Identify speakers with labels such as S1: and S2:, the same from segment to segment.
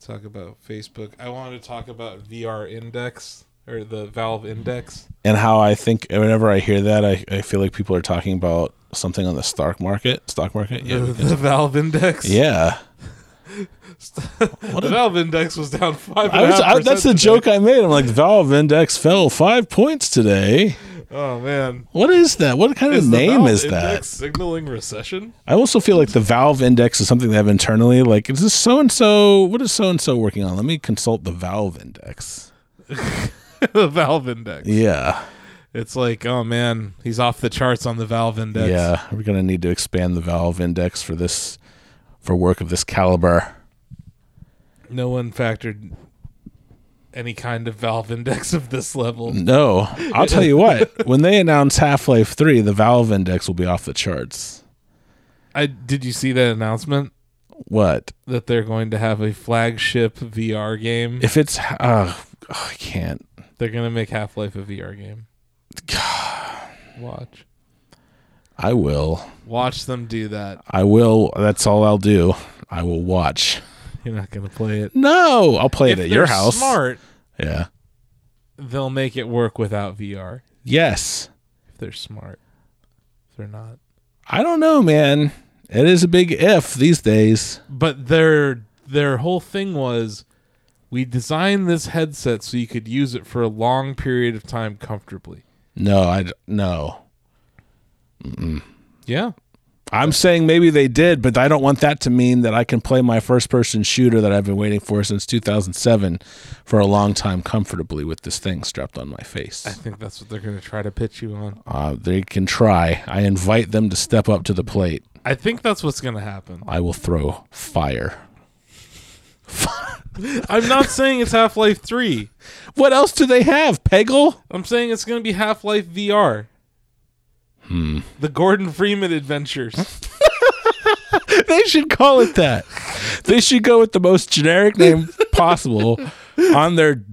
S1: talk about Facebook. I wanted to talk about VR Index or the Valve Index.
S2: and how I think whenever I hear that, I, I feel like people are talking about something on the stock market. Stock market, yeah,
S1: the,
S2: we can-
S1: the Valve Index.
S2: yeah.
S1: the Valve Index was down five.
S2: I was, I, that's the joke I made. I'm like, Valve Index fell five points today.
S1: Oh man.
S2: What is that? What kind of
S1: Is the
S2: name
S1: Valve
S2: is
S1: Index
S2: that?
S1: Signaling recession.
S2: I also feel like the Valve Index is something they have internally. Like, is this so and so? What is so and so working on? Let me consult the Valve Index.
S1: the Valve Index.
S2: Yeah,
S1: It's like, oh man, he's off the charts on the Valve Index.
S2: yeah. We're gonna need to expand the Valve Index for this, for work of this caliber.
S1: No one factored any kind of Valve Index of this
S2: Mm.
S1: level.
S2: No, I'll tell you what. When they announce Half Life Three, the Valve Index will be off the charts.
S1: I did you see that announcement
S2: What
S1: that they're going to have a flagship VR game?
S2: if it's? Uh, I can't.
S1: They're gonna make Half Life a VR game. Watch,
S2: I will.
S1: watch them do that.
S2: I will. That's all I'll do. I will watch.
S1: You're not gonna play it.
S2: No, I'll play
S1: If
S2: it at your
S1: they're
S2: house.
S1: Smart.
S2: Yeah.
S1: They'll make it work without VR.
S2: Yes.
S1: If they're smart. If they're not.
S2: I don't know, man. It is a big if these days.
S1: But their their whole thing was, we designed this headset so you could use it for a long period of time comfortably.
S2: No, I d- no.
S1: Yeah.
S2: I'm saying maybe they did, but I don't want that to mean that I can play my first person shooter that I've been waiting for since 2007 for a long time comfortably with this thing strapped on my
S1: I
S2: face.
S1: think that's what they're going to try to pitch you on.
S2: Uh, they can try. I invite them to step up to the plate.
S1: I think that's what's going to happen.
S2: I will throw fire.
S1: I'm not saying it's Half Life 3.
S2: What else do they have, Peggle?
S1: I'm saying it's going to be Half Life VR. Hmm. The Gordon Freeman adventures.
S2: They should call it that. They should go with the most generic name possible on their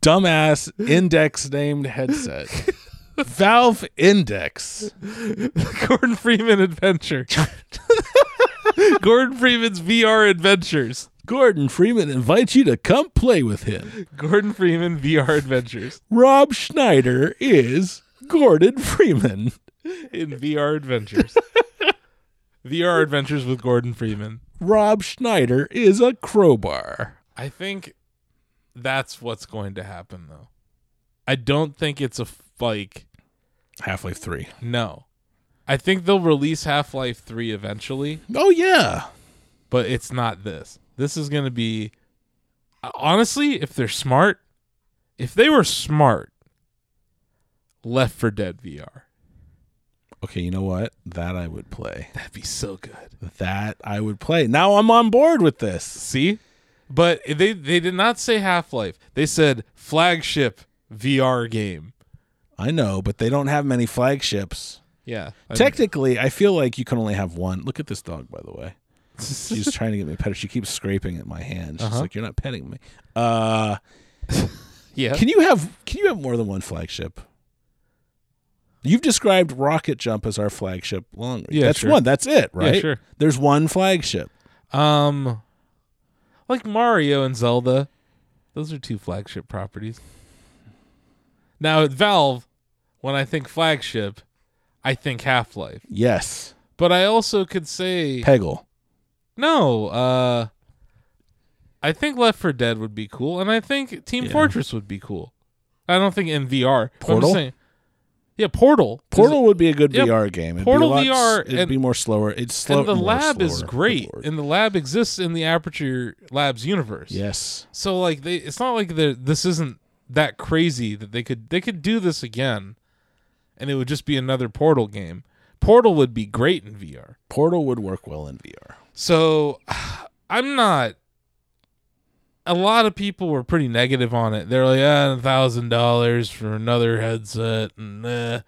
S2: dumbass index named headset. Valve Index.
S1: Gordon Freeman adventure. Gordon Freeman's VR adventures.
S2: Gordon Freeman invites you to come play with him.
S1: Gordon Freeman VR adventures
S2: Rob Schneider is Gordon Freeman.
S1: in VR adventures. VR adventures with Gordon Freeman.
S2: Rob Schneider is a crowbar.
S1: I think that's what's going to happen though. I don't think it's a f- like
S2: Half Life 3.
S1: no. I think they'll release Half-Life 3 eventually,
S2: Oh, yeah.
S1: but it's not this. This is going to be honestly, if they're smart, if they were smart, Left for Dead VR.
S2: Okay, you know what? That I would play.
S1: That'd be so good.
S2: That I would play. Now I'm on board with this.
S1: See? But they they did not say Half-Life. They said flagship VR game.
S2: I know, but they don't have many flagships.
S1: Yeah.
S2: Technically, I feel like you can only have one. Look at this dog, by the way. She's trying to get me petted. She keeps scraping at my hand. She's
S1: Uh-huh.
S2: like, "You're not petting me." Uh,
S1: yeah.
S2: can you have can you have more than one flagship? You've described Rocket Jump as our flagship long range.
S1: Yeah,
S2: That's
S1: sure.
S2: one. That's it, right?
S1: sure.
S2: There's one flagship.
S1: Um, like Mario and Zelda, those are two flagship properties. Now at Valve, when I think flagship, I think Half Life,
S2: Yes.
S1: but I also could say
S2: Peggle.
S1: no. Uh, I think Left for Dead would be cool, and I think Team
S2: Yeah.
S1: Fortress would be cool. I don't think in VR. but I'm just
S2: Portal?
S1: saying- yeah, Portal. is-
S2: Portal would be a good
S1: Yeah,
S2: VR game. It'd
S1: Portal
S2: be a
S1: VR
S2: lot, It'd
S1: and-
S2: be more slower. It's slow.
S1: and the
S2: more
S1: lab is
S2: slower. Good
S1: great,
S2: lord.
S1: and the lab exists in the Aperture Labs universe.
S2: yes.
S1: So like they, it's not like they're- this isn't that crazy that they could they could do this again, and it would just be another Portal game. Portal would be great in VR.
S2: Portal would work well in VR.
S1: So I'm not. A lot of people were pretty negative on it. They're like, ah, thousand dollars for another headset, and eh."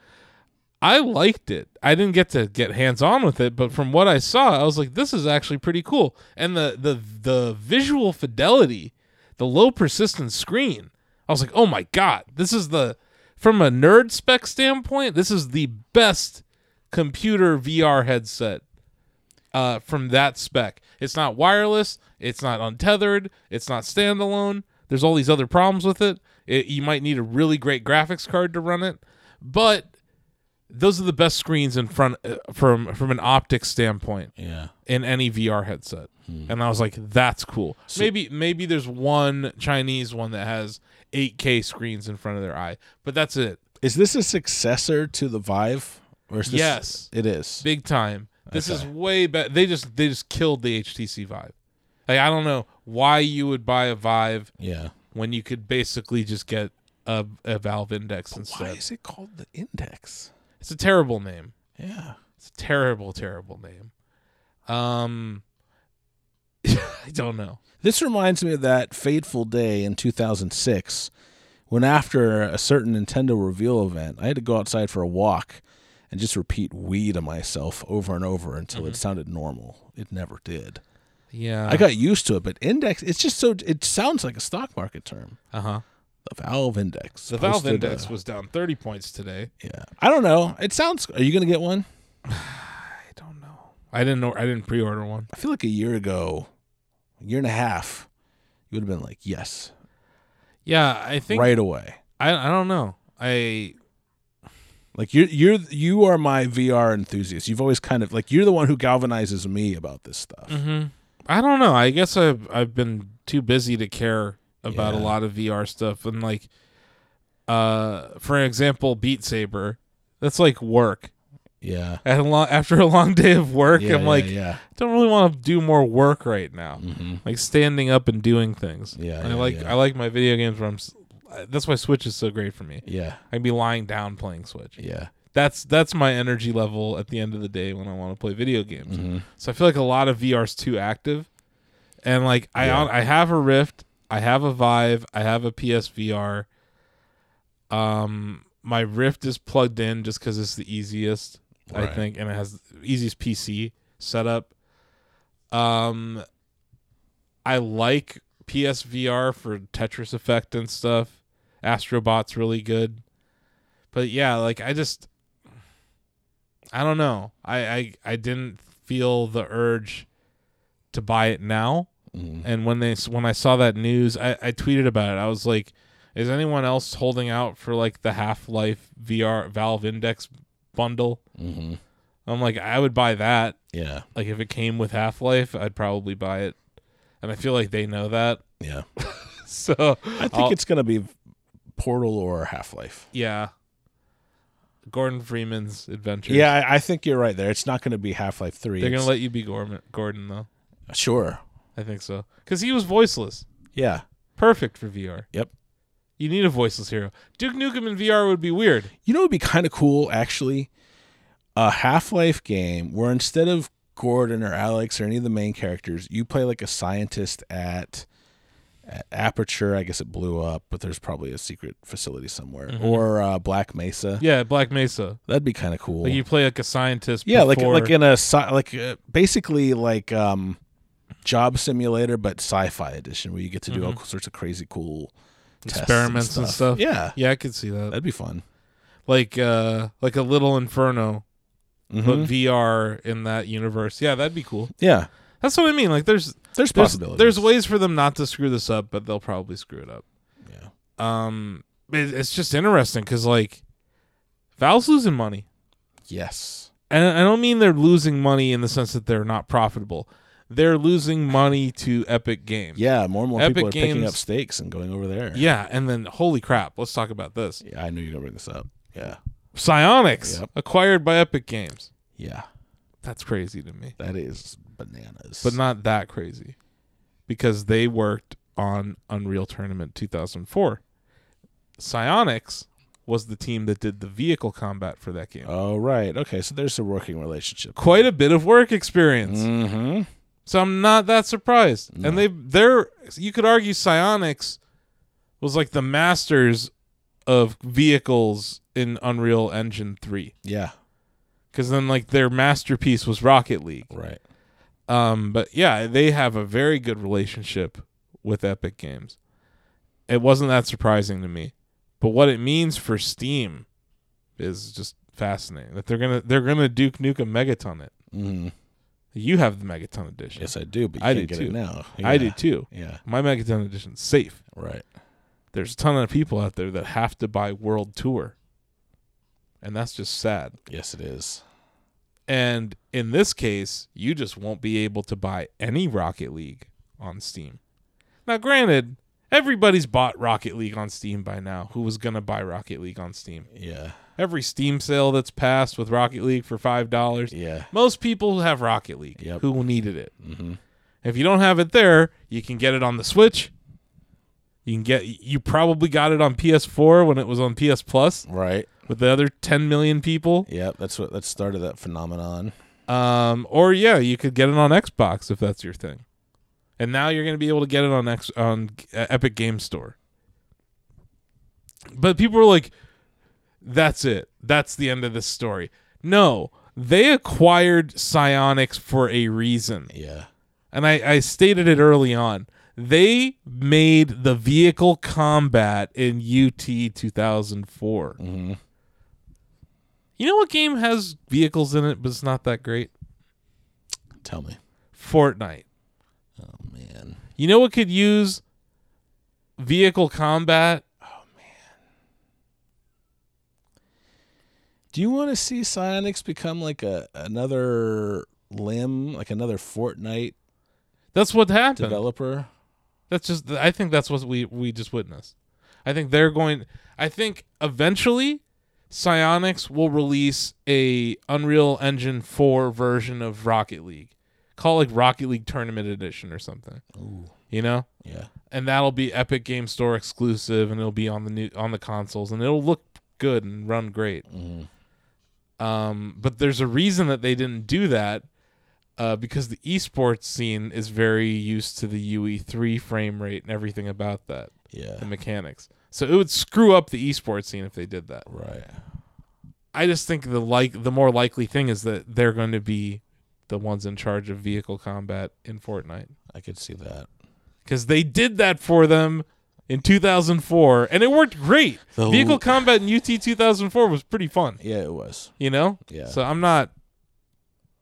S1: I liked it. I didn't get to get hands on with it, but from what I saw, I was like, this is actually pretty cool. And the the the visual fidelity, the low persistence screen, I was like, oh my god, this is the from a nerd spec standpoint, this is the best computer VR headset uh, from that spec. It's not wireless. It's not untethered. It's not standalone. There's all these other problems with it. it you might need a really great graphics card to run it, but those are the best screens in front uh, from from an optics standpoint
S2: Yeah.
S1: in any VR headset. And I was like, that's cool. maybe maybe there's one Chinese one that has 8K screens in front of their eye, but that's it.
S2: Is this a successor to the Vive? Or is this,
S1: Yes.
S2: It is.
S1: Big time. This is way better. They just they just killed the HTC Vive. Like I don't know why you would buy a Vive
S2: Yeah.
S1: when you could basically just get a, a Valve Index
S2: Why
S1: instead.
S2: is it called the Index?
S1: It's a terrible name.
S2: Yeah.
S1: It's a terrible terrible name. Um I don't know.
S2: This reminds me of that fateful day in 2006 when, after a certain Nintendo reveal event, I had to go outside for a walk and just repeat Wii to myself over and over until
S1: Mm-hmm.
S2: it sounded normal. It never did.
S1: Yeah.
S2: I got used to it, but index, it's just so, it sounds like a stock market term.
S1: uh-huh.
S2: The Valve Index.
S1: The Valve
S2: posted uh,
S1: Index
S2: a-
S1: was down 30 points today.
S2: yeah. I don't know. It sounds, are you going to get one?
S1: I don't know. I didn't know. I didn't pre-order one.
S2: I feel like a year ago, a year and a half, you would have been like, yes,
S1: Yeah, I think.
S2: right away.
S1: I I don't know. I
S2: Like you're you're you are my VR enthusiast. You've always kind of like you're the one who galvanizes me about this stuff.
S1: Mm-hmm. I don't know. I guess I've I've been too busy to care about a
S2: Yeah.
S1: lot of VR stuff and like, uh, for example, Beat Saber. That's like work.
S2: Yeah.
S1: At a long, after a long day of work,
S2: Yeah,
S1: I'm like, mm-hmm.
S2: yeah,
S1: don't really want to do more work right now.
S2: yeah. Mhm.
S1: Like standing up and doing things.
S2: Yeah,
S1: I
S2: yeah,
S1: like
S2: yeah.
S1: I like my video games where I'm. s- That's why Switch is so great for me.
S2: yeah,
S1: I can be lying down playing Switch.
S2: yeah.
S1: that's that's my energy level at the end of the day when I want to play video games.
S2: Mhm.
S1: So I feel like a lot of VR's too active, and like I
S2: Yeah.
S1: on, I have a Rift, I have a Vive, I have a PSVR. Um, my Rift is plugged in just because it's the easiest, I
S2: Right.
S1: think, and it has the easiest PC setup. Um, I like PSVR for Tetris Effect and stuff. Astrobot's really good, but yeah, like I just I don't know. I, I I didn't feel the urge to buy it now.
S2: Mhm.
S1: And when they when I saw that news, I, I tweeted about it. I was like, "Is anyone else holding out for like the Half Life VR Valve Index bundle?"
S2: Mhm.
S1: I'm like, I would buy that.
S2: Yeah.
S1: Like if it came with Half Life, I'd probably buy it. And I feel like they know that.
S2: Yeah.
S1: So
S2: I think
S1: I'll-
S2: it's going to be Portal or Half-Life.
S1: yeah. Gordon Freeman's adventure.
S2: Yeah, I, I think you're right there. It's not going to be Half-Life 3.
S1: they're gonna
S2: It's-
S1: let you be Gorman, Gordon though.
S2: Sure.
S1: I think so because he was voiceless.
S2: Yeah.
S1: perfect for VR.
S2: Yep.
S1: You need a voiceless hero. Duke Nukem in VR would be weird.
S2: You know, it'd be kind of cool, actually, a Half Life game where instead of Gordon or Alex or any of the main characters, you play like a scientist at, at Aperture. I guess it blew up, but there's probably a secret facility somewhere,
S1: Mm-hmm.
S2: or uh, Black Mesa.
S1: Yeah, Black Mesa.
S2: That'd be kind of cool.
S1: Like you play like a scientist.
S2: yeah, like
S1: before-
S2: like in a sci- like uh, basically like um, job simulator, but sci-fi edition where you get to do all sorts of crazy cool tests
S1: Mm-hmm. Experiments and stuff.
S2: Yeah,
S1: yeah, I could see that.
S2: that'd be fun.
S1: Like uh, like a little Inferno, but
S2: Mhm.
S1: VR in that universe. Yeah, that'd be cool.
S2: Yeah,
S1: That's what I mean. Like there's
S2: there's
S1: there's
S2: possibilities.
S1: there's ways for them not to screw this up, but they'll probably screw it up.
S2: Yeah.
S1: Um, it, it's just interesting because like Valve's losing money.
S2: Yes.
S1: and I don't mean they're losing money in the sense that they're not profitable. They're losing money to Epic Games.
S2: Yeah, more and more
S1: Epic
S2: people are picking
S1: Games-
S2: up stakes and going over there.
S1: Yeah, and then holy crap, let's talk about this.
S2: Yeah, I knew you were gonna bring this up. Yeah.
S1: Psionics
S2: Yep.
S1: acquired by Epic Games.
S2: Yeah.
S1: That's crazy to me.
S2: That is bananas.
S1: But not that crazy. Because they worked on Unreal Tournament 2004. Psionics was the team that did the vehicle combat for that game.
S2: Oh right. Okay, so there's a working relationship.
S1: Quite a bit of work experience.
S2: Mm-hmm.
S1: So I'm not that surprised. And they they're you could argue Psionics was like the masters of vehicles in Unreal Engine 3
S2: Yeah.
S1: cuz then like their masterpiece was Rocket League.
S2: Right.
S1: Um but yeah, they have a very good relationship with Epic Games. It wasn't that surprising to me. But what it means for Steam is just fascinating that they're going to they're going to Duke Nukem Megaton it.
S2: Mm-hmm.
S1: You have the Megaton edition.
S2: Yes, I do, but you
S1: I
S2: can't
S1: do
S2: get
S1: too.
S2: it now.
S1: I do
S2: Yeah.
S1: too.
S2: Yeah,
S1: My Megaton edition's safe.
S2: right.
S1: There's a ton of people out there that have to buy World Tour. And that's just sad.
S2: Yes, it is.
S1: And in this case, you just won't be able to buy any Rocket League on Steam. Now, granted, everybody's bought Rocket League on Steam by now. Who was going to buy Rocket League on Steam?
S2: Yeah,
S1: Every Steam sale that's passed with Rocket League for $5,
S2: yeah.
S1: most people who have Rocket League
S2: Yep.
S1: who needed it.
S2: Mm-hmm.
S1: If you don't have it there, you can get it on the Switch. You can get you probably got it on PS4 when it was on PS Plus
S2: Right.
S1: with the other 10 million people.
S2: Yep. That's what that started that phenomenon.
S1: Um, or yeah, you could get it on Xbox if that's your thing. And now you're going to be able to get it on X on uh, Epic Game Store. But people are like, "That's it. That's the end of this story." No, they acquired Psionics for a reason,
S2: Yeah.
S1: and I, I stated it early on. They made the vehicle combat in UT 2004.
S2: Mm-hmm.
S1: You know what game has vehicles in it, but it's not that great?
S2: Tell me.
S1: Fortnite.
S2: Oh man.
S1: You know what could use vehicle combat?
S2: Do you want to see Psionics become like a another limb, like another Fortnite
S1: That's what happened.
S2: developer?
S1: That's just I think that's what we we just witnessed. I think they're going I think eventually Psionics will release a Unreal Engine 4 version of Rocket League. Call it like Rocket League Tournament Edition or something,
S2: Ooh.
S1: you know?
S2: Yeah.
S1: And that'll be Epic Game Store exclusive and it'll be on the new on the consoles and it'll look good and run great.
S2: Mm-hmm.
S1: Um, but there's a reason that they didn't do that uh, because the esports scene is very used to the UE3 frame rate and everything about that, the
S2: Yeah.
S1: mechanics. So it would screw up the esports scene if they did that.
S2: Right.
S1: I just think the like the more likely thing is that they're going to be the ones in charge of vehicle combat in Fortnite
S2: I could see that.
S1: because they did that for them in 2004 and it worked great.
S2: The-
S1: vehicle combat in UT 2004 was pretty fun.
S2: Yeah, it was.
S1: You know?
S2: Yeah.
S1: So I'm not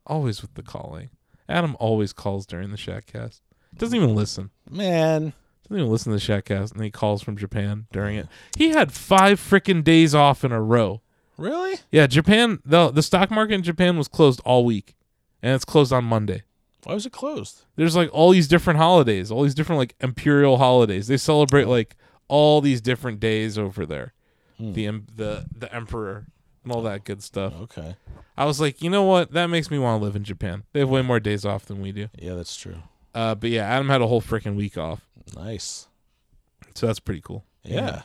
S1: always with the calling. Adam always calls during the Shackcast. Doesn't even listen.
S2: Man.
S1: Doesn't even listen to the Shackcast and he calls from Japan during it. He had five freaking days off in a row.
S2: Really?
S1: Yeah, Japan the the stock market in Japan was closed all week. And it's closed on Monday.
S2: Why was it closed?
S1: There's like all these different holidays, all these different like imperial holidays. They celebrate like all these different days over there.
S2: Hmm.
S1: The em- the the emperor and all that good stuff.
S2: Okay.
S1: I was like, you know what? That makes me want to live in Japan. They have way more days off than we do.
S2: Yeah, that's true.
S1: Uh, but yeah, Adam had a whole freaking week off,
S2: Nice.
S1: so that's pretty cool.
S2: Yeah.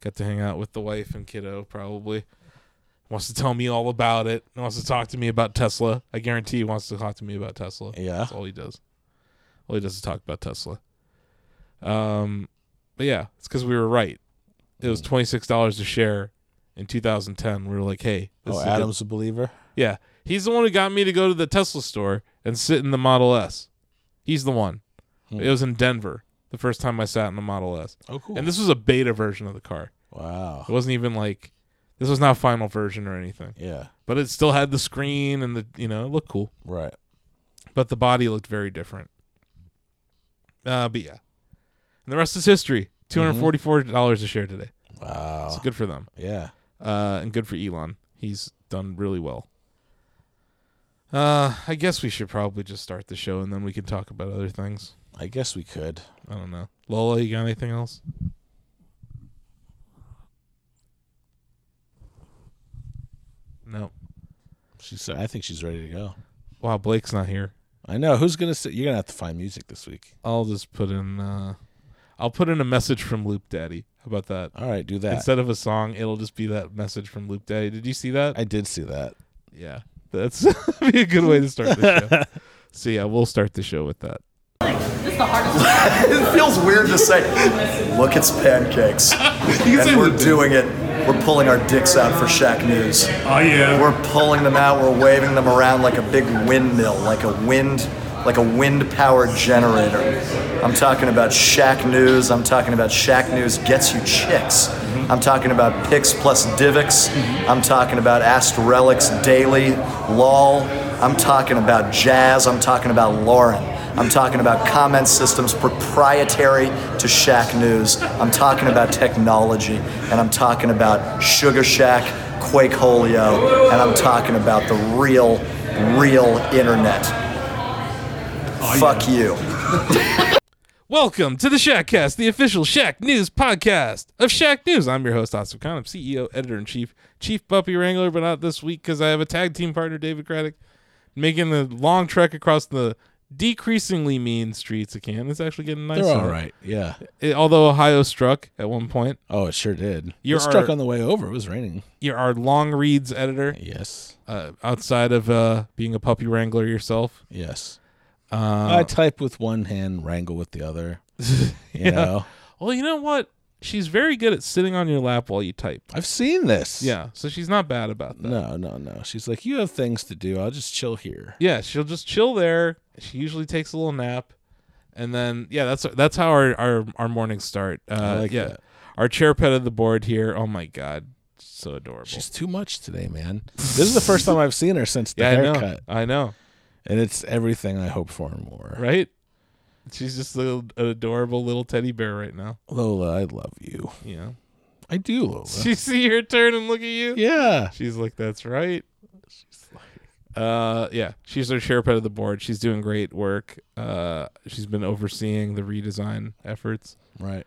S1: Got to hang out with the wife and kiddo. Probably wants to tell me all about it. and Wants to talk to me about Tesla. I guarantee he wants to talk to me about Tesla.
S2: Yeah.
S1: That's all he does. All he does is talk about Tesla. Um, but yeah, it's because we were right. It
S2: Mm.
S1: was twenty six dollars a share in two thousand ten. We were like, hey, this
S2: Oh,
S1: is a good-
S2: Adam's a believer.
S1: Yeah. He's the one who got me to go to the Tesla store and sit in the Model S. He's the one.
S2: Hmm.
S1: It was in Denver the first time I sat in a Model S.
S2: Oh, cool.
S1: And this was a beta version of the car.
S2: wow.
S1: It wasn't even like this was not final version or anything.
S2: Yeah.
S1: But it still had the screen and the you know, it looked cool.
S2: Right.
S1: But the body looked very different. Uh but yeah. And the rest is history. Two hundred forty four dollars a share today.
S2: Wow.
S1: So good for them.
S2: Yeah.
S1: uh, and good for Elon. He's done really well. Uh, I guess we should probably just start the show and then we can talk about other things.
S2: I guess we could.
S1: I don't know. Lola, you got anything else? No.
S2: She said, I think she's ready to go.
S1: Wow, Blake's not here.
S2: I know. Who's gonna sit? You're gonna have to find music this week.
S1: I'll just put in. Uh, I'll put in a message from Loop Daddy. How about that?
S2: All right, do that.
S1: Instead of a song, it'll just be that message from Loop Daddy. Did you see that?
S2: I did see that.
S1: Yeah, that's be a good way to start the show. so yeah, we'll start the show with that.
S3: This is the hardest one.
S4: It feels weird to say, look, it's pancakes. and we're doing it. We're pulling our dicks out for Shack News.
S5: Oh yeah.
S4: We're pulling them out. We're waving them around like a big windmill, like a wind, like a wind-powered generator. I'm talking about Shack News. I'm talking about Shack News gets you chicks.
S5: Mm-hmm.
S4: I'm talking about Pix plus Divx. I'm talking about Astrelix Daily, LOL. I'm talking about jazz. I'm talking about Lauren. I'm talking about comment systems proprietary to Shack News. I'm talking about technology. And I'm talking about Sugar Shack, Quake Holio. And I'm talking about the real, real internet. Fuck you.
S1: Welcome to the Shackcast, the official Shack News podcast of Shack News. I'm your host, Austin Khan. I'm CEO, editor in chief, chief puppy wrangler, but not this week because I have a tag team partner, David Craddock, making the long trek across the decreasingly mean streets of Canton. It's actually getting nice.
S2: They're
S1: out.
S2: all right. Yeah.
S1: It- although Ohio struck at one point,
S2: Oh, it sure did.
S1: You're
S2: it struck
S1: our-
S2: on the way over. It was raining.
S1: you're our long reads editor
S2: Yes.
S1: uh, outside of uh, being a puppy wrangler yourself.
S2: Yes. I type with one hand, wrangle with the other. You know,
S1: Well, you know what? She's very good at sitting on your lap while you type.
S2: I've seen this.
S1: Yeah, so she's not bad about that.
S2: No, no, no. She's like, you have things to do. I'll just chill here.
S1: Yeah, she'll just chill there. She usually takes a little nap, and then yeah, that's that's how our our, our mornings start. Uh,
S2: like
S1: yeah,
S2: that.
S1: our chair pet of the board here. Oh my god, so adorable.
S2: She's too much today, man. This is the first time I've seen her since the
S1: yeah, I
S2: haircut,
S1: know. I know,
S2: and it's everything I hope for and more.
S1: right? She's just a, an adorable little teddy bear right now.
S2: Lola, I love you.
S1: Yeah,
S2: I do, Lola.
S1: she see her turn and look at you.
S2: yeah.
S1: She's like, that's right. Uh yeah, she's our chair pet of the board. She's doing great work. Uh, she's been overseeing the redesign efforts.
S2: Right.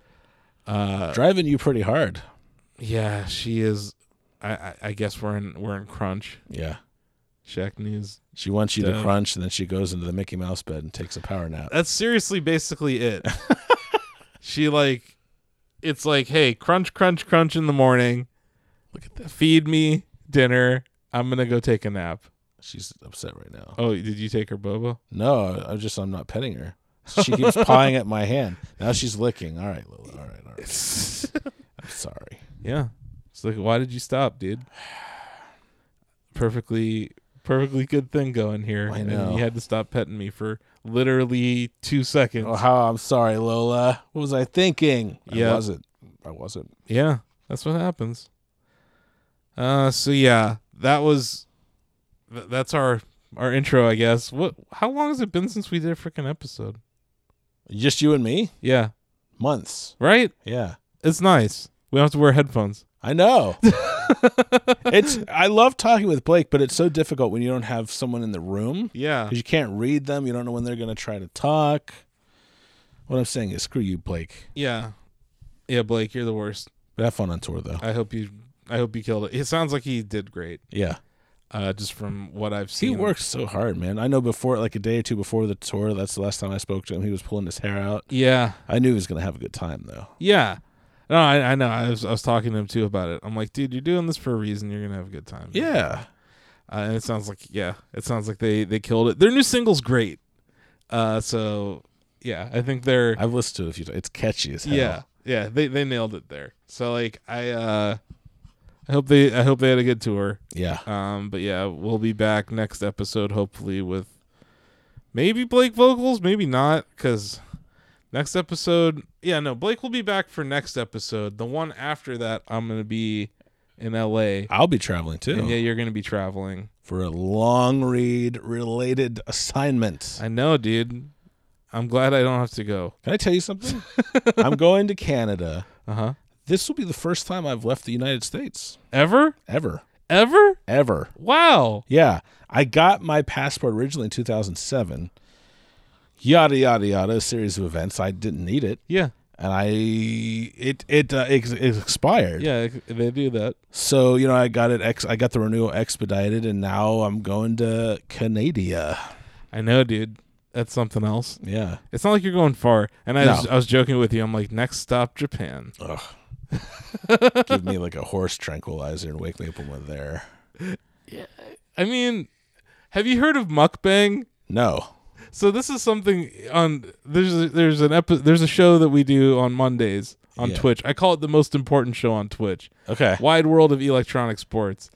S2: Uh, Driving you pretty hard.
S1: Yeah, she is. I, I, I guess we're in we're in crunch.
S2: Yeah.
S1: Shack News.
S2: She wants you
S1: Duh.
S2: to crunch, and then she goes into the Mickey Mouse bed and takes a power nap.
S1: That's seriously basically it. she like, it's like, hey, crunch, crunch, crunch in the morning. Look at that. Feed me dinner. I'm gonna go take a nap.
S2: She's upset right now.
S1: Oh, did you take her bobo?
S2: No, I'm just I'm not petting her. She keeps pawing at my hand. Now she's licking. All right, Lola. All right, all right. I'm sorry.
S1: yeah. It's like, why did you stop, dude? Perfectly, perfectly good thing going here.
S2: I
S1: And
S2: know.
S1: you had to stop petting me for literally two seconds.
S2: Oh, how I'm sorry, Lola. What was I thinking?
S1: Yeah.
S2: I wasn't. I wasn't.
S1: Yeah, that's what happens. Uh, so yeah, that was th- that's our our intro, I guess. What? How long has it been since we did a freaking episode?
S2: Just you and me.
S1: Yeah,
S2: Months.
S1: right.
S2: Yeah.
S1: It's nice. We don't have to wear headphones.
S2: I know. it's. I love talking with Blake, but it's so difficult when you don't have someone in the room
S1: Yeah,
S2: because you can't read them. You don't know when they're going to try to talk. What I'm saying is, screw you, Blake.
S1: yeah, yeah. Blake, you're the worst.
S2: But have fun on tour, though.
S1: I hope you. I hope you killed it. It sounds like he did great.
S2: Yeah.
S1: Uh, just from what I've
S2: He
S1: seen.
S2: works so hard, man. I know before, like a day or two before the tour, that's the last time I spoke to him. He was pulling his hair out.
S1: Yeah,
S2: I knew he was going to have a good time, though.
S1: yeah. No, I, I know. I was I was talking to him too about it. I'm like, dude, you're doing this for a reason. You're gonna have a good time.
S2: Yeah.
S1: uh, and it sounds like yeah, it sounds like they they killed it. Their new single's great, uh, so yeah, I think they're
S2: I've listened to it a few times. It's catchy as hell.
S1: yeah yeah they they nailed it there. So like I uh, I hope they I hope they had a good tour.
S2: Yeah.
S1: Um, but yeah, we'll be back next episode hopefully with maybe Blake vocals, maybe not, because next episode yeah no Blake will be back for next episode. The one after that I'm gonna be in L.A.
S2: I'll be traveling too
S1: and yeah you're gonna be traveling.
S2: for a long read related assignment.
S1: I know, dude. I'm glad I don't have to go.
S2: Can I tell you something? I'm going to Canada.
S1: Uh huh.
S2: This will be the first time I've left the United States
S1: Ever?
S2: ever.
S1: Ever?
S2: Ever.
S1: Wow.
S2: Yeah. I got my passport originally in 2007. Yada, yada, yada. A series of events. I didn't need it.
S1: Yeah.
S2: and I it it uh, ex- it expired.
S1: Yeah, ex- they do that.
S2: So you know, I got it. Ex- I got the renewal expedited, and now I'm going to Canada.
S1: I know, dude. That's something else.
S2: Yeah.
S1: It's not like you're going far. And I,
S2: No.
S1: was, I was joking with you. I'm like, next stop, Japan.
S2: Ugh. Give me like a horse tranquilizer and wake me up when we're there.
S1: I mean, have you heard of mukbang?
S2: No.
S1: So this is something on there's a, there's an epi- there's a show that we do on Mondays on
S2: Yeah.
S1: Twitch. I call it the most important show on Twitch.
S2: Okay.
S1: wide world of electronic sports.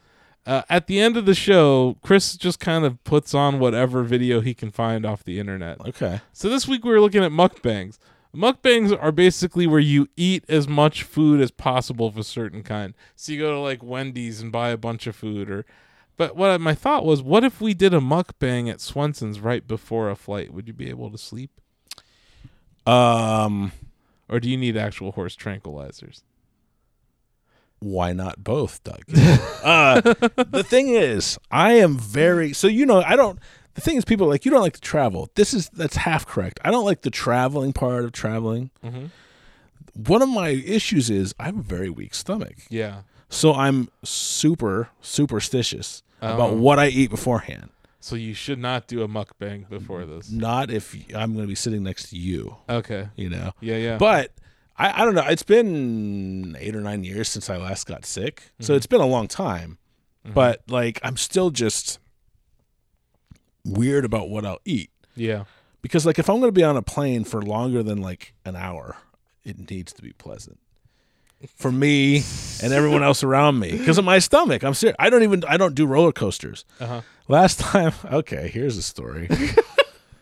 S1: Uh, at the end of the show, Chris just kind of puts on whatever video he can find off the internet.
S2: Okay.
S1: So this week we were looking at mukbangs. Mukbangs are basically where you eat as much food as possible of a certain kind. So you go to like Wendy's and buy a bunch of food, or But what my thought was, what if we did a mukbang at Swenson's right before a flight? Would you be able to sleep,
S2: Um,
S1: or do you need actual horse tranquilizers?
S2: why not both, Doug? uh, the thing is, I am very so you know I don't. The thing is, people are like you don't like to travel. This is that's half correct. I don't like the traveling part of traveling. One of my issues is I have a very weak stomach,
S1: Yeah.
S2: so I'm super superstitious about what I eat beforehand.
S1: So you should not do a mukbang before
S2: Mm-hmm.
S1: this.
S2: Not if I'm going to be sitting next to you,
S1: Okay.
S2: you know.
S1: Yeah, yeah.
S2: Mm-hmm. But I, I don't know. It's been eight or nine years since I last got sick. So it's been a long time. But like, I'm still just weird about what I'll eat.
S1: yeah.
S2: Because like, if I'm going to be on a plane for longer than like an hour, it needs to be pleasant. For me and everyone else around me, because of my stomach, I'm serious. I don't even I don't do roller coasters.
S1: Uh-huh.
S2: Last time, okay, here's a story.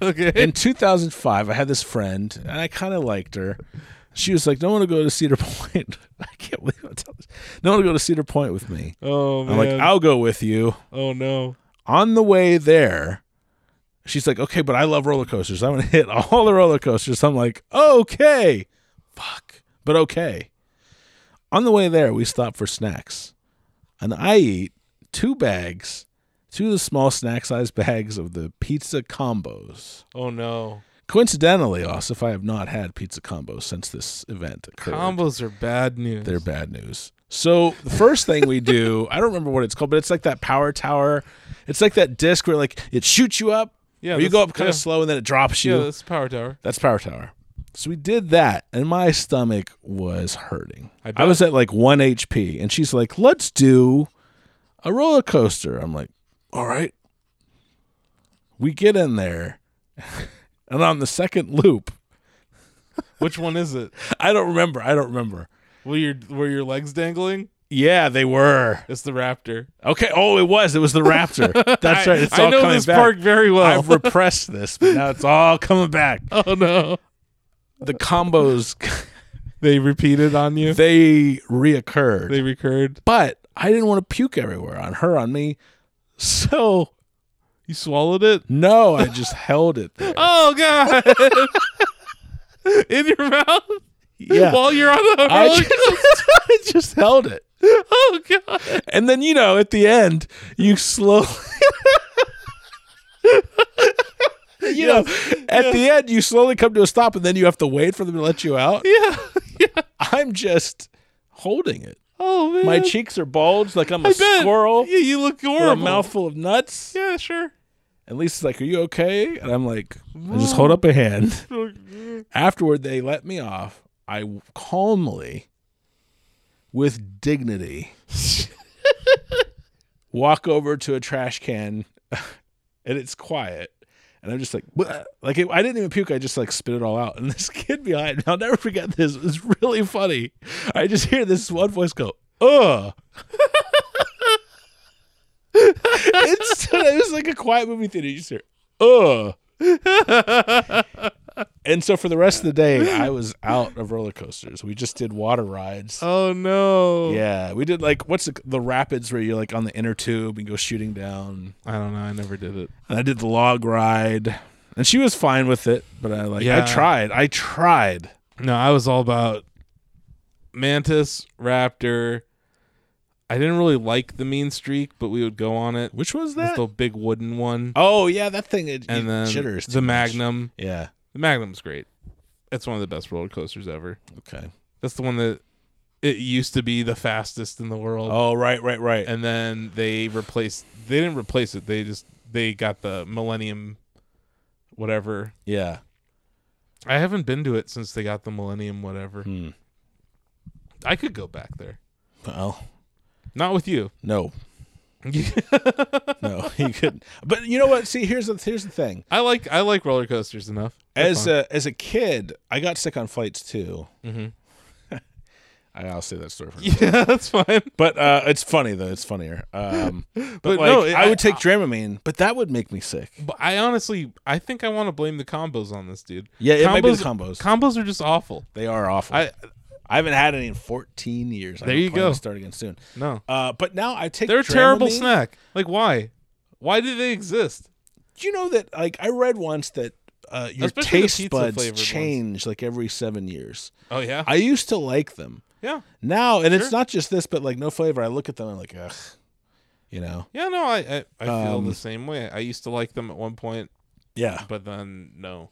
S1: Okay.
S2: in 2005 i had this friend and i kind of liked her she was like don't want to go to cedar point i can't believe i'm telling this don't want to go to cedar point with me
S1: Oh man.
S2: i'm like i'll go with you
S1: oh no.
S2: on the way there she's like okay but i love roller coasters i'm gonna hit all the roller coasters i'm like okay fuck but okay on the way there we stop for snacks and i eat two bags two of the small snack size bags of the pizza combos
S1: Oh no.
S2: Coincidentally, Osif, I have not had pizza combos since this event occurred.
S1: Combos are bad news.
S2: They're bad news. So the first thing we do, I don't remember what it's called, but it's like that power tower. It's like that disc where like it shoots you up.
S1: Yeah,
S2: or you
S1: that's-
S2: go up kind
S1: yeah.
S2: of slow and then it drops
S1: yeah,
S2: you.
S1: that's power tower.
S2: That's power tower. So we did that, and my stomach was hurting.
S1: I
S2: I,
S1: bet.
S2: was at like one HP, and she's like, "Let's do a roller coaster." I'm like, "All right." We get in there, and on the second loop,
S1: Which one is it?
S2: I don't remember. I don't remember.
S1: Were your were your legs dangling?
S2: Yeah, they were.
S1: It's the raptor.
S2: Okay. Oh, it was. It was the Raptor. That's right. It's
S1: I
S2: all
S1: know
S2: coming
S1: this
S2: back.
S1: park very well.
S2: I've repressed this, but now it's all coming back.
S1: oh no.
S2: The combos
S1: They repeated on you.
S2: they reoccurred.
S1: They recurred.
S2: but I didn't want to puke everywhere on her, on me. So
S1: You swallowed it?
S2: no, I just held it there.
S1: Oh god. In your mouth
S2: Yeah.
S1: while you're on the
S2: I
S1: roller
S2: just, I just held it.
S1: Oh god.
S2: And then you know, at the end, you slowly You know, at the end, you slowly come to a stop, and then you have to wait for them to let you out.
S1: Yeah.
S2: I'm just holding it.
S1: Oh man.
S2: My cheeks are bulged like I'm a
S1: I bet.
S2: squirrel
S1: Yeah, you look
S2: with
S1: horrible.
S2: a mouthful of nuts.
S1: Yeah, sure.
S2: And Lisa's like, "Are you okay?" And I'm like, "I just hold up a hand."
S1: Oh,
S2: Afterward, they let me off. I calmly, with dignity, walk over to a trash can, and it's quiet. And I'm just like, "Bleh." like it, I didn't even puke. I just like spit it all out. And this kid behind me, I'll never forget this. It was really funny. I just hear this one voice go, "Ugh." it's, it was like a quiet movie theater. You just hear, "Ugh." And so for the rest of the day, I was out of roller coasters. We just did water rides.
S1: Oh no.
S2: Yeah, we did like what's the, the rapids where you're like on the inner tube and go shooting down.
S1: I don't know. I never did it.
S2: And I did the log ride, and she was fine with it. But I like
S1: Yeah.
S2: I tried. I tried.
S1: No, I was all about mantis, raptor. I didn't really like the mean streak, but we would go on it.
S2: Which was
S1: It's
S2: that?
S1: the big wooden one,
S2: oh yeah, that thing. It,
S1: and
S2: it
S1: then
S2: jitters too
S1: the
S2: much.
S1: Magnum.
S2: Yeah.
S1: The Magnum's great. It's one of the best roller coasters ever.
S2: Okay.
S1: That's the one that it used to be the fastest in the world,
S2: Oh right, right, right.
S1: and then they replaced. They didn't replace it. They just they got the Millennium, whatever.
S2: yeah.
S1: I haven't been to it since they got the Millennium, whatever.
S2: Hmm.
S1: I could go back there.
S2: Well,
S1: Not with you.
S2: no, no, you couldn't. But you know what? See, here's the here's the thing.
S1: I like I like roller coasters enough. They're
S2: as
S1: fun.
S2: a as a kid, I got sick on flights too.
S1: Mhm.
S2: I- I'll say that story for now.
S1: yeah, that's fine.
S2: But uh, it's funny though. It's funnier. Um, but
S1: But
S2: like,
S1: no, it-
S2: I would
S1: I-
S2: take Dramamine, but that would make me sick.
S1: But I honestly, I think I want to blame the combos on this, dude.
S2: Yeah, it might be the combos.
S1: Combos are just awful.
S2: They are awful.
S1: I
S2: I haven't had any in 14 years. I
S1: There
S2: have a
S1: you
S2: plan
S1: go.
S2: To start again soon.
S1: No.
S2: Uh, but now I take.
S1: They're a terrible
S2: Dramamine.
S1: snack. Like why? Why do they exist?
S2: Do you know that? Like I read once that uh, your
S1: Especially the
S2: taste
S1: pizza
S2: buds
S1: flavored ones.
S2: change like every seven years.
S1: Oh yeah.
S2: I used to like them.
S1: yeah.
S2: Now, and it's not just this, but like no flavor. I look at them, I'm like, ugh, you know.
S1: Yeah, no, I I, I feel
S2: Um,
S1: the same way. I used to like them at one point,
S2: Yeah,
S1: but then no.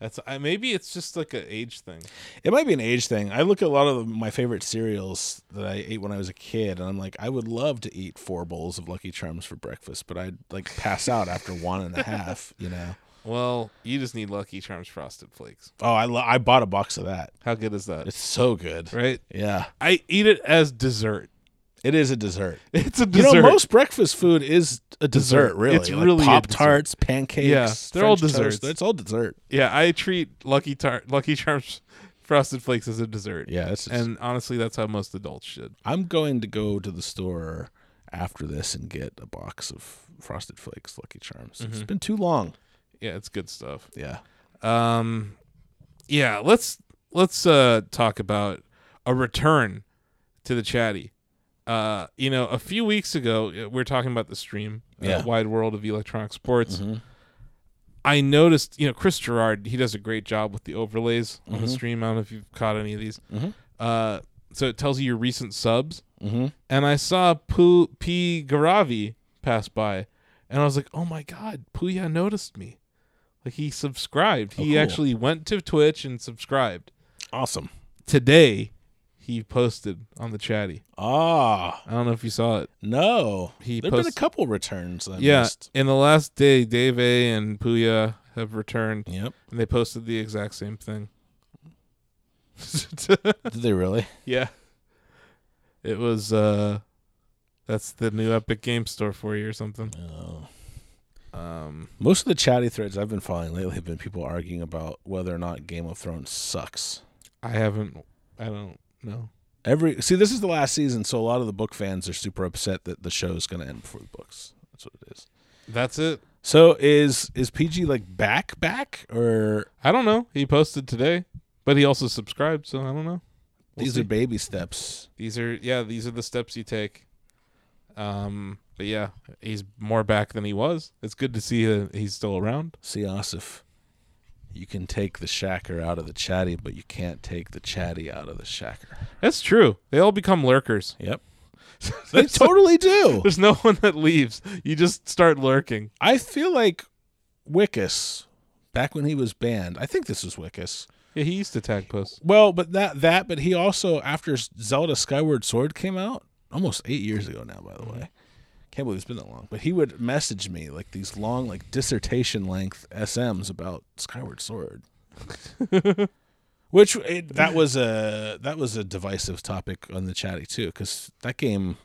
S1: That's I maybe it's just like an age thing.
S2: it might be an age thing. I look at a lot of my favorite cereals that I ate when I was a kid, and I'm like, I would love to eat four bowls of Lucky Charms for breakfast, but I'd like pass out after one and a half. You know.
S1: Well, you just need Lucky Charms frosted flakes.
S2: Oh, I lo- I bought a box of that.
S1: How good is that?
S2: It's so good.
S1: right?
S2: Yeah,
S1: I eat it as dessert.
S2: it is a dessert.
S1: It's a
S2: You
S1: dessert.
S2: know, most breakfast food is a dessert.
S1: Dessert.
S2: Really,
S1: It's really a
S2: pop tarts, pancakes.
S1: Yeah, they're all
S2: French toast.
S1: desserts.
S2: It's all dessert.
S1: yeah, I treat Lucky Tar- Lucky Charms frosted flakes as a dessert.
S2: Yeah, it's
S1: And honestly, that's how most adults should.
S2: I'm going to go to the store after this and get a box of Frosted Flakes Lucky Charms. It's been too long.
S1: Yeah, it's good stuff.
S2: Mm-hmm. Yeah.
S1: Um, yeah, let's let's uh talk about a return to the chatty. Uh, you know, a few weeks ago uh, we were talking about the stream, uh,
S2: Yeah. Mm-hmm.
S1: wide world of electronic sports. I noticed, you know, Chris Gerard, he does a great job with the overlays
S2: Mm-hmm.
S1: on the stream. I don't know if you've caught any of these. Uh, so it tells you your recent subs. Mm-hmm. And I saw Pu- P. Garavi pass by, and I was like, oh my God, Puya noticed me. Like he subscribed. he
S2: Oh, cool.
S1: actually went to Twitch and subscribed.
S2: Awesome.
S1: Today, he posted on the chatty.
S2: Ah,
S1: I don't know if you saw it.
S2: no.
S1: He
S2: There've been
S1: post-
S2: a couple returns. I
S1: yeah.
S2: missed.
S1: In the last day, Dave A and Puya have returned
S2: Yep.
S1: and they posted the exact same thing.
S2: Did they really?
S1: yeah. It was uh that's the new Epic Game Store for you or something.
S2: Oh.
S1: Um
S2: Most of the chatty threads I've been following lately have been people arguing about whether or not Game of Thrones sucks.
S1: I haven't I don't know.
S2: Every see, this is the last season, so a lot of the book fans are super upset that the show's going to end before the books. That's what it is.
S1: That's it.
S2: So is is PG like back back or
S1: I don't know. He posted today, but he also subscribed, so I don't know. We'll
S2: these
S1: see.
S2: are baby steps?
S1: These are yeah, these are the steps you take. Um, but yeah, he's more back than he was. It's good to see that he's still around.
S2: See, Asif, you can take the shacker out of the chatty, but you can't take the chatty out of the shacker.
S1: That's true. They all become lurkers.
S2: Yep. They totally do.
S1: There's no one that leaves. You just start lurking.
S2: I feel like Wickus, back when he was banned, I think this was Wickus.
S1: Yeah, he used to tag post.
S2: Well, but that that, but he also after Zelda Skyward Sword came out, almost eight years ago now, by the way. Can't believe it's been that long. But he would message me like these long, like dissertation length SMs about Skyward Sword. Which it, that was a that was a divisive topic on the chatty too, because that game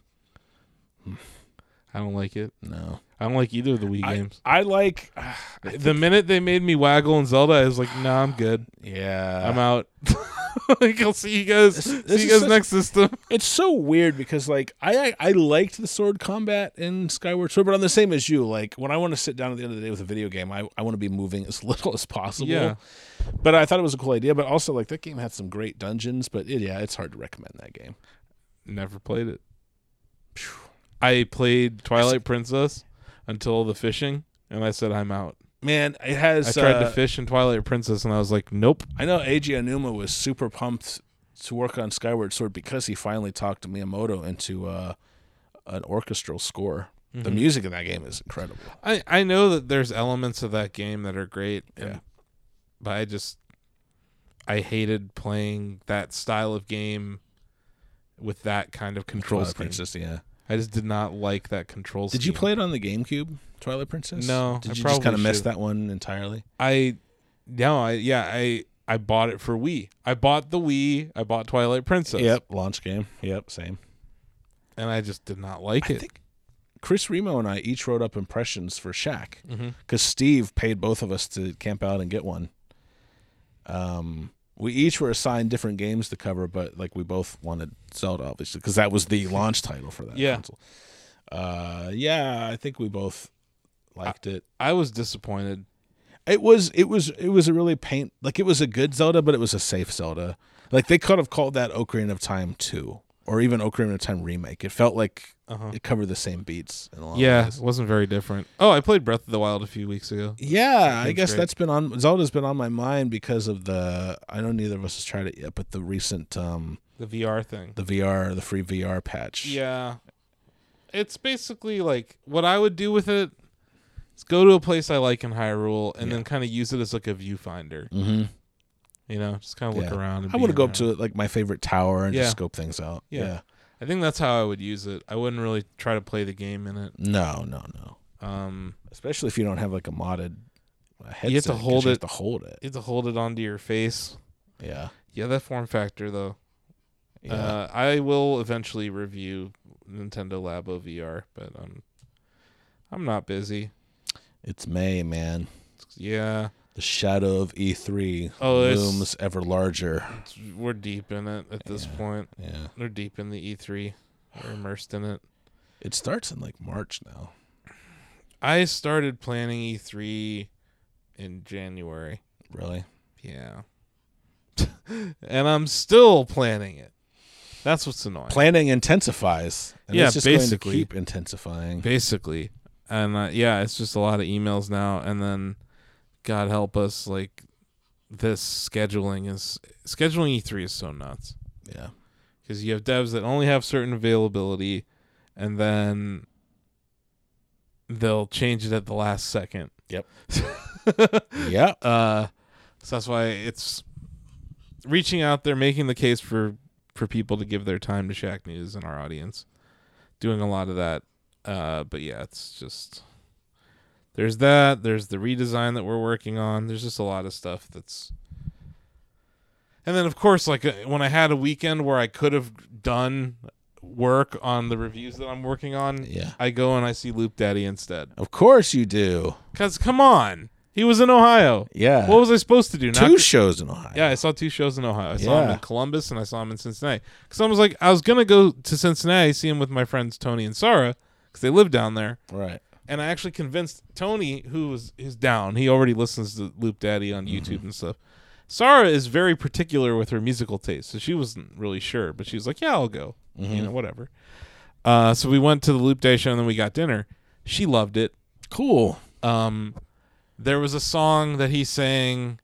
S1: I don't like it.
S2: no.
S1: I don't like either of the Wii
S2: I,
S1: games.
S2: I like ah,
S1: the minute they made me waggle in Zelda, I was like, "Nah, I'm good.
S2: yeah.
S1: I'm out." like, I'll see you guys.
S2: this
S1: see you
S2: is
S1: guys
S2: such-
S1: next system.
S2: it's so weird because like I, I I liked the sword combat in Skyward Sword, but I'm the same as you. Like when I want to sit down at the end of the day with a video game, I, I want to be moving as little as possible.
S1: Yeah.
S2: But I thought it was a cool idea. But also like that game had some great dungeons, but it, yeah, it's hard to recommend that game.
S1: Never played it. I played Twilight Princess until the fishing, and I said I'm out.
S2: Man, it has
S1: I tried to
S2: uh,
S1: fish in Twilight Princess, and I was like, nope.
S2: I know Eiji Onuma was super pumped to work on Skyward Sword because he finally talked Miyamoto into uh, an orchestral score. The
S1: Mm-hmm.
S2: music in that game is incredible.
S1: I I know that there's elements of that game that are great,
S2: Yeah.
S1: and, but I just I hated playing that style of game with that kind of control
S2: Twilight
S1: scheme.
S2: Princess, yeah.
S1: I just did not like that control.
S2: Did you play it on the GameCube, Twilight Princess?
S1: No, I
S2: Did you just
S1: probably
S2: kind of miss
S1: should.
S2: that one entirely?
S1: I no, I yeah, I I bought it for Wii. I bought the Wii. I bought Twilight Princess.
S2: Launch game. Yep. Same.
S1: and I just did not like it.
S2: think- Chris Remo and I each wrote up impressions for Shaq because
S1: Mm-hmm.
S2: Steve paid both of us to camp out and get one. Um, we each were assigned different games to cover, but like we both wanted Zelda, obviously, because that was the launch title for that
S1: Yeah.
S2: console. Uh, yeah, I think we both liked it.
S1: I was disappointed.
S2: It was it was it was a really paint like it was a good Zelda, but it was a safe Zelda. Like they could have called that Ocarina of Time 2 or even Ocarina of Time remake. It felt like it covered the same beats in a lot of
S1: Uh-huh. Yeah,
S2: ways.
S1: wasn't very different. Oh, I played Breath of the Wild a few weeks ago.
S2: Yeah, I guess
S1: great.
S2: that's been on Zelda's been on my mind because of the I know neither of us has tried it yet, but the recent um
S1: The VR thing.
S2: the VR, the free VR patch.
S1: Yeah. It's basically like what I would do with it is go to a place I like in Hyrule and then kind of use it as like a viewfinder. Mm-hmm. You know, just kind of look
S2: Yeah.
S1: around. And
S2: I
S1: be
S2: want to go up
S1: around.
S2: to like my favorite tower and
S1: Yeah.
S2: just scope things out.
S1: Yeah.
S2: Yeah.
S1: I think that's how I would use it. I wouldn't really try to play the game in it.
S2: No, no, no.
S1: Um,
S2: Especially if you don't have like a modded uh, headset.
S1: to
S2: 'cause
S1: hold
S2: you
S1: it-
S2: Have to hold it.
S1: you have to hold it onto your face.
S2: Yeah.
S1: Yeah, that form factor though.
S2: Yeah.
S1: Uh, I will eventually review Nintendo Labo VR, but um, I'm not busy.
S2: it's May, man.
S1: Yeah,
S2: The shadow of E3
S1: Oh, it's-
S2: looms ever larger.
S1: it's- we're deep in it at this point.
S2: Yeah.
S1: We're deep in the E3. We're immersed in it.
S2: It starts in like March now.
S1: I started planning E3 in January.
S2: Really?
S1: Yeah. and I'm still planning it. That's what's annoying.
S2: Planning intensifies. And
S1: Yeah,
S2: it's just
S1: basically.
S2: going to keep intensifying.
S1: basically. And uh, yeah, it's just a lot of emails now. And then, God help us, like this scheduling is scheduling E3 is so nuts
S2: yeah.
S1: because you have devs that only have certain availability, and then they'll change it at the last second.
S2: Yep. yeah.
S1: Uh, so that's why it's reaching out there, making the case for for people to give their time to Shack News and our audience, doing a lot of that. Uh, but yeah, it's just there's that. There's the redesign that we're working on. There's just a lot of stuff that's. And then of course, like uh, when I had a weekend where I could have done work on the reviews that I'm working on,
S2: Yeah.
S1: I go and I see Loop Daddy instead.
S2: Of course you do.
S1: Cause come on, he was in Ohio.
S2: Yeah.
S1: What was I supposed to do? Not
S2: Two
S1: to-
S2: shows in Ohio.
S1: yeah, I saw two shows in Ohio. I saw him
S2: Yeah.
S1: in Columbus and I saw him in Cincinnati. Because I was like, I was gonna go to Cincinnati see him with my friends Tony and Sarah because they live down there.
S2: Right.
S1: And I actually convinced Tony, who was is down. He already listens to Loop Daddy on YouTube and stuff. Sarah is very particular with her musical taste, so she wasn't really sure, but she was like, "Yeah, I'll go." You know, whatever. Uh, so we went to the Loop Daddy show and then we got dinner. She loved it
S2: Cool.
S1: um, there was a song that he sang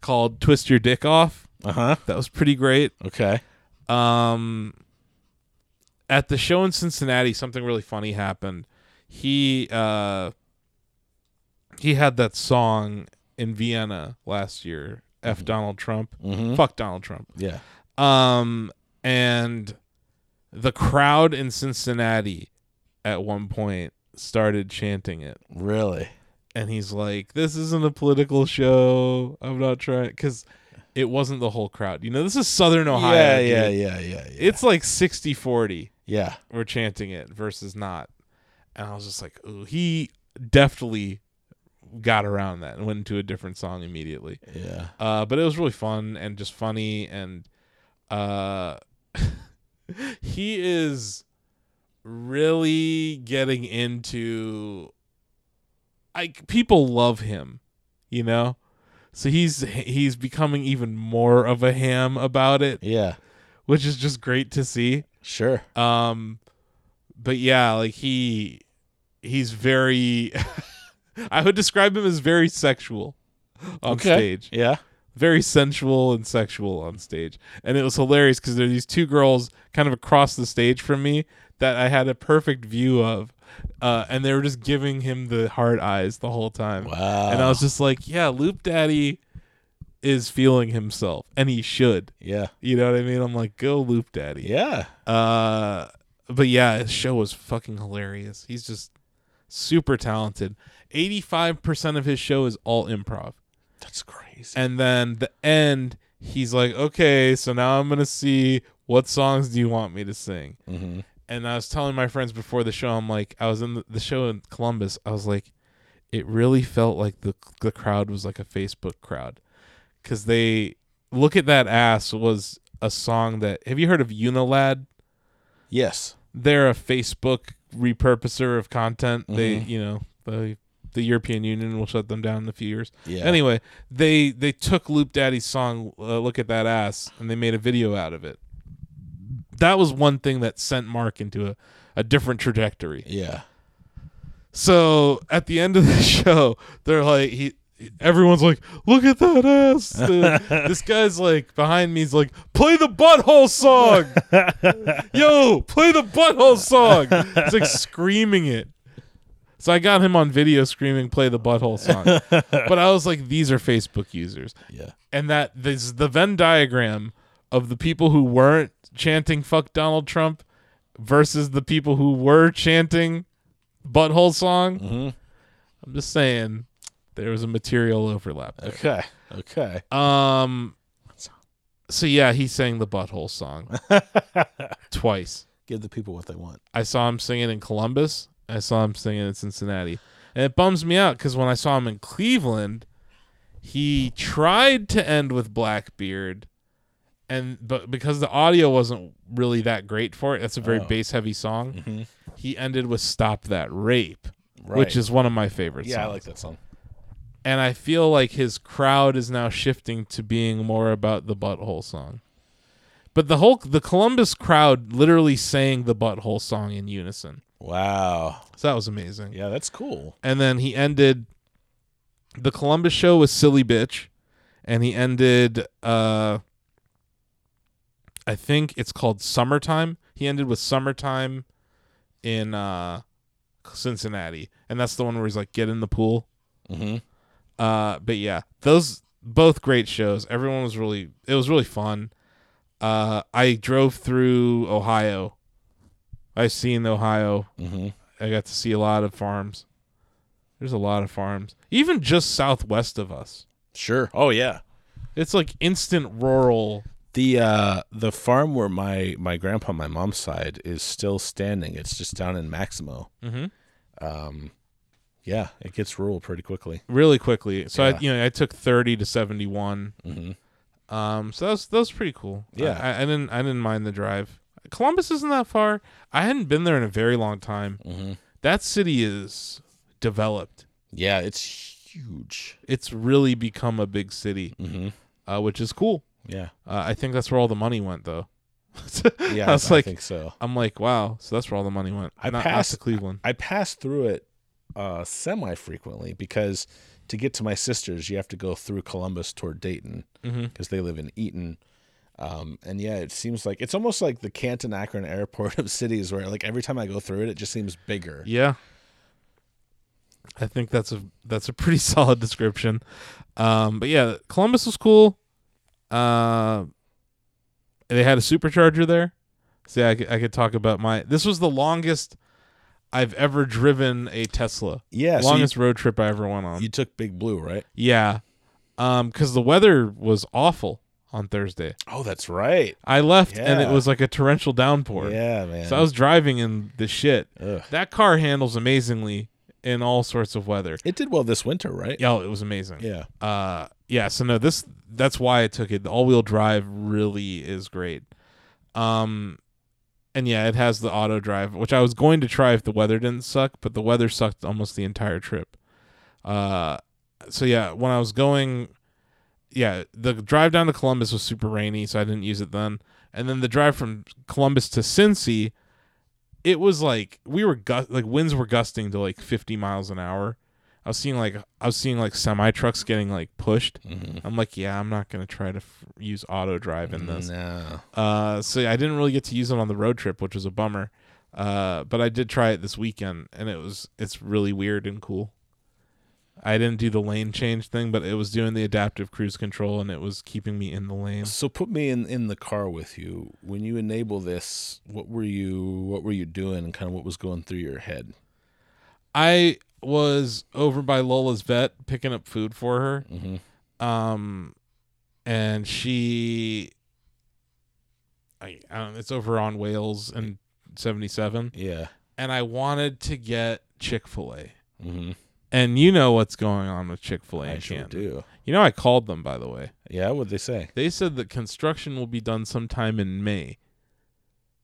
S1: called "Twist Your Dick Off."
S2: Uh huh.
S1: That was pretty great.
S2: Okay.
S1: Um, at the show in Cincinnati, something really funny happened. He uh, he had that song in Vienna last year. F
S2: Mm-hmm.
S1: Donald Trump. Fuck Donald Trump.
S2: Yeah.
S1: Um, and the crowd in Cincinnati at one point started chanting it
S2: Really?
S1: and he's like, "This isn't a political show. I'm not trying because it wasn't the whole crowd. You know, this is Southern Ohio.
S2: yeah, yeah,
S1: dude.
S2: yeah, yeah, yeah.
S1: It's like 60-40.
S2: yeah.
S1: We're chanting it versus not." And I was just like, "Ooh, he deftly got around that and went into a different song immediately."
S2: Yeah.
S1: Uh, but it was really fun and just funny and uh, he is really getting into like people love him, you know. So he's he's becoming even more of a ham about it,
S2: Yeah.
S1: which is just great to see.
S2: Sure.
S1: Um, but yeah, like he he's very. I would describe him as very sexual on stage
S2: Yeah.
S1: very sensual and sexual on stage. And it was hilarious because there are these two girls kind of across the stage from me that I had a perfect view of. Uh, and they were just giving him the hard eyes the whole time.
S2: Wow.
S1: And I was just like, yeah, Loop Daddy is feeling himself and he should.
S2: Yeah.
S1: You know what I mean? I'm like, go Loop Daddy.
S2: Yeah.
S1: Uh, but yeah, his show was fucking hilarious. He's just super talented. 85% of his show is all improv.
S2: That's crazy.
S1: And then the end, he's like, okay, so now I'm going to see what songs do you want me to sing? Mm-hmm. And I was telling my friends before the show, I'm like, I was in the, the show in Columbus. I was like, it really felt like the, the crowd was like a Facebook crowd. Because they, Look at That Ass was a song that, have you heard of Unilad?
S2: yes.
S1: They're a Facebook repurposer of content. They, you know, they the European Union will shut them down in a few years.
S2: Yeah.
S1: Anyway, they they took Loop Daddy's song uh, "Look at That Ass" and they made a video out of it. That was one thing that sent Mark into a, a different trajectory.
S2: Yeah.
S1: So at the end of the show, they're like, he, everyone's like, look at that ass. The- this guy's like behind me. He's like, play the butthole song. Yo, play the butthole song. He's like screaming it. So I got him on video screaming, play the butthole song. but I was like, these are Facebook users
S2: Yeah.
S1: and that this the Venn diagram of the people who weren't chanting "fuck Donald Trump" versus the people who were chanting "butthole song." I'm just saying there was a material overlap. there.
S2: Okay. Okay.
S1: Um, so yeah, he sang the butthole song twice.
S2: Give the people what they want.
S1: I saw him singing in Columbus. I saw him singing in Cincinnati, and it bums me out because when I saw him in Cleveland, he tried to end with Blackbeard, and but because the audio wasn't really that great for it, that's a very
S2: Oh.
S1: bass heavy song. He ended with "Stop That Rape,"
S2: Mm-hmm. Right.
S1: which is one of my favorites.
S2: Yeah, I like that song.
S1: and I feel like his crowd is now shifting to being more about the butthole song. But the whole the Columbus crowd literally sang the butthole song in unison.
S2: Wow.
S1: So that was amazing.
S2: Yeah, that's cool.
S1: And then he ended the Columbus show with Silly Bitch. And he ended uh I think it's called Summertime. He ended with Summertime in uh Cincinnati. And that's the one where he's like, get in the pool.
S2: Mhm.
S1: Uh but yeah, those both great shows. Everyone was really it was really fun. Uh I drove through Ohio. I've seen Ohio
S2: Mm-hmm.
S1: I got to see a lot of farms. There's a lot of farms, even just southwest of us.
S2: Sure. Oh yeah.
S1: It's like instant rural.
S2: The uh the farm where my my grandpa on my mom's side is still standing. It's just down in Maximo.
S1: Mhm.
S2: Um, yeah, it gets rural pretty quickly.
S1: really quickly. So
S2: Yeah.
S1: I, you know, I took thirty to seventy one.
S2: Mm-hmm.
S1: Um, so that's that's pretty cool.
S2: Yeah.
S1: I, I didn't I didn't mind the drive. Columbus isn't that far. I hadn't been there in a very long time.
S2: Mm-hmm.
S1: That city is developed.
S2: Yeah, it's huge.
S1: It's really become a big city,
S2: Mm-hmm.
S1: uh, which is cool.
S2: Yeah,
S1: Uh, I think that's where all the money went, though.
S2: yeah.
S1: I was like,
S2: think so.
S1: I'm like, wow. So that's where all the money went.
S2: I
S1: not,
S2: passed-
S1: not to Cleveland.
S2: I pass through it uh, semi frequently because to get to my sister's, you have to go through Columbus toward Dayton
S1: Mm-hmm.
S2: because they live in Eaton. Um, and yeah, it seems like it's almost like the Canton Akron airport of cities where like every time I go through it, it just seems bigger.
S1: Yeah. I think that's a that's a pretty solid description. Um, but yeah, Columbus was cool. Uh, they had a supercharger there. So yeah, I could, I could talk about my. This was the longest I've ever driven a Tesla.
S2: Yeah, so you-
S1: longest road trip I ever went on.
S2: You took Big Blue, right?
S1: yeah, um, because the weather was awful on Thursday.
S2: Oh, that's right.
S1: I left and it
S2: Yeah.
S1: was like a torrential downpour.
S2: Yeah, man.
S1: So I was driving in the shit.
S2: Ugh.
S1: That car handles amazingly in all sorts of weather.
S2: It did well this winter, right?
S1: Yo, it was amazing.
S2: Yeah.
S1: Uh, yeah. So no, this that's why I took it. The all-wheel drive really is great. Um, and yeah, it has the auto drive, which I was going to try if the weather didn't suck, but the weather sucked almost the entire trip. Uh, so yeah, when I was going, yeah, the drive down to Columbus was super rainy, so I didn't use it then. And then the drive from Columbus to Cincy, it was like we were gust like winds were gusting to like 50 miles an hour. I was seeing like I was seeing like semi trucks getting like pushed. I'm like, yeah, I'm not gonna try to f- use auto drive in this.
S2: No.
S1: Uh, so yeah, I didn't really get to use it on the road trip, which was a bummer. Uh, but I did try it this weekend, and it was it's really weird and cool. I didn't do the lane change thing, but it was doing the adaptive cruise control, and it was keeping me in the lane.
S2: So put me in in the car with you. When you enable this, what were you what were you doing and kind of what was going through your head?
S1: I was over by Lola's vet picking up food for her.
S2: Mm-hmm.
S1: Um, and she, I, I don't, it's over on Wales and 77.
S2: Yeah.
S1: And I wanted to get Chick fil A.
S2: Mm-hmm.
S1: And you know what's going on with Chick fil A
S2: I
S1: in
S2: sure
S1: Canton.
S2: do.
S1: You know, I called them, by the way.
S2: Yeah, what'd they say?
S1: They said that construction will be done sometime in May.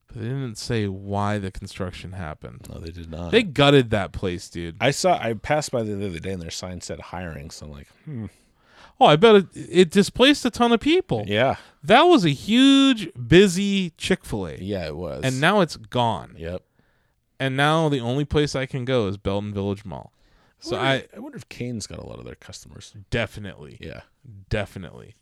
S1: But they didn't say why the construction happened.
S2: No, they did not.
S1: They gutted that place, dude.
S2: I saw. I passed by there the other day, and their sign said hiring. So I'm like, hmm,
S1: Oh, I bet it, it displaced a ton of people.
S2: yeah,
S1: That was a huge, busy Chick fil A.
S2: yeah, it was.
S1: And now it's gone.
S2: yep.
S1: And now the only place I can go is Belton Village Mall. So I
S2: I wonder if Kane's got a lot of their customers.
S1: definitely,
S2: Yeah,
S1: definitely.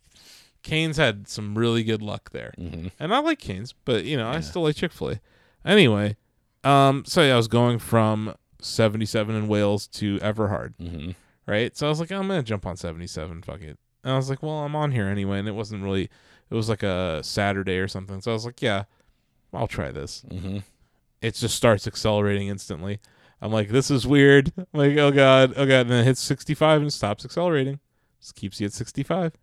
S1: Canes had some really good luck there.
S2: Mm-hmm.
S1: And I like Canes, but you know, I still like Chick fil A. Anyway, um, so yeah, I was going from 77 in Wales to Everhard.
S2: mm-hmm.
S1: right? So I was like, "Oh, I'm gonna jump on 77. Fuck it. And I was like, well, I'm on here anyway, and it wasn't really. It was like a Saturday or something. So I was like, yeah, I'll try this.
S2: Mhm.
S1: It just starts accelerating instantly. I'm like, this is weird. I'm like, oh god, oh god, and then it hits 65 and stops accelerating. Just keeps you at 65.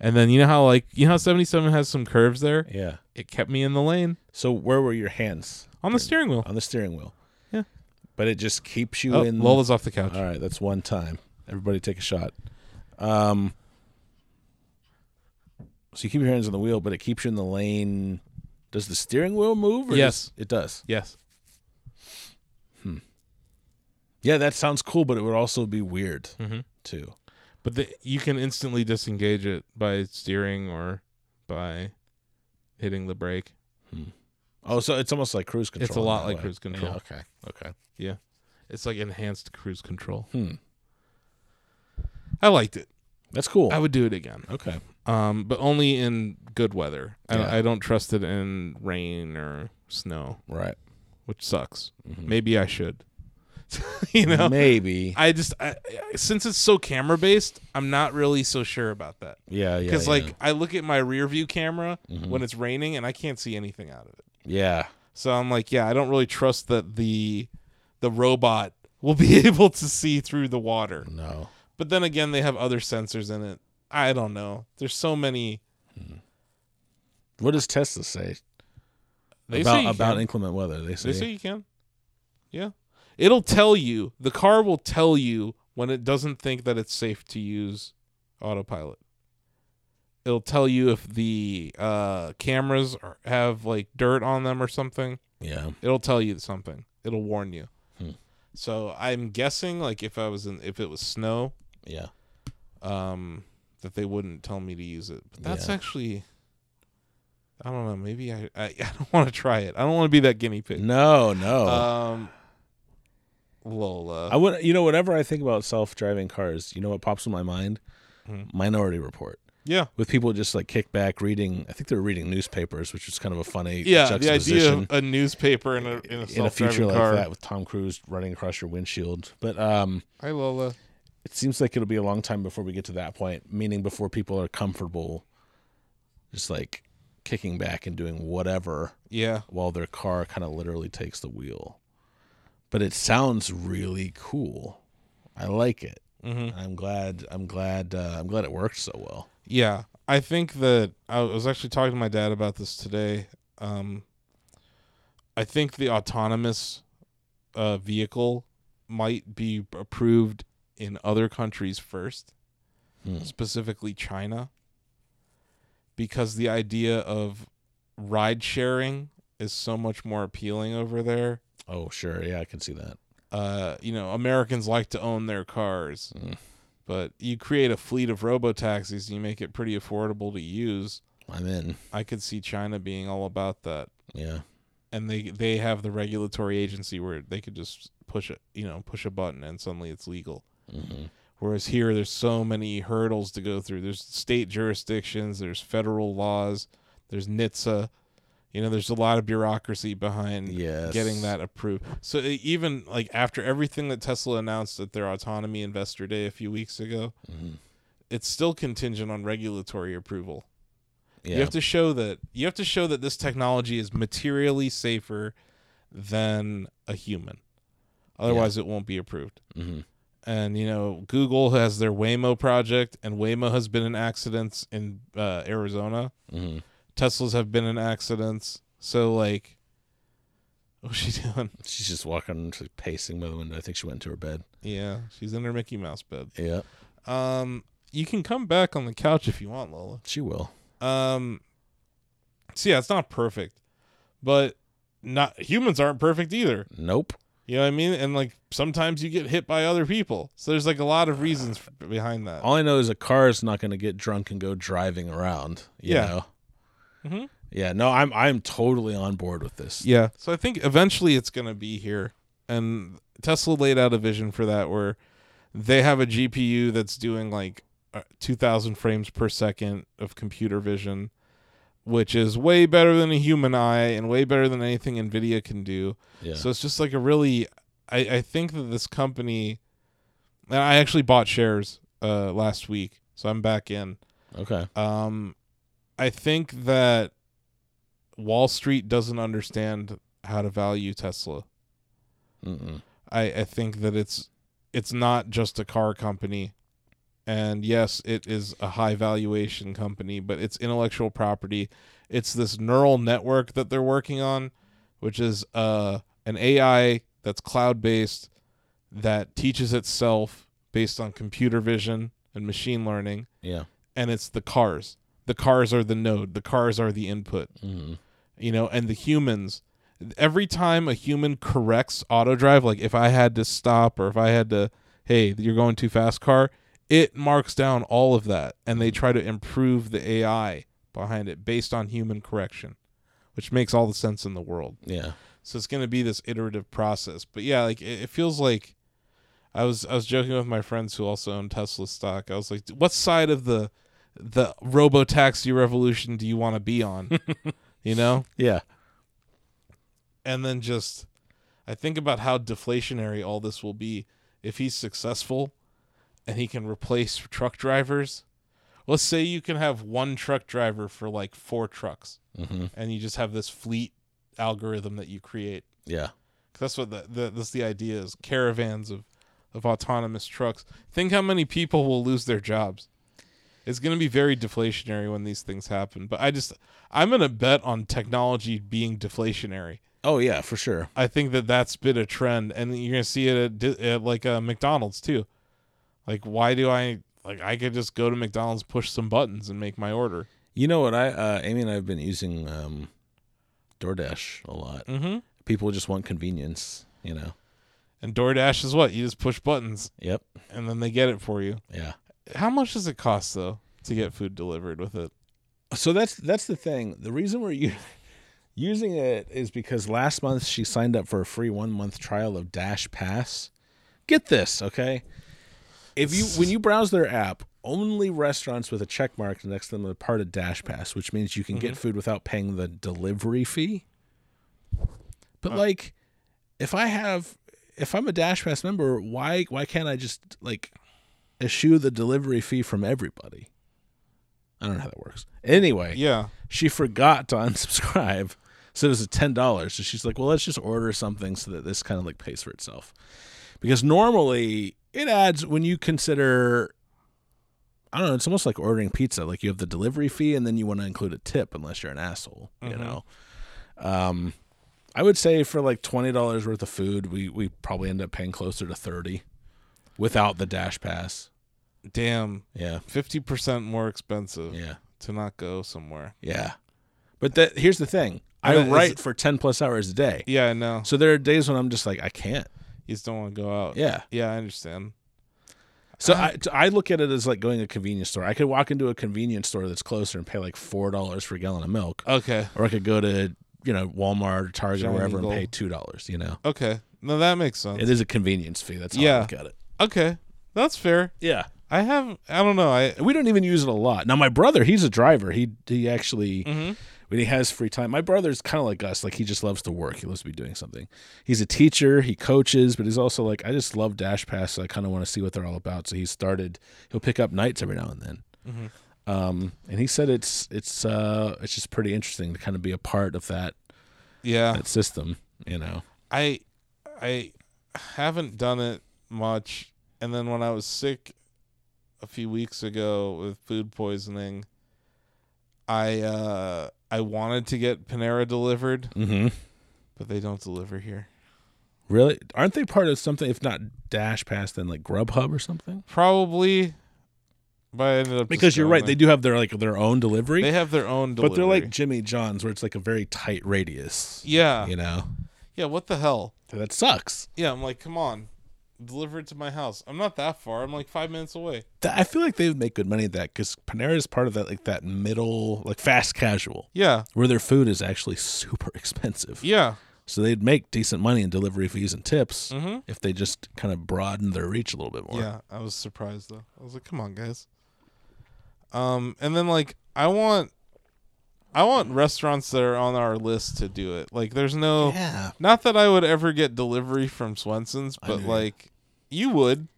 S1: And then you know how like you know how 77 has some curves there.
S2: yeah.
S1: It kept me in the lane
S2: So where were your hands
S1: on the steering wheel.
S2: on the steering wheel?
S1: Yeah.
S2: but it just keeps you
S1: Oh,
S2: in.
S1: Lola's off the couch.
S2: All right, that's one time. Everybody take a shot. Um, so you keep your hands on the wheel, but it keeps you in the lane. Does the steering wheel move? Or
S1: Yes.
S2: does- it does.
S1: Yes.
S2: Yeah, that sounds cool, but it would also be weird
S1: Mm-hmm.
S2: too.
S1: But the, you can instantly disengage it by steering or by hitting the brake.
S2: Oh, so it's almost like cruise control.
S1: It's a
S2: in
S1: lot
S2: that
S1: like
S2: way.
S1: cruise control.
S2: Yeah, okay. Okay.
S1: Yeah. It's like enhanced cruise control.
S2: Hmm.
S1: I liked it.
S2: That's cool.
S1: I would do it again.
S2: okay.
S1: Um, but only in good weather.
S2: Yeah.
S1: I, I don't trust it in rain or snow,
S2: Right.
S1: which sucks. Maybe I should. you know,
S2: Maybe.
S1: I just I, I- since it's so camera based, I'm not really so sure about that.
S2: yeah. Yeah.
S1: Because
S2: yeah. Mm-hmm.
S1: like I look at my rear view camera when it's raining and I can't see anything out of it.
S2: Yeah.
S1: So I'm like, yeah, I don't really trust that the the robot will be able to see through the water.
S2: No.
S1: But then again, they have other sensors in it. I don't know. There's so many.
S2: What does Tesla say
S1: They
S2: about
S1: say you
S2: about
S1: can.
S2: inclement weather? They say.
S1: They say you can. Yeah, it'll tell you. The car will tell you when it doesn't think that it's safe to use autopilot. It'll tell you if the uh, cameras are, have like dirt on them or something.
S2: yeah.
S1: It'll tell you something. It'll warn you.
S2: Hmm.
S1: So I'm guessing, like if I was in, if it was snow,
S2: Yeah.
S1: um, that they wouldn't tell me to use it. But that's
S2: Yeah.
S1: actually, I don't know. Maybe I, I, I don't want to try it. I don't want to be that guinea pig.
S2: No. No.
S1: Um, uh, Lola.
S2: I would, you know, whenever I think about self-driving cars, you know what pops in my mind?
S1: Hmm.
S2: Minority Report,
S1: yeah,
S2: with people just like kick back reading. I think they were reading newspapers, which was kind of a funny
S1: yeah. The idea
S2: juxtaposition
S1: of a newspaper in a in a,
S2: in a future like
S1: car.
S2: that with Tom Cruise running across your windshield. But um,
S1: Hi, Lola.
S2: it seems like it'll be a long time before we get to that point, meaning before people are comfortable, just like kicking back and doing whatever
S1: Yeah,
S2: while their car kind of literally takes the wheel. But it sounds really cool. I like it. Mm-hmm. I'm glad. I'm glad. Uh, I'm glad it worked so well.
S1: yeah. I think that I was actually talking to my dad about this today. Um, I think the autonomous uh, vehicle might be approved in other countries first, specifically China, because the idea of ride sharing is so much more appealing over there.
S2: Oh sure, yeah, I can see that.
S1: Uh, you know, Americans like to own their cars, but you create a fleet of robo taxis, you make it pretty affordable to use.
S2: I'm in.
S1: I could see China being all about that,
S2: Yeah,
S1: and they they have the regulatory agency where they could just push it, you know, push a button, and suddenly it's legal.
S2: Mm-hmm.
S1: Whereas here, there's so many hurdles to go through. There's state jurisdictions, there's federal laws, there's NHTSA. You know, there's a lot of bureaucracy behind
S2: Yes.
S1: getting that approved. So e- even like after everything that Tesla announced at their autonomy investor day a few weeks ago,
S2: Mm-hmm.
S1: it's still contingent on regulatory approval.
S2: yeah.
S1: You have to show that you have to show that this technology is materially safer than a human. Otherwise, it won't be approved.
S2: Mhm.
S1: And you know, Google has their Waymo project, and Waymo has been in accidents in uh, Arizona.
S2: Mhm.
S1: Teslas have been in accidents. So like, what's she doing?
S2: She's just walking, she's pacing by the window. I think she went into her bed.
S1: Yeah, she's in her Mickey Mouse bed.
S2: Yeah,
S1: Um, you can come back on the couch if you want, Lola.
S2: she will.
S1: Um, so yeah, it's not perfect, but not humans aren't perfect either.
S2: Nope.
S1: You know what I mean? And like sometimes you get hit by other people. So there's like a lot of reasons f- behind that.
S2: All I know is a car is not going to get drunk and go driving around. You
S1: Yeah. Mm-hmm.
S2: Know? Yeah. No, I'm I'm totally on board with this.
S1: Yeah. So I think eventually it's going to be here. And Tesla laid out a vision for that where they have a GPU that's doing like uh, 2000 frames per second of computer vision, which is way better than a human eye and way better than anything Nvidia can do.
S2: Yeah.
S1: So it's just like a really, I, I think that this company, and I actually bought shares uh, last week, so I'm back in.
S2: okay.
S1: Um, I think that Wall Street doesn't understand how to value Tesla.
S2: Mm-mm.
S1: I, I think that it's it's not just a car company. And yes, it is a high valuation company, but it's intellectual property. It's this neural network that they're working on, which is uh, an AI that's cloud based that teaches itself based on computer vision and machine learning
S2: Yeah.
S1: and it's the cars. The cars are the node. The cars are the input.
S2: Mm-hmm.
S1: You know, and the humans. Every time a human corrects auto drive, like if I had to stop or if I had to, hey, you're going too fast, car, it marks down all of that, and they try to improve the AI behind it based on human correction, which makes all the sense in the world.
S2: Yeah.
S1: So it's gonna be this iterative process. But yeah, like it, it feels like I was I was joking with my friends who also own Tesla stock. I was like, what side of the the robo taxi revolution do you want to be on? you know?
S2: Yeah.
S1: And then just I think about how deflationary all this will be if he's successful and he can replace truck drivers. Let's say you can have one truck driver for like four trucks
S2: Mm-hmm.
S1: and you just have this fleet algorithm that you create.
S2: Yeah.
S1: 'Cause that's what the, the that's the idea is caravans of of autonomous trucks think how many people will lose their jobs it's going to be very deflationary when these things happen but i just i'm going to bet on technology being deflationary
S2: Oh yeah, for sure.
S1: i think that that's been a trend and you're going to see it at, Di- at like uh, mcdonald's too like why do i like i could just go to mcdonald's push some buttons and make my order
S2: You know what? I uh, Amy and I have been using um, DoorDash a lot.
S1: mm-hmm.
S2: People just want convenience. You know.
S1: and doordash is what you just push buttons
S2: Yep.
S1: and then they get it for you
S2: Yeah.
S1: how much does it cost though to get food delivered with it
S2: So that's that's the thing. The reason we're u- using it is because last month she signed up for a free one month trial of Dash Pass. Get this, okay? If you when you browse their app, only restaurants with a check mark next to them are part of Dash Pass, which means you can get food without paying the delivery fee. But like, if I have, if I'm a Dash Pass member, why why can't I just like eschew the delivery fee from everybody? I don't know how that works. Anyway,
S1: Yeah.
S2: she forgot to unsubscribe. So it was a ten dollars. So she's like, well, let's just order something so that this kind of like pays for itself. Because normally it adds when you consider I don't know, it's almost like ordering pizza. Like you have the delivery fee and then you want to include a tip unless you're an asshole. You know? Um I would say for like twenty dollars worth of food, we we probably end up paying closer to thirty without the dash pass.
S1: Damn.
S2: Yeah.
S1: 50% more expensive
S2: Yeah.
S1: to not go somewhere.
S2: Yeah. But that here's the thing. I
S1: And is
S2: write
S1: it-
S2: for 10 plus hours a day.
S1: Yeah, I know.
S2: So there are days when I'm just like I can't.
S1: You just don't want to go out.
S2: Yeah.
S1: Yeah, I understand.
S2: So
S1: Uh-huh.
S2: I, t- I look at it as like going to a convenience store. I could walk into a convenience store that's closer and pay like $4 for a gallon of milk
S1: Okay.
S2: or I could go to, you know, Walmart or Target
S1: Giant
S2: or wherever
S1: Eagle.
S2: and pay $2, you know.
S1: Okay. No, that makes sense.
S2: It is a convenience fee. That's how
S1: Yeah.
S2: I look at it.
S1: Okay. That's fair.
S2: Yeah.
S1: I have, I don't know. I,
S2: We don't even use it a lot. Now my brother, he's a driver. He he actually when he has free time. My brother's kind of like us. Like he just loves to work. He loves to be doing something. He's a teacher. He coaches, but he's also like I just love Dash Pass. So I kind of want to see what they're all about. So he started. He'll pick up nights every now and then. Um, and he said it's it's uh it's just pretty interesting to kind of be a part of that
S1: yeah.
S2: that system. You know.
S1: I I haven't done it much and then when I was sick a few weeks ago with food poisoning I uh I wanted to get Panera delivered,
S2: Mm-hmm.
S1: but they don't deliver here.
S2: Really? Aren't they part of something? If not Dash Pass, then like Grubhub or something?
S1: Probably But I ended up just
S2: because you're
S1: going
S2: right.
S1: there.
S2: They do have their like their own delivery,
S1: They have their own delivery.
S2: but they're like Jimmy John's, where it's like a very tight radius.
S1: yeah,
S2: You know,
S1: yeah. What the hell?
S2: that sucks.
S1: Yeah, I'm like, come on, deliver it to my house. I'm not that far. I'm like five minutes away.
S2: That, I feel like they would make good money at that because Panera is part of that like that middle like fast casual
S1: Yeah,
S2: where their food is actually super expensive.
S1: yeah,
S2: So they'd make decent money in delivery fees and tips
S1: Mhm.
S2: if they just kind of broadened their reach a little bit more.
S1: yeah. I was surprised though. I was like, come on, guys. Um, and then like I want, I want restaurants that are on our list to do it. Like, there's no,
S2: Yeah.
S1: not that I would ever get delivery from Swenson's, but
S2: know.
S1: like, you would.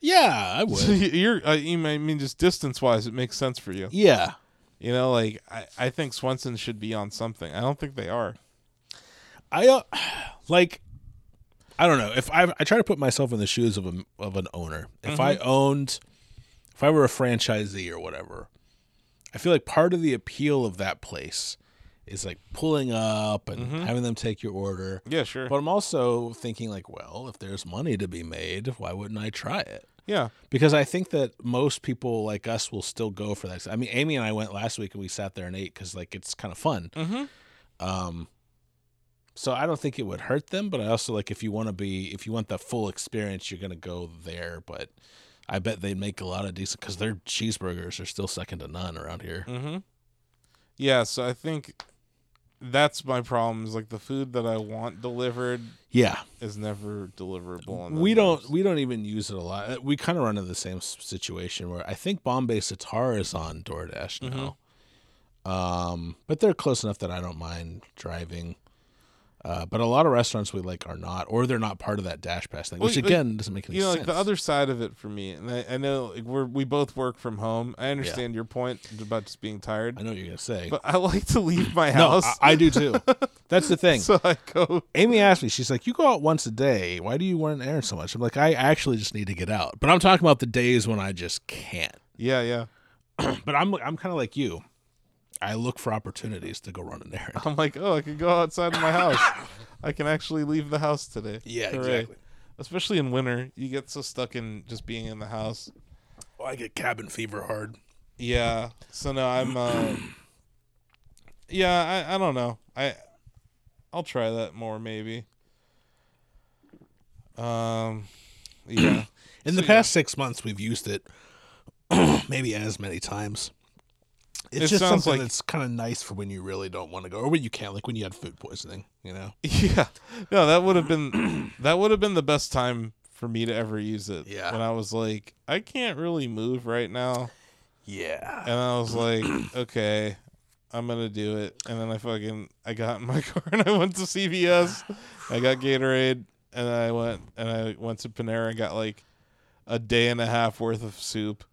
S2: Yeah, I
S1: So
S2: would.
S1: you- you're, uh, you may, I mean, just distance wise, it makes sense for you.
S2: yeah.
S1: You know, like I, I think Swenson should be on something. I don't think they are.
S2: I uh, like I don't know if I I try to put myself in the shoes of a of an owner. If I owned, if I were a franchisee or whatever, I feel like part of the appeal of that place is like pulling up and having them take your order.
S1: Yeah, sure.
S2: But I'm also thinking like, well, if there's money to be made, why wouldn't I try it?
S1: yeah,
S2: Because I think that most people like us will still go for that. I mean, Amy and I went last week and we sat there and ate because like it's kind of fun.
S1: Mhm.
S2: Um, so I don't think it would hurt them, but I also like if you want to be if you want the full experience, you're gonna go there. But I bet they'd make a lot of decent because their cheeseburgers are still second to none around here.
S1: mm-hmm. yeah. So I think that's my problem. Is like the food that I want delivered
S2: Yeah,
S1: is never deliverable. on
S2: we
S1: those
S2: don't
S1: apps.
S2: we don't even use it a lot. Uh, We kind of run into the same s- situation where I think Bombay Sitar is on DoorDash
S1: Mm-hmm.
S2: now, um, but they're close enough that I don't mind driving. Uh, but a lot of restaurants we like are not, or they're not part of that Dash Pass thing,
S1: Well,
S2: which
S1: like-
S2: again doesn't make any
S1: You know, like
S2: sense.
S1: the other side of it for me, and I, I know like, we're we both work from home. I understand your point about just being tired,
S2: I know what you're gonna say.
S1: but I like to leave my
S2: no,
S1: house,
S2: I, I do too. That's the thing.
S1: so I go.
S2: Amy asked me, she's like, You go out once a day. Why do you run an errand so much? I'm like, I actually just need to get out. But I'm talking about the days when I just can't.
S1: Yeah, yeah.
S2: But I'm I'm kinda like you. I look for opportunities to go run an errand.
S1: I'm like, oh, I can go outside of my house. I can actually leave the house today.
S2: Yeah,
S1: Hooray.
S2: exactly.
S1: Especially in winter, you get so stuck in just being in the house.
S2: Oh, I get cabin fever hard.
S1: Yeah. So no, I'm. Uh, yeah, I, I don't know. I I'll try that more maybe. Um, yeah.
S2: In the past six months we've used it maybe as many times. It's
S1: It
S2: just
S1: sounds
S2: something
S1: like-
S2: that's kind of nice for when you really don't want to go, or when you can't, like when you had food poisoning, you know?
S1: yeah. No, that would have been that would have been the best time for me to ever use it.
S2: Yeah.
S1: When I was like, I can't really move right now.
S2: Yeah.
S1: And I was like, okay, I'm gonna do it. And then I fucking I got in my car and I went to CVS. I got Gatorade and I went and I went to Panera and got like a day and a half worth of soup.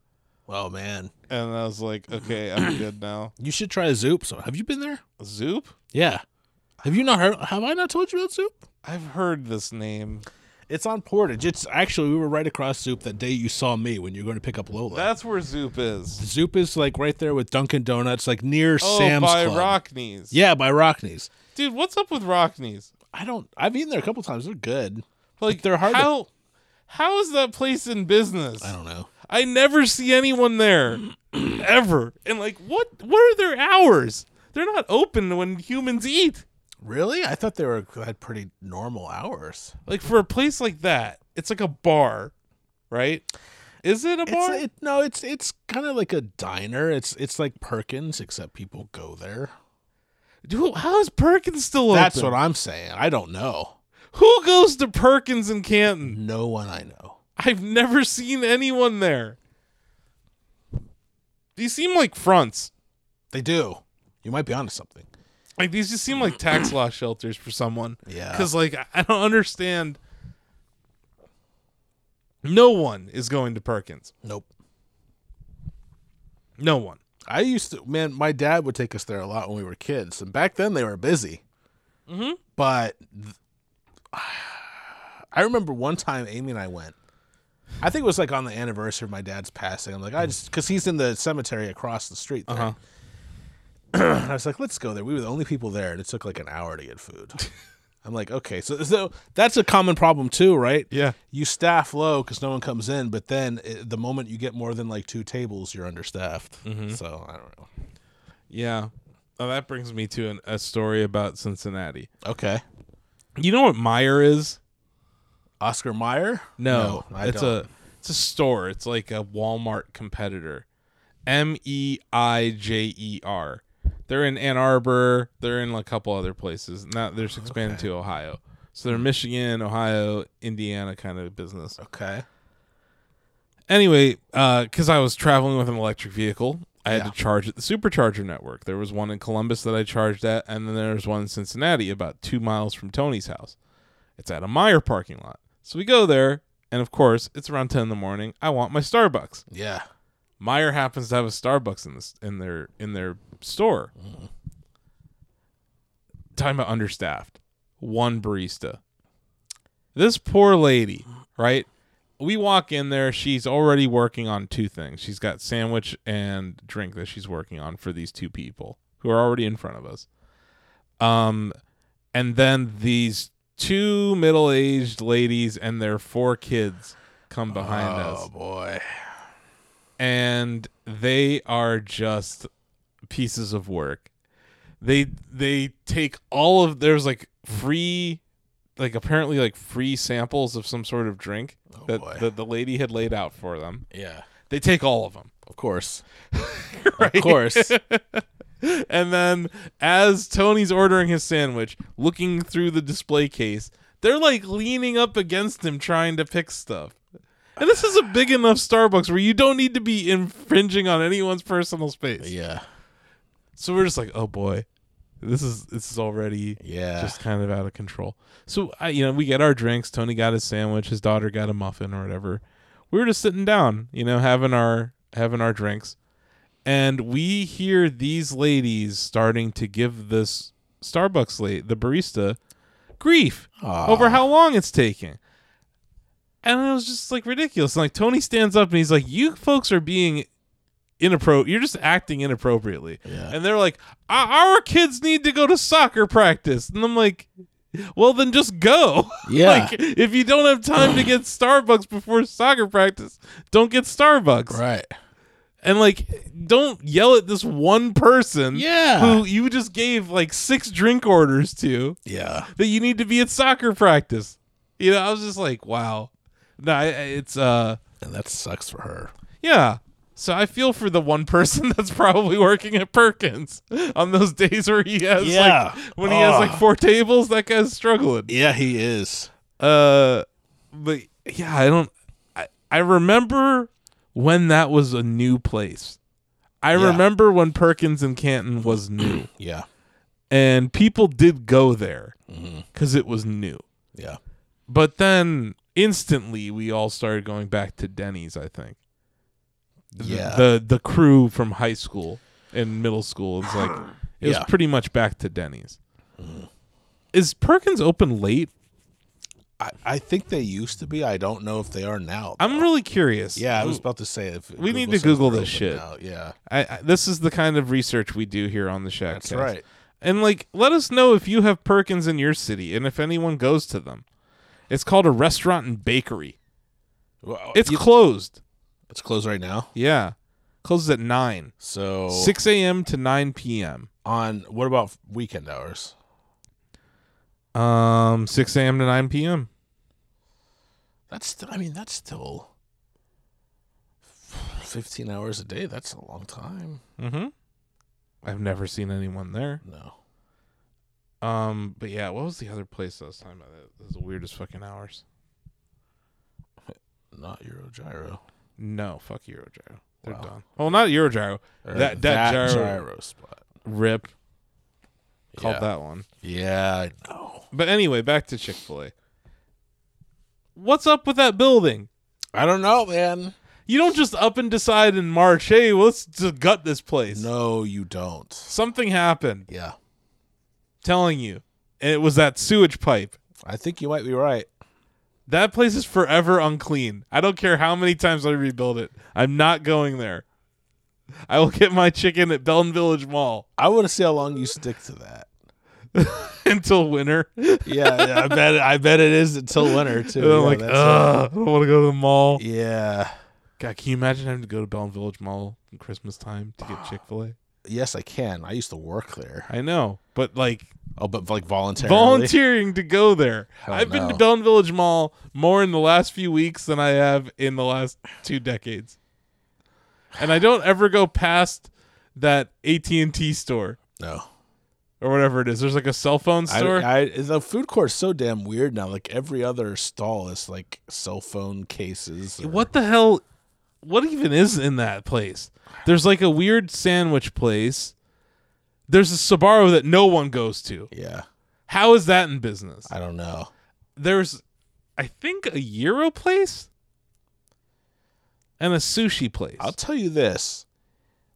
S2: Oh man.
S1: And I was like, okay, I'm good now.
S2: You should try Zoop. So have you been there?
S1: Zoop?
S2: Yeah. Have you not heard? Have I not told you about Soup?
S1: I've heard this name.
S2: It's on Portage. It's actually we were right across Soup that day you saw me when you were going to pick up Lola.
S1: That's where Zoop is.
S2: Zoop is like right there with Dunkin' Donuts, like near
S1: Oh,
S2: Sam's
S1: by
S2: Club.
S1: Rockneys.
S2: Yeah, by Rockneys.
S1: Dude, what's up with Rockneys?
S2: I don't. I've eaten there a couple times. They're good.
S1: Like
S2: they're hard to-
S1: How how is that place in business?
S2: I don't know.
S1: I never see anyone there ever. And like what what are their hours? They're not open when humans eat.
S2: Really? I thought they were had pretty normal hours.
S1: Like for a place like that, it's like a bar, right? Is it a
S2: It's
S1: bar?
S2: it, no, it's it's kind of like a diner. It's it's like Perkins, except people go there.
S1: Dude, how is Perkins still
S2: That's
S1: open?
S2: what I'm saying. I don't know.
S1: Who goes to Perkins in Canton?
S2: No one I know.
S1: I've never seen anyone there. These seem like fronts.
S2: They do. You might be onto something.
S1: Like these just seem like tax law shelters for someone.
S2: Yeah.
S1: Because like I- I don't understand. No one is going to Perkins.
S2: Nope.
S1: No one.
S2: I used to, man, my dad would take us there a lot when we were kids. And back then they were busy. Mm-hmm. But th- I remember one time Amy and I went. I think it was like on the anniversary of my dad's passing. I'm like, I just, because he's in the cemetery across the street there.
S1: Uh-huh.
S2: And I was like, let's go there. We were the only people there. And it took like an hour to get food. I'm like, okay, so so that's a common problem too, right?
S1: Yeah.
S2: You staff low because no one comes in, but then eh, the moment you get more than like two tables, you're understaffed.
S1: Mm-hmm.
S2: So I don't know.
S1: Yeah. Now that brings me to an, a story about Cincinnati.
S2: Okay,
S1: You know what Meyer is?
S2: Oscar Meyer?
S1: No,
S2: I
S1: it's
S2: don't.
S1: a it's a store. It's like a Walmart competitor. M E I J E R. They're in Ann Arbor. They're in a couple other places. Now they're expanding to Ohio. So they're Michigan, Ohio, Indiana kind of business.
S2: okay.
S1: Anyway, because I was traveling with an electric vehicle, I had
S2: Yeah.
S1: to charge at the supercharger network. There was one in Columbus that I charged at, and then there was one in Cincinnati, about two miles from Tony's house. It's at a Meyer parking lot. So we go there, and of course, it's around 10 in the morning. I want my Starbucks.
S2: Yeah.
S1: Meyer happens to have a Starbucks in this in their in their store. Talking about understaffed. One barista. This poor lady, right? We walk in there, she's already working on two things. She's got sandwich and drink that she's working on for these two people who are already in front of us. Um and then these two middle-aged ladies and their four kids come behind us
S2: Oh boy.
S1: and they are just pieces of work. They they take all of there's like free like apparently like free samples of some sort of drink that,
S2: boy.
S1: that the lady had laid out for them.
S2: Yeah.
S1: They take all of them.
S2: Of course. Of course.
S1: And then as Tony's ordering his sandwich, looking through the display case, they're like leaning up against him trying to pick stuff. And this is a big enough Starbucks where you don't need to be infringing on anyone's personal space.
S2: yeah.
S1: So we're just like, oh boy, this is this is already
S2: Yeah.
S1: just kind of out of control. So I, you know, we get our drinks. Tony got his sandwich. His daughter got a muffin or whatever. We were just sitting down, you know, having our having our drinks, and we hear these ladies starting to give this Starbucks late the barista grief
S2: Uh,
S1: over how long it's taking. And it was just like ridiculous. And like Tony stands up and he's like, "You folks are being inappro you're just acting inappropriately
S2: Yeah.
S1: and they're like "Our- our kids need to go to soccer practice and i'm like well then just go
S2: Yeah.
S1: like if you don't have time to get starbucks before soccer practice don't get starbucks
S2: Right.
S1: and like don't yell at this one person
S2: Yeah.
S1: who you just gave like six drink orders to
S2: Yeah.
S1: that you need to be at soccer practice you know i was just like wow no I- I- it's uh
S2: And that sucks for her.
S1: yeah. So I feel for the one person that's probably working at Perkins on those days where he has
S2: Yeah.
S1: like when he has like
S2: Ugh.
S1: four tables, that guy's struggling.
S2: Yeah, he is.
S1: Uh but yeah, I don't I, I remember when that was a new place. I
S2: Yeah.
S1: remember when Perkins in Canton was new
S2: Yeah.
S1: and people did go there cuz it was new.
S2: Mm-hmm. Yeah.
S1: But then instantly we all started going back to Denny's, I think.
S2: Yeah.
S1: the the crew from high school and middle school is like it was
S2: Yeah. Mm-hmm.
S1: pretty much back to Denny's. Is Perkins open late?
S2: I, I think they used to be. I don't know if they are now.
S1: I'm really curious.
S2: yeah, I was about to say if
S1: We need to
S2: says
S1: Google
S2: they're
S1: this
S2: open
S1: shit.
S2: now, Yeah.
S1: I, I- this is the kind of research we do here on the Shack.
S2: That's right.
S1: And like, let us know if you have Perkins in your city and if anyone goes to them. It's called a restaurant and bakery.
S2: Well,
S1: It's
S2: you-
S1: closed.
S2: it's closed right now.
S1: Yeah, closes at nine,
S2: So
S1: six a.m. to nine p.m.
S2: on what about weekend hours?
S1: Um, six a.m. to nine p.m.
S2: That's still, I mean, that's still 15 hours a day. That's a long time.
S1: Mm-hmm. I've never seen anyone there.
S2: No.
S1: Um, but yeah, what was the other place I was talking about? That was the weirdest fucking hours.
S2: Not Eurogyro.
S1: No, fuck Eurogyro. They're
S2: Wow. Uh,
S1: done. Well, not Eurogyro.
S2: Or
S1: That- that gyro-
S2: spot.
S1: Rip called
S2: yeah.
S1: that one.
S2: Yeah, I know.
S1: But anyway, back to Chick Fil A. What's up with that building?
S2: I don't know, man.
S1: You don't just up and decide in March. Hey, well, let's just gut this place.
S2: No, you don't.
S1: Something happened.
S2: Yeah.
S1: Telling you, and it was that sewage pipe.
S2: I think you might be right.
S1: That place is forever unclean. I don't care how many times I rebuild it. I'm not going there. I will get my chicken at Belton Village Mall
S2: I want to see how long you stick to that.
S1: and until winter.
S2: yeah, yeah, I bet. It, I bet it is until winter too.
S1: And
S2: Yeah,
S1: I'm like,
S2: that's
S1: ugh, I don't want to go to the mall.
S2: it. yeah.
S1: God, can you imagine having to go to Bell and Village Mall in Christmas time to get Chick Fil A?
S2: Yes, I can. I used to work there.
S1: I know, but like
S2: Oh, but like voluntarily.
S1: volunteering to go there.
S2: Hell
S1: I've been to
S2: no.
S1: Bell and Village Mall more in the last few weeks than I have in the last two decades, and I don't ever go past that AT and T store
S2: No.
S1: or whatever it is. There's like a cell phone
S2: I,
S1: store.
S2: I, the food court's so damn weird now. Like every other stall is like cell phone cases. or-
S1: what the hell? What even is in that place? There's like a weird sandwich place. There's a Sabaro that no one goes to.
S2: Yeah,
S1: How is that in business?
S2: I don't know.
S1: There's, I think, a Euro place and a sushi place.
S2: I'll tell you this: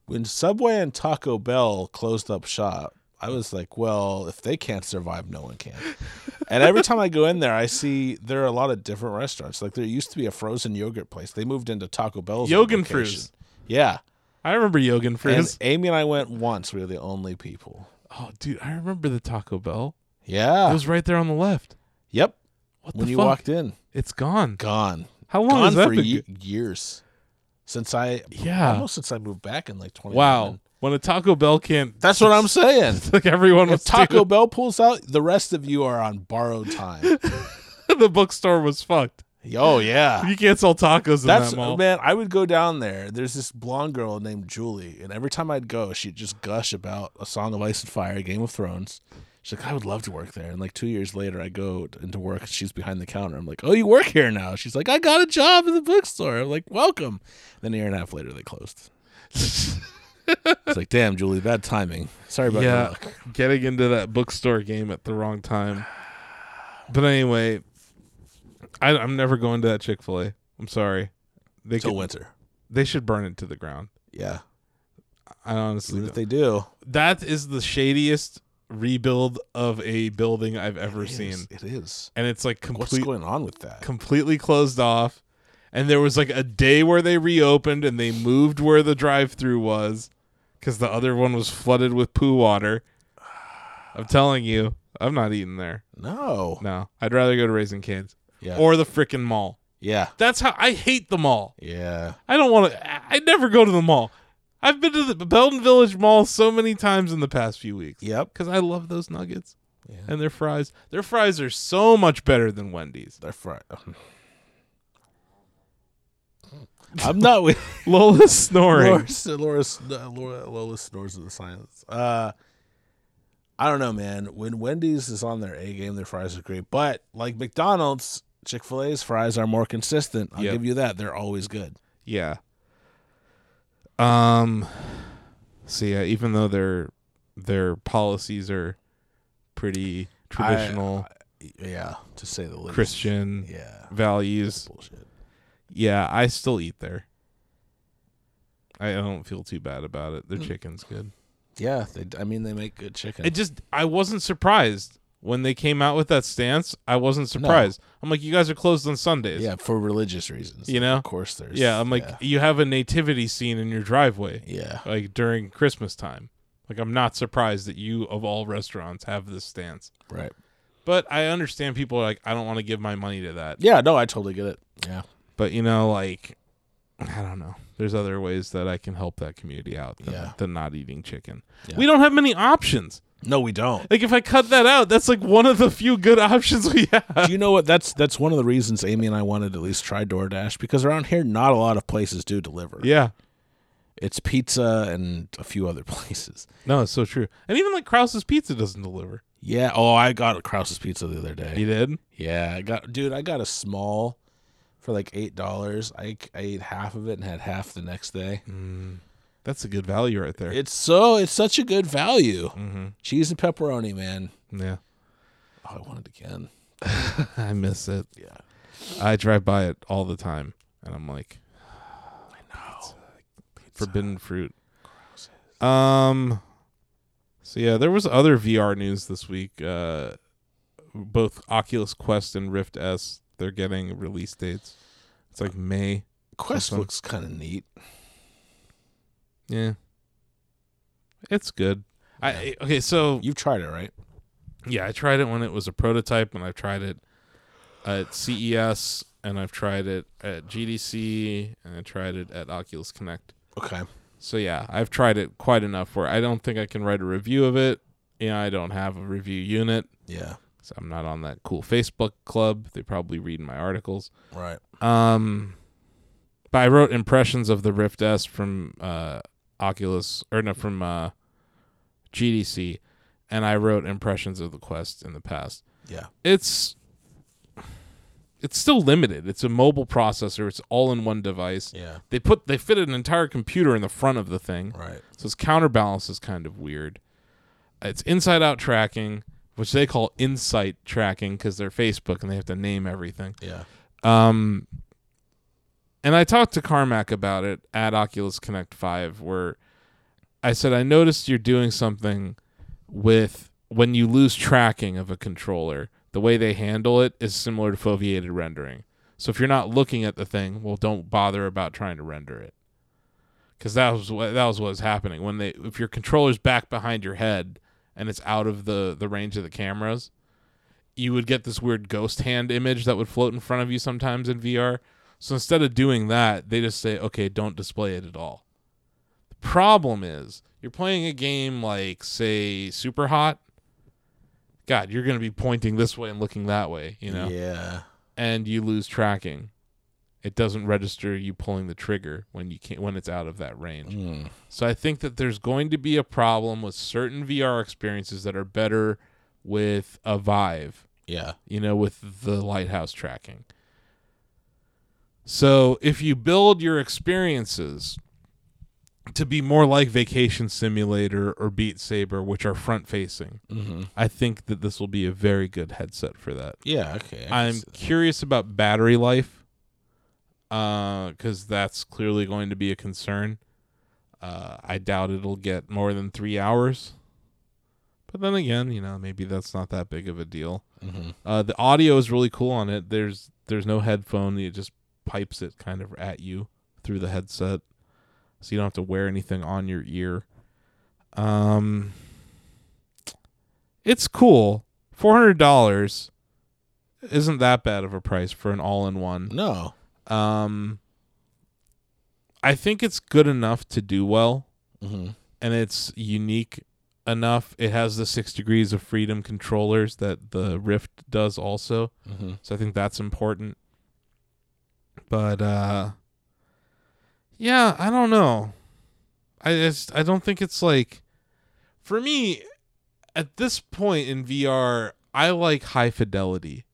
S2: when Subway and Taco Bell closed up shop, I was like, "Well, if they can't survive, no one can." and every time I go in there, I see there are a lot of different restaurants. Like there used to be a frozen yogurt place. They moved into Taco Bell's
S1: Yogan
S2: location.
S1: Fruz.
S2: Yeah,
S1: I remember Yogan
S2: and
S1: Frizz.
S2: Amy and I went once. We were the only people.
S1: oh, dude, I remember the Taco Bell.
S2: Yeah.
S1: It was right there on the left.
S2: yep.
S1: What
S2: Ah. When
S1: the
S2: you
S1: fuck?
S2: walked in,
S1: it's gone.
S2: gone.
S1: How long
S2: gone
S1: has that
S2: for
S1: been?
S2: ye- years since I
S1: Yeah.
S2: almost since I moved back in like twenty.
S1: wow. When a Taco Bell can't,
S2: that's what I'm saying.
S1: like everyone
S2: If
S1: was
S2: Taco Bell pulls out, the rest of you are on borrowed time.
S1: the bookstore was fucked.
S2: oh yeah,
S1: You can't sell tacos in
S2: that's uh,
S1: that mall.
S2: man. I would go down there. There's this blonde girl named Julie, and every time I'd go, she'd just gush about a Song of Ice and Fire, Game of Thrones. She's like, I would love to work there. And like two years later, I go into work. and She's behind the counter. I'm like, Oh, you work here now? She's like, I got a job in the bookstore. I'm like, Welcome. Then a year and a half later, they closed. It's like, Damn, Julie, bad timing. Sorry about your
S1: yeah,
S2: luck.
S1: getting into that bookstore game at the wrong time. But anyway, I, I'm never going to that Chick Fil A. I'm sorry. They
S2: Till
S1: could,
S2: winter.
S1: they should burn it to the ground.
S2: Yeah.
S1: I honestly,
S2: Even if
S1: don't-
S2: they do,
S1: that is the shadiest rebuild of a building I've ever
S2: it
S1: seen,
S2: is- it is.
S1: and it's like
S2: What's
S1: complete,
S2: going on with that?
S1: completely closed off. And there was like a day where they reopened and they moved where the drive-through was, because the other one was flooded with poo water. I'm telling you, I'm not eating there.
S2: No.
S1: No, I'd rather go to Raising Kids
S2: Yeah.
S1: or the frickin' mall.
S2: yeah.
S1: That's how I hate the mall.
S2: Yeah.
S1: I don't want to. I I never go to the mall. I've been to the Belton Village Mall so many times in the past few weeks
S2: Yep.
S1: because I love those nuggets
S2: Yeah.
S1: and their fries. Their fries are so much better than Wendy's.
S2: They're fried. I'm not with
S1: Lola's snoring.
S2: Laura, Laura, Laura, Lola snores in the silence. Uh, I don't know, man. When Wendy's is on their A game, their fries are great. But like McDonald's, Chick fil A's fries are more consistent. I'll
S1: Yep.
S2: give you that. They're always good.
S1: Yeah. Um. So yeah, even though their their policies are pretty traditional
S2: Yeah. To say the least.
S1: Christian
S2: Yeah.
S1: values,
S2: Bullshit.
S1: Yeah, I still eat there. I don't feel too bad about it. Their chicken's good.
S2: Yeah. They, I mean, they make good chicken.
S1: It just I wasn't surprised when they came out with that stance. I wasn't surprised. I'm like, you guys are closed on Sundays.
S2: yeah. For religious reasons.
S1: You know?
S2: Of course there's.
S1: Yeah, I'm like, you have a nativity scene in your driveway,
S2: Yeah.
S1: like during Christmas time. Like, I'm not surprised that you, of all restaurants, have this stance.
S2: Right.
S1: But I understand people are like, I don't want to give my money to that.
S2: Yeah, no, I totally get it. Yeah.
S1: but you know like i don't know there's other ways that i can help that community out than,
S2: Yeah.
S1: than not eating chicken
S2: Yeah.
S1: we don't have many options
S2: No, we don't.
S1: like if i cut that out that's like one of the few good options we have
S2: Do you know what? That's that's one of the reasons Amy and I wanted to at least try DoorDash because around here, not a lot of places do deliver.
S1: yeah
S2: It's pizza and a few other places.
S1: no it's so true and even like krause's pizza doesn't deliver
S2: Yeah. Oh, I got a Krause's pizza the other day.
S1: you did
S2: Yeah, I got dude. I got a small for like eight dollars. I I ate half of it and had half the next day.
S1: that's a good value right there
S2: It's so it's such a good value. Cheese and pepperoni, man.
S1: yeah
S2: Oh, I want it again.
S1: i miss it
S2: Yeah.
S1: i drive by it all the time and i'm like forbidden fruit um so yeah there was other vr news this week uh both oculus quest and rift s they're getting release dates it's like may
S2: Quest
S1: Awesome.
S2: looks kind of neat.
S1: yeah it's good i okay so
S2: You've tried it, right?
S1: Yeah, I tried it when it was a prototype, and I've tried it at CES, and I've tried it at GDC, and I tried it at Oculus Connect.
S2: Okay.
S1: So yeah, I've tried it quite enough where I don't think I can write a review of it. Yeah, I don't have a review unit.
S2: Yeah.
S1: So I'm not on that cool Facebook club. They probably read my articles.
S2: Right.
S1: Um, but I wrote impressions of the Rift S from uh, Oculus or no from uh, GDC, and I wrote impressions of the Quest in the past.
S2: Yeah.
S1: It's it's still limited. It's a mobile processor. It's all in one device.
S2: Yeah.
S1: They put they fit an entire computer in the front of the thing.
S2: Right.
S1: So its counterbalance is kind of weird. It's inside out tracking, which they call insight tracking because they're Facebook and they have to name everything.
S2: Yeah.
S1: Um, and I talked to Carmack about it at Oculus Connect 5, where I said, I noticed you're doing something with when you lose tracking of a controller, the way they handle it is similar to foveated rendering. So if you're not looking at the thing, well, don't bother about trying to render it. Because that was what that was what was happening when they if your controller's back behind your head and it's out of the the range of the cameras, you would get this weird ghost hand image that would float in front of you sometimes in VR. So instead of doing that, they just say, okay, don't display it at all. The problem is, you're playing a game like, say, Super Hot. God, you're going to be pointing this way and looking that way, you know?
S2: Yeah.
S1: And you lose tracking. It doesn't register you pulling the trigger when you can't, when it's out of that range.
S2: Mm.
S1: So I think that there's going to be a problem with certain VR experiences that are better with a Vive
S2: Yeah.
S1: you know, with the lighthouse tracking. So if you build your experiences to be more like Vacation Simulator or Beat Saber, which are front facing,
S2: Mm-hmm.
S1: I think that this will be a very good headset for that.
S2: Yeah. Okay. I can
S1: I'm
S2: see-
S1: curious about battery life because that's clearly going to be a concern. Uh, I doubt it'll get more than three hours. But then again, you know, maybe that's not that big of a deal.
S2: Mhm.
S1: Uh, the audio is really cool on it. There's there's no headphone. It just pipes it kind of at you through the headset, so you don't have to wear anything on your ear. Um, it's cool. Four hundred dollars isn't that bad of a price for an all-in-one.
S2: No.
S1: Um, I think it's good enough to do well
S2: Mm-hmm.
S1: and it's unique enough. It has the six degrees of freedom controllers that the Rift does also.
S2: Mm-hmm.
S1: So I think that's important. But uh yeah, I don't know. I just I don't think it's like for me at this point in VR, I like high fidelity.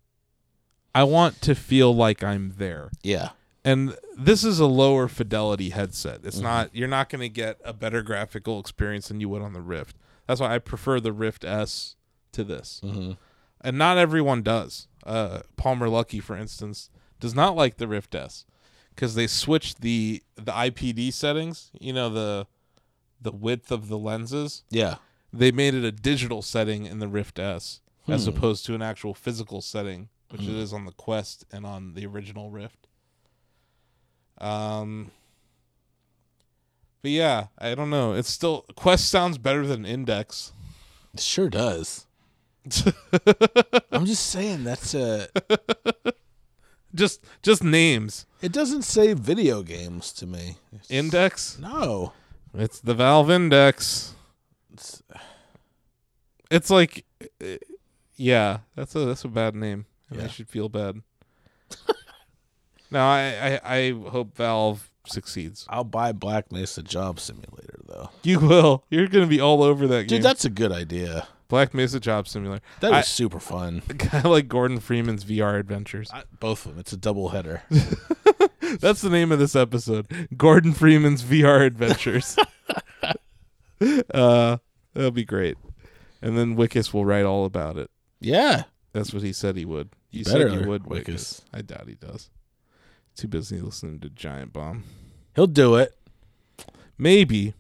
S1: I want to feel like I'm there
S2: Yeah.
S1: and this is a lower fidelity headset. It's not you're not going to get a better graphical experience than you would on the Rift. That's why I prefer the Rift S to this.
S2: Mm-hmm.
S1: And not everyone does. Uh, Palmer Lucky, for instance, does not like the Rift S because they switched the the IPD settings. You know the the width of the lenses.
S2: Yeah.
S1: They made it a digital setting in the Rift S as opposed to an actual physical setting, which it is on the Quest and on the original Rift. Um, but yeah, I don't know. It's still Quest sounds better than Index.
S2: It sure does. I'm just saying that's a.
S1: just just names.
S2: It doesn't say video games to me. It's-
S1: Index.
S2: No.
S1: It's the Valve Index.
S2: It's,
S1: It's like, uh, yeah, that's a that's a bad name, and I
S2: Yeah.
S1: should feel bad. no, I, I I hope Valve succeeds.
S2: I'll buy Black Mesa Job Simulator though.
S1: You will. You're gonna be all over that game.
S2: Dude, that's a good idea.
S1: Black Mesa Job Simulator.
S2: That was
S1: I-
S2: super fun.
S1: Kind of like Gordon Freeman's VR adventures.
S2: Both of them. It's a double header.
S1: That's the name of this episode. Gordon Freeman's VR adventures. uh, that'll be great. And then Wickus will write all about it.
S2: yeah.
S1: That's what he said he would. You
S2: better,
S1: said you would, Wickus.
S2: Wickus.
S1: I doubt he does. Too busy listening to Giant Bomb.
S2: He'll do it.
S1: Maybe.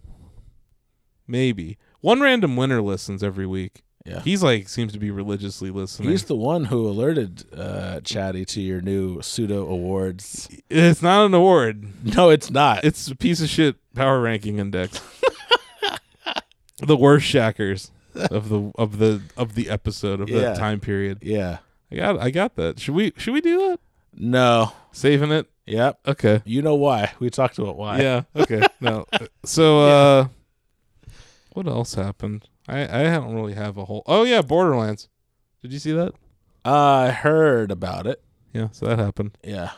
S1: Maybe. One random winner listens every week.
S2: Yeah.
S1: He's like seems to be religiously listening.
S2: He's the one who alerted uh, Chatty to your new pseudo awards.
S1: it's not an award.
S2: No, it's not.
S1: It's a piece of shit power ranking index. the worst shackers. of the of the of the episode of
S2: Yeah.
S1: that time period.
S2: Yeah.
S1: I got I got that. Should we should we do that?
S2: No.
S1: Saving it.
S2: Yep.
S1: Okay.
S2: You know why. We talked about why.
S1: Yeah. Okay. no. So uh what else happened? I I don't really have a whole. Oh yeah, Borderlands. Did you see that?
S2: I heard about it.
S1: Yeah. So that happened.
S2: Yeah.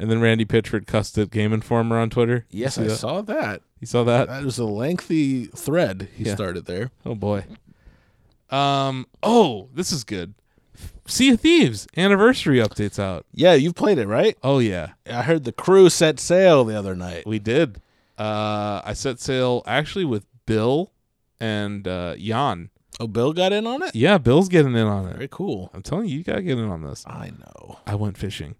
S1: And then Randy Pitchford cussed at Game Informer on Twitter. You
S2: Yes,
S1: see
S2: I
S1: that?
S2: saw that.
S1: You saw that?
S2: That was a lengthy thread he
S1: Yeah.
S2: started there.
S1: Oh boy. Um. Oh, this is good. Sea of Thieves anniversary updates out.
S2: Yeah, you played it, right?
S1: Oh yeah,
S2: I heard the crew set sail the other night.
S1: we did. Uh, I set sail actually with Bill and uh, Jan.
S2: Oh, Bill got in on it?
S1: Yeah, Bill's getting in on it.
S2: Very cool.
S1: I'm telling you, you gotta get in on this.
S2: I know.
S1: I went fishing.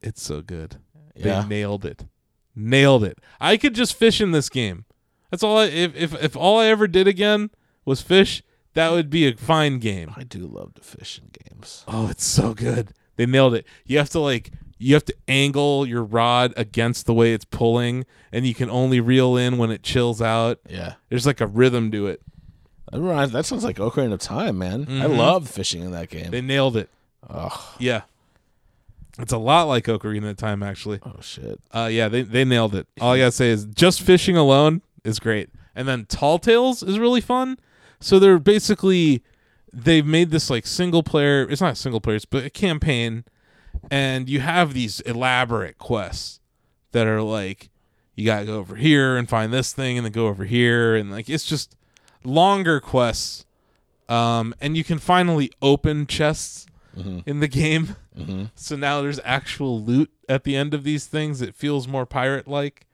S1: It's so good.
S2: Yeah.
S1: They nailed it. Nailed it. I could just fish in this game. That's all. I, if if if all I ever did again was fish, that would be a fine game.
S2: I do love to fish in games.
S1: Oh, it's so good. They nailed it. You have to like you have to angle your rod against the way it's pulling and you can only reel in when it chills out.
S2: Yeah.
S1: There's like a rhythm to it.
S2: That, reminds, that sounds like Ocarina of Time, man. I love fishing in that game.
S1: They nailed it.
S2: oh,
S1: Yeah. It's a lot like Ocarina of Time actually.
S2: oh, shit.
S1: Uh yeah, they they nailed it. All I got to say is just fishing alone is great. And then Tall Tales is really fun. So they're basically they've made this like single player, it's not single players, but a campaign and you have these elaborate quests that are like you got to go over here and find this thing and then go over here and like it's just longer quests um and you can finally open chests in the game so now there's actual loot at the end of these things it feels more pirate like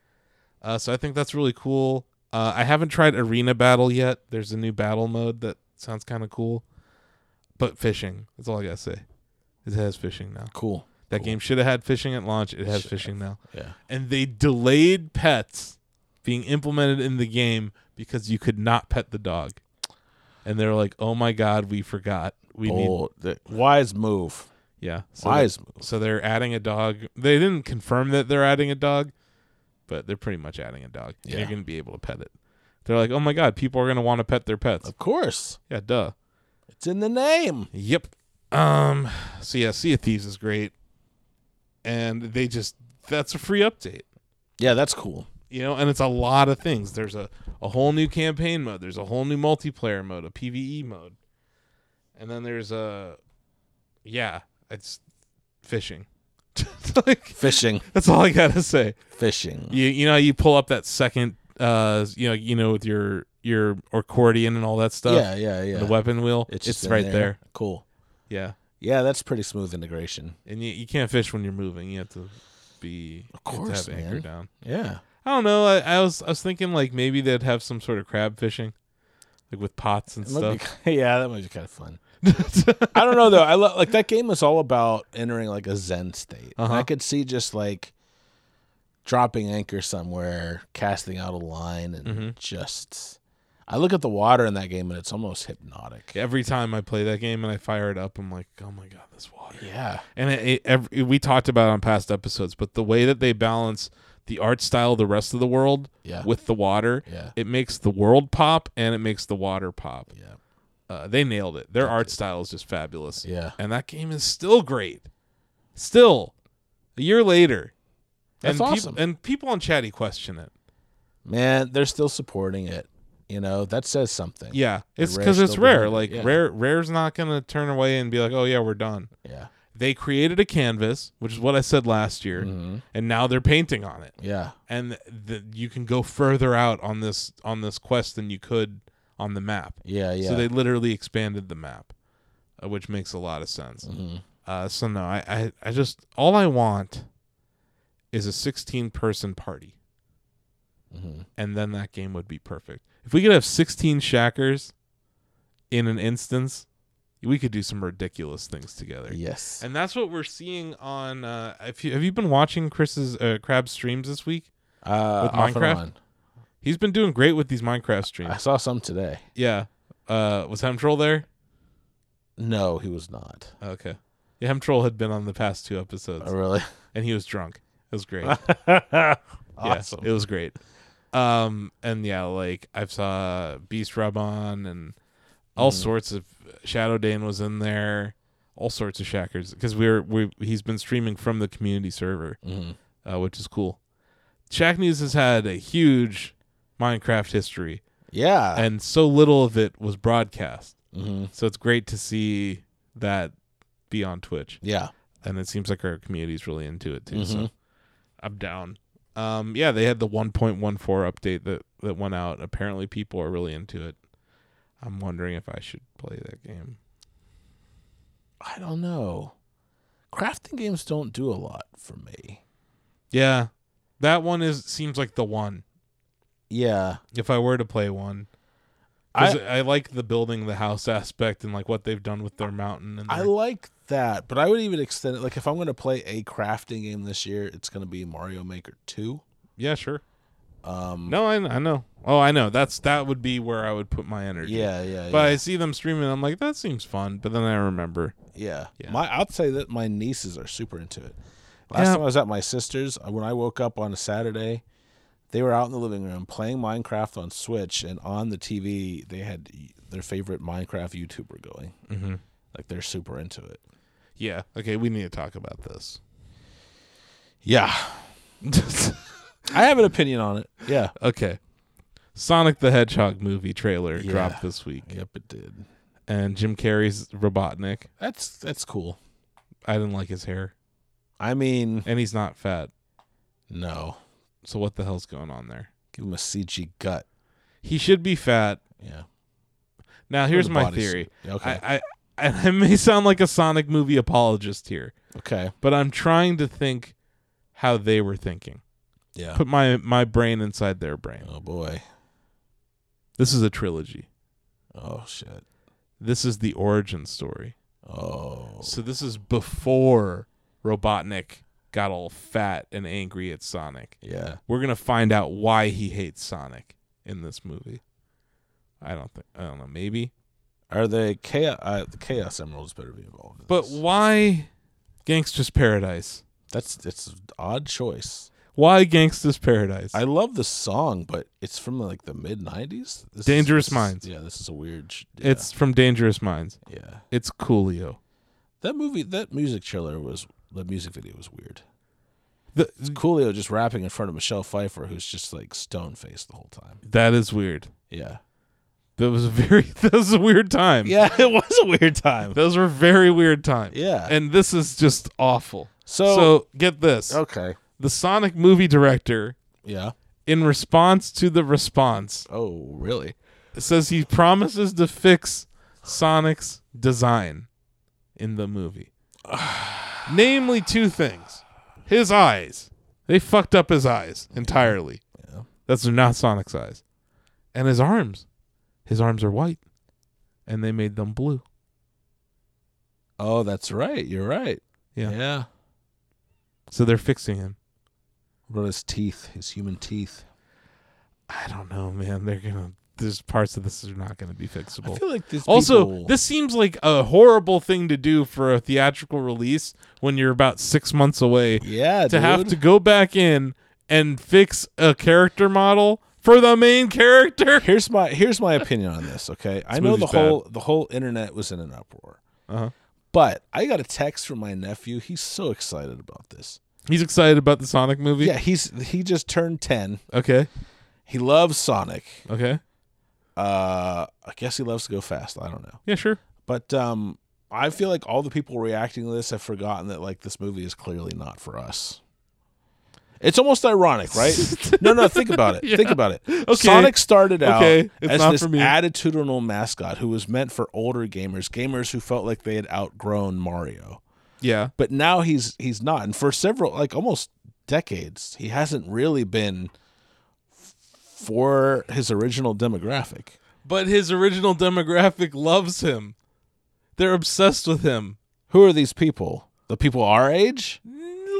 S1: uh, so i think that's really cool uh, i haven't tried arena battle yet there's a new battle mode that sounds kind of cool but fishing that's all i gotta say it has fishing now
S2: Cool.
S1: that game should have had fishing at launch. It has fishing now.
S2: Yeah.
S1: And they delayed pets being implemented in the game because you could not pet the dog. And they're like, "Oh my god, we forgot. We need
S2: Oh, the, wise move.
S1: yeah." So
S2: Wise
S1: they-
S2: move.
S1: so they're adding a dog. They didn't confirm that they're adding a dog, but they're pretty much adding a dog. And
S2: Yeah.
S1: You're going to be able to pet it. They're like, "Oh my god, people are going to want to pet their pets."
S2: Of course.
S1: Yeah, duh.
S2: It's in the name.
S1: Yep. Um. So yeah, Sea of Thieves is great, and they just that's a free update.
S2: Yeah, that's cool.
S1: you know and it's a lot of things there's a, a whole new campaign mode there's a whole new multiplayer mode a pve mode and then there's a yeah it's fishing like
S2: Fishing.
S1: that's all i gotta say
S2: Fishing.
S1: you you know you pull up that second uh you know you know with your your accordion and all that stuff
S2: yeah, yeah, yeah.
S1: the weapon wheel it's,
S2: just in
S1: right there.
S2: Cool.
S1: yeah
S2: Yeah, that's pretty smooth integration.
S1: and you, you can't fish when you're moving you have to be of
S2: course,
S1: have anchor
S2: man.
S1: down
S2: Yeah.
S1: I don't know. I, I was I was thinking like maybe they'd have some sort of crab fishing, like with pots and
S2: It might be-
S1: stuff.
S2: yeah, that might be kind of fun. I don't know though. I lo- like that game is all about entering like a zen state. And I
S1: Uh-huh.
S2: could see just like dropping anchor somewhere, casting out a line, and just. I look at the water in that game and it's almost hypnotic.
S1: Every time I play that game and I fire it up, I'm like, oh my god, this water.
S2: Yeah.
S1: And it, it, every, we talked about it on past episodes, but the way that they balance the art style of the rest of the world
S2: Yeah.
S1: with the water,
S2: Yeah.
S1: it makes the world pop and it makes the water pop.
S2: Yeah.
S1: Uh, they nailed it. Their art style is just fabulous.
S2: Yeah.
S1: and that game is still great. Still, a year later, and
S2: That's
S1: peop-
S2: awesome.
S1: and people on Chatty question it.
S2: Man, they're still supporting it. You know, that says something.
S1: Yeah, it's
S2: Rare
S1: because it's
S2: still
S1: rare.
S2: behind it,
S1: Like
S2: yeah.
S1: rare, rare's not gonna turn away and be like, "Oh yeah, we're done."
S2: Yeah.
S1: They created a canvas, which is what I said last year,
S2: Mm-hmm.
S1: and now they're painting on it.
S2: Yeah.
S1: And the, you can go further out on this on this quest than you could on the map.
S2: Yeah. Yeah.
S1: So they literally expanded the map, uh, which makes a lot of sense.
S2: Mm. Mm-hmm,
S1: Uh, so no, I, I I just all I want is a 16 person party,
S2: mm-hmm.
S1: and then that game would be perfect. If we could have 16 shackers in an instance, we could do some ridiculous things together.
S2: yes.
S1: And that's what we're seeing on. Uh, if you, have you been watching Chris's uh, crab streams this week?
S2: uh,
S1: with
S2: off and
S1: Minecraft?
S2: on.
S1: He's been doing great with these Minecraft
S2: I
S1: streams.
S2: saw some today.
S1: Yeah. Uh, was Hemtroll there?
S2: No, he was not.
S1: Okay. Yeah, Hemtroll had been on the past two episodes,
S2: Oh, really?
S1: and he was drunk. It was great.
S2: Awesome.
S1: Yeah, it was great. Um, and yeah, like I've saw Beast Rub on, and all sorts of Shadow Dane was in there, all sorts of Shackers because we are we he's been streaming from the community server, uh, which is cool. Shack News has had a huge Minecraft history,
S2: Yeah.
S1: and so little of it was broadcast.
S2: Mhm.
S1: So it's great to see that be on Twitch,
S2: Yeah.
S1: and it seems like our community's really into it too.
S2: Mm-hmm.
S1: So I'm down. Um, yeah, they had the 1.14 update that that went out. Apparently, people are really into it. I'm wondering if I should play that game.
S2: I don't know. Crafting games don't do a lot for me.
S1: Yeah, that one is seems like the one.
S2: Yeah.
S1: If I were to play one, 'Cause I, like the building the house aspect and like what they've done with their mountain and
S2: I
S1: their-
S2: like that, but I would even extend it. Like, if I'm going to play a crafting game this year, it's going to be Mario Maker 2.
S1: yeah, sure.
S2: Um,
S1: No, I, I know. Oh, I know. That's that would be where I would put my energy.
S2: yeah, yeah,
S1: But
S2: yeah.
S1: I see them streaming. I'm like, that seems fun. But then I remember.
S2: yeah.
S1: Yeah.
S2: My, I'd say that my nieces are super into it. Last
S1: Yeah.
S2: time I was at my sister's, uh, when I woke up on a Saturday, they were out in the living room playing Minecraft on Switch, and on the TV they had y- their favorite Minecraft YouTuber going. Mm-hmm. Like they're super into it.
S1: Yeah. Okay, we need to talk about this.
S2: Yeah, I have an opinion on it. Yeah.
S1: okay. Sonic the Hedgehog movie trailer
S2: Yeah.
S1: dropped this week,
S2: Yep, it did.
S1: and Jim Carrey's Robotnik.
S2: That's that's cool.
S1: I didn't like his hair,
S2: I mean,
S1: and he's not fat.
S2: no,
S1: So what the hell's going on there?
S2: give him a CG gut.
S1: He should be fat.
S2: Yeah.
S1: Now here's
S2: the
S1: my
S2: bodysuit.
S1: theory.
S2: Okay.
S1: I, I and I may sound like a Sonic movie apologist here,
S2: Okay.
S1: but I'm trying to think how they were thinking.
S2: Yeah.
S1: Put my my brain inside their brain.
S2: Oh boy.
S1: This is a trilogy.
S2: Oh shit.
S1: This is the origin story.
S2: Oh.
S1: So this is before Robotnik got all fat and angry at Sonic.
S2: Yeah.
S1: We're gonna find out why he hates Sonic in this movie. I don't think I don't know, maybe.
S2: Are the chaos uh, the chaos emeralds better be involved? in
S1: But
S2: this.
S1: why Gangster's Paradise?
S2: that's it's an odd choice.
S1: Why Gangster's Paradise?
S2: I love the song, but it's from like the mid '90s. This is-
S1: Dangerous
S2: this is-
S1: Minds.
S2: Yeah, this is a weird. sh- yeah,
S1: It's from Dangerous Minds.
S2: yeah.
S1: It's Coolio.
S2: That movie, that music trailer was the music video was weird.
S1: The,
S2: Coolio just rapping in front of Michelle Pfeiffer, who's just like stone faced the whole time.
S1: that is weird.
S2: Yeah.
S1: That was a very that was a weird time.
S2: Yeah, it was a weird time.
S1: Those were very weird times.
S2: Yeah.
S1: And this is just awful.
S2: So-
S1: so get this.
S2: Okay.
S1: The Sonic movie director
S2: Yeah.
S1: in response to the response
S2: Oh, really?
S1: says he promises to fix Sonic's design in the movie. Namely two things. His eyes. They fucked up his eyes entirely.
S2: Yeah.
S1: That's not Sonic's eyes. And his arms. His arms are white. And they made them blue.
S2: Oh, that's right. You're right.
S1: Yeah.
S2: Yeah.
S1: So they're fixing him.
S2: What about his teeth? His human teeth.
S1: I don't know, man. They're gonna there's parts of this that are not gonna be fixable.
S2: I feel like this.
S1: Also, this seems like a horrible thing to do for a theatrical release when you're about six months away
S2: Yeah.
S1: to have to go back in and fix a character model for the main character.
S2: Here's my here's my opinion on this. Okay, I
S1: This
S2: know the
S1: movie's bad.
S2: whole the whole internet was in an uproar,
S1: Uh-huh.
S2: but I got a text from my nephew. He's so excited about this.
S1: He's excited about the Sonic movie.
S2: Yeah, he's he just turned ten.
S1: Okay.
S2: He loves Sonic.
S1: Okay.
S2: Uh, I guess he loves to go fast. I don't know,
S1: Yeah. Sure.
S2: but um, I feel like all the people reacting to this have forgotten that like this movie is clearly not for us. It's almost ironic, right? no, no. Think about it. Think about it. Sonic started out
S1: Okay, it's
S2: as
S1: not
S2: this
S1: for me.
S2: attitudinal mascot who was meant for older gamers, gamers who felt like they had outgrown Mario.
S1: Yeah.
S2: But now he's he's not, and for several like almost decades, he hasn't really been f- for his original demographic.
S1: But his original demographic loves him. They're obsessed with him.
S2: Who are these people? The people our age?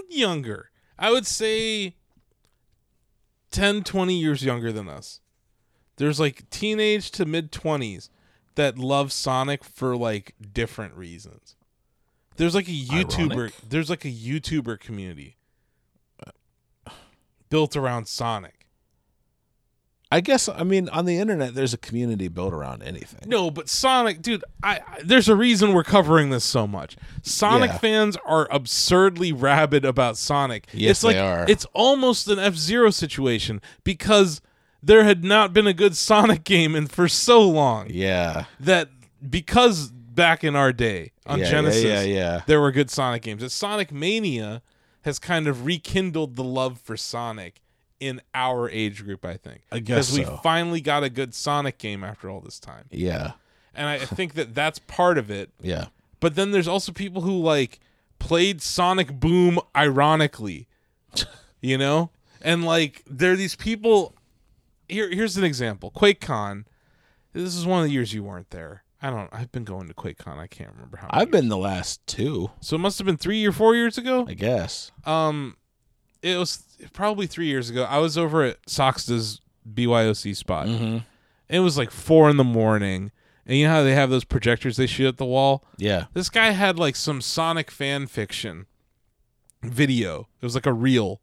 S1: younger. I would say 10, 20 years younger than us. There's like teenage to mid 20s that love Sonic for like different reasons. There's like a YouTuber,
S2: Ironic.
S1: there's like a YouTuber community built around Sonic.
S2: I guess I mean on the internet there's a community built around anything.
S1: No, but Sonic, dude, I, I there's a reason we're covering this so much. Sonic
S2: Yeah.
S1: fans are absurdly rabid about Sonic.
S2: Yes,
S1: it's like
S2: they are.
S1: it's almost an F-Zero situation because there had not been a good Sonic game in for so long
S2: Yeah.
S1: that because back in our day on
S2: Yeah, yeah,
S1: Genesis,
S2: yeah, yeah.
S1: there were good Sonic games. That Sonic Mania has kind of rekindled the love for Sonic in our age group, I think.
S2: I guess
S1: because we
S2: so.
S1: finally got a good Sonic game after all this time
S2: Yeah.
S1: and I I think that that's part of it.
S2: Yeah.
S1: But then there's also people who like played Sonic Boom ironically, you know, and like there are these people. Here, here's an example: QuakeCon. This is one of the years you weren't there. I don't. I've been going to QuakeCon. I can't remember how. many
S2: I've been the last two,
S1: years. So it must have been three or four years ago.
S2: I guess.
S1: Um, it was probably three years ago. I was over at Soxta's BYOC spot.
S2: Mm-hmm.
S1: It was like four in the morning, and you know how they have those projectors they shoot at the wall.
S2: Yeah.
S1: This guy had like some Sonic fan fiction video. It was like a reel.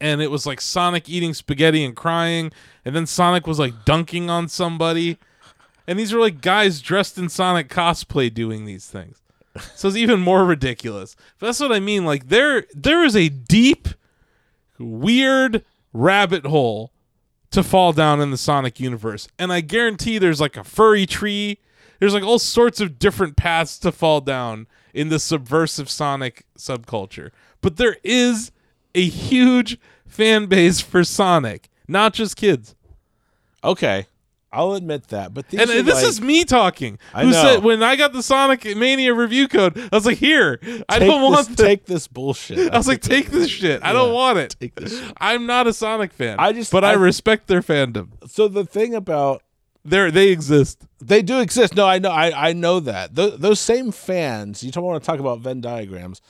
S1: And it was like Sonic eating spaghetti and crying. And then Sonic was like dunking on somebody. And these were like guys dressed in Sonic cosplay doing these things. So it's even more ridiculous. But that's what I mean. Like there there is a deep, weird rabbit hole to fall down in the Sonic universe. And I guarantee there's like a furry tree. There's like all sorts of different paths to fall down in the subversive Sonic subculture. But there is a huge fan base for Sonic, not just kids.
S2: Okay. I'll admit that. But these
S1: And uh,
S2: are
S1: this
S2: like,
S1: is me talking.
S2: I
S1: who
S2: know.
S1: said when I got the Sonic Mania review code, I was like, "Here, I
S2: take
S1: don't want
S2: this,
S1: this."
S2: take this bullshit.
S1: I was like, "Take this shit. I don't want it."
S2: Take this shit.
S1: I'm not a Sonic fan.
S2: I just-
S1: but I,
S2: I-
S1: respect their fandom.
S2: So the thing about
S1: They they exist.
S2: they do exist. No, I know. I, I know that Tho- those same fans. You don't want to talk about Venn diagrams.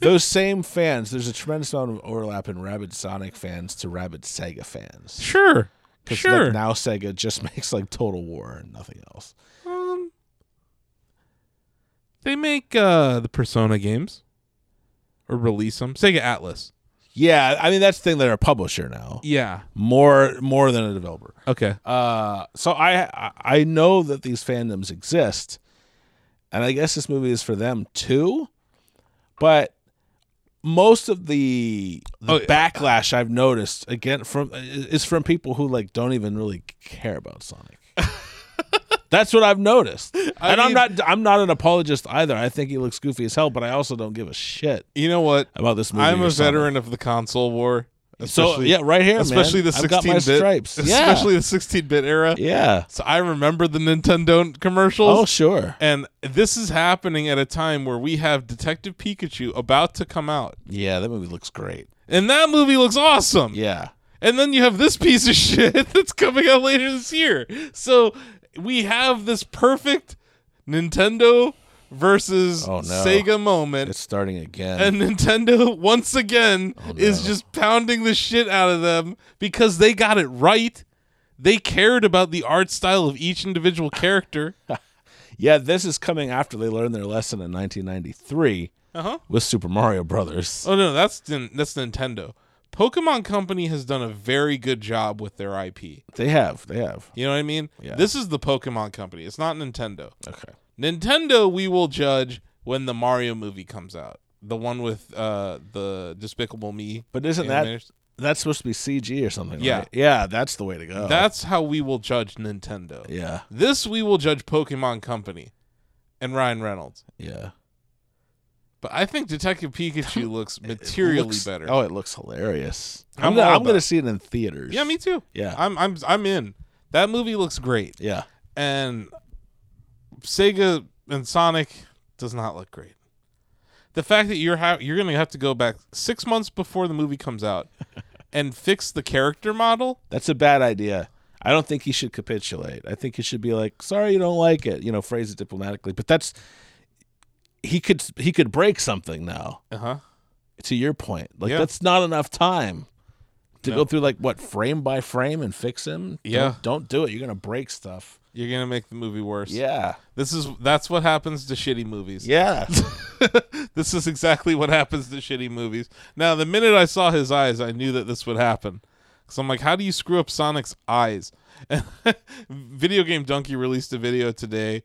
S2: those same fans. There's a tremendous amount of overlap in rabid Sonic fans to rabid Sega fans.
S1: Sure,
S2: 'Cause,
S1: sure.
S2: Like, now Sega just makes like Total War and nothing else.
S1: Um, they make uh, the Persona games or release them. Sega Atlas.
S2: Yeah, I mean that's the thing. They're a publisher now,
S1: Yeah.
S2: more more than a developer.
S1: Okay.
S2: Uh, so I I- I know that these fandoms exist, and I guess this movie is for them too. But most of the, the
S1: Oh, yeah.
S2: backlash I've noticed again from is from people who like don't even really care about Sonic. That's what I've noticed, and
S1: mean-
S2: I'm not I'm not an apologist either. I think he looks goofy as hell, but I also don't give a shit
S1: You know what?
S2: about this movie.
S1: I'm
S2: or
S1: a
S2: Sonic.
S1: veteran of the console war.
S2: So yeah, right here, man.
S1: especially the
S2: I've got my
S1: 16 bit,
S2: stripes. Yeah.
S1: especially the 16 bit era.
S2: yeah.
S1: So I remember the Nintendo commercials.
S2: Oh sure.
S1: and this is happening at a time where we have Detective Pikachu about to come out.
S2: Yeah, that movie looks great.
S1: And that movie looks awesome.
S2: Yeah.
S1: And then you have this piece of shit that's coming out later this year. So we have this perfect Nintendo versus
S2: Oh, no.
S1: Sega moment.
S2: It's starting again.
S1: and Nintendo once again is
S2: no.
S1: just pounding the shit out of them because they got it right. They cared about the art style of each individual character.
S2: yeah, this is coming after they learned their lesson in 1993
S1: Uh-huh.
S2: with Super Mario Brothers.
S1: Oh no, that's Nin- that's Nintendo. Pokemon Company has done a very good job with their IP.
S2: They have. They have.
S1: You know what I mean?
S2: Yeah.
S1: This is the Pokemon Company. It's not Nintendo.
S2: Okay.
S1: Nintendo, we will judge when the Mario movie comes out. The one with uh, the Despicable Me.
S2: But isn't that
S1: animators.
S2: that's supposed to be CG or something?
S1: Yeah.
S2: right? Yeah, that's the way to go.
S1: That's how we will judge Nintendo.
S2: oh. yeah.
S1: This we will judge Pokemon Company and Ryan Reynolds.
S2: Yeah.
S1: But I think Detective Pikachu looks
S2: It
S1: materially
S2: looks-
S1: better.
S2: Oh, it looks hilarious.
S1: I'm
S2: I'm, gonna,
S1: all
S2: I'm
S1: about
S2: gonna
S1: it.
S2: see it in theaters.
S1: yeah, me too.
S2: Yeah.
S1: I'm I'm I'm in. That movie looks great.
S2: yeah.
S1: and Sega and Sonic does not look great. The fact that you're ha- you're gonna have to go back six months before the movie comes out and fix the character model.
S2: That's a bad idea. I don't think he should capitulate. I think he should be like, "Sorry, you don't like it." You know, phrase it diplomatically. But that's he could he could break something now.
S1: Uh huh.
S2: To your point, like
S1: Yeah.
S2: that's not enough time to
S1: No.
S2: go through like what frame by frame and fix him.
S1: Yeah.
S2: don't, don't do it. You're gonna break stuff.
S1: You're gonna make the movie worse.
S2: Yeah,
S1: This is that's what happens to shitty movies.
S2: yeah.
S1: this is exactly what happens to shitty movies. Now, the minute I saw his eyes, I knew that this would happen Because I'm like, how do you screw up Sonic's eyes? video Game Donkey released a video today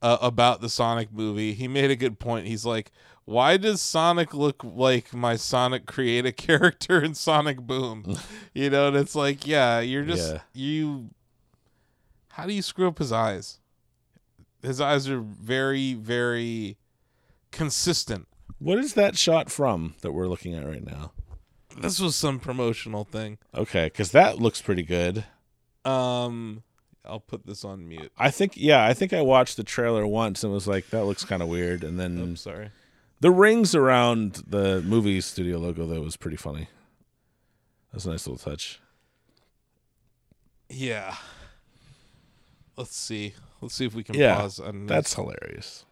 S1: uh, about the Sonic movie. He made a good point. He's like, why does Sonic look like my Sonic create a character in Sonic Boom? you know, and it's like, yeah, you're just,
S2: Yeah.
S1: you, how do you screw up his eyes? His eyes are very, very consistent.
S2: What is that shot from that we're looking at right now?
S1: This was some promotional thing.
S2: Okay, because that looks pretty good.
S1: Um, I'll put this on mute.
S2: I think, yeah, I think I watched the trailer once and was like, that looks kind of weird. And then
S1: I'm sorry.
S2: the rings around the movie studio logo, though, was pretty funny. That's a nice little touch.
S1: Yeah. Let's see. Let's see if we can
S2: Yeah,
S1: pause on
S2: That's hilarious.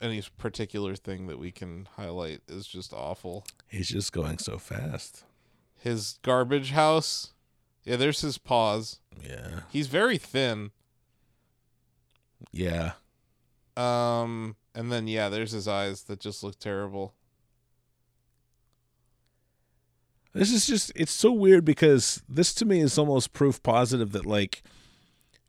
S1: any particular thing that we can highlight is just awful.
S2: He's just going so fast.
S1: His garbage house. Yeah, there's his paws.
S2: Yeah.
S1: He's very thin.
S2: Yeah.
S1: Um, and then yeah, there's his eyes that just look terrible.
S2: This is just it's so weird because this to me is almost proof positive that like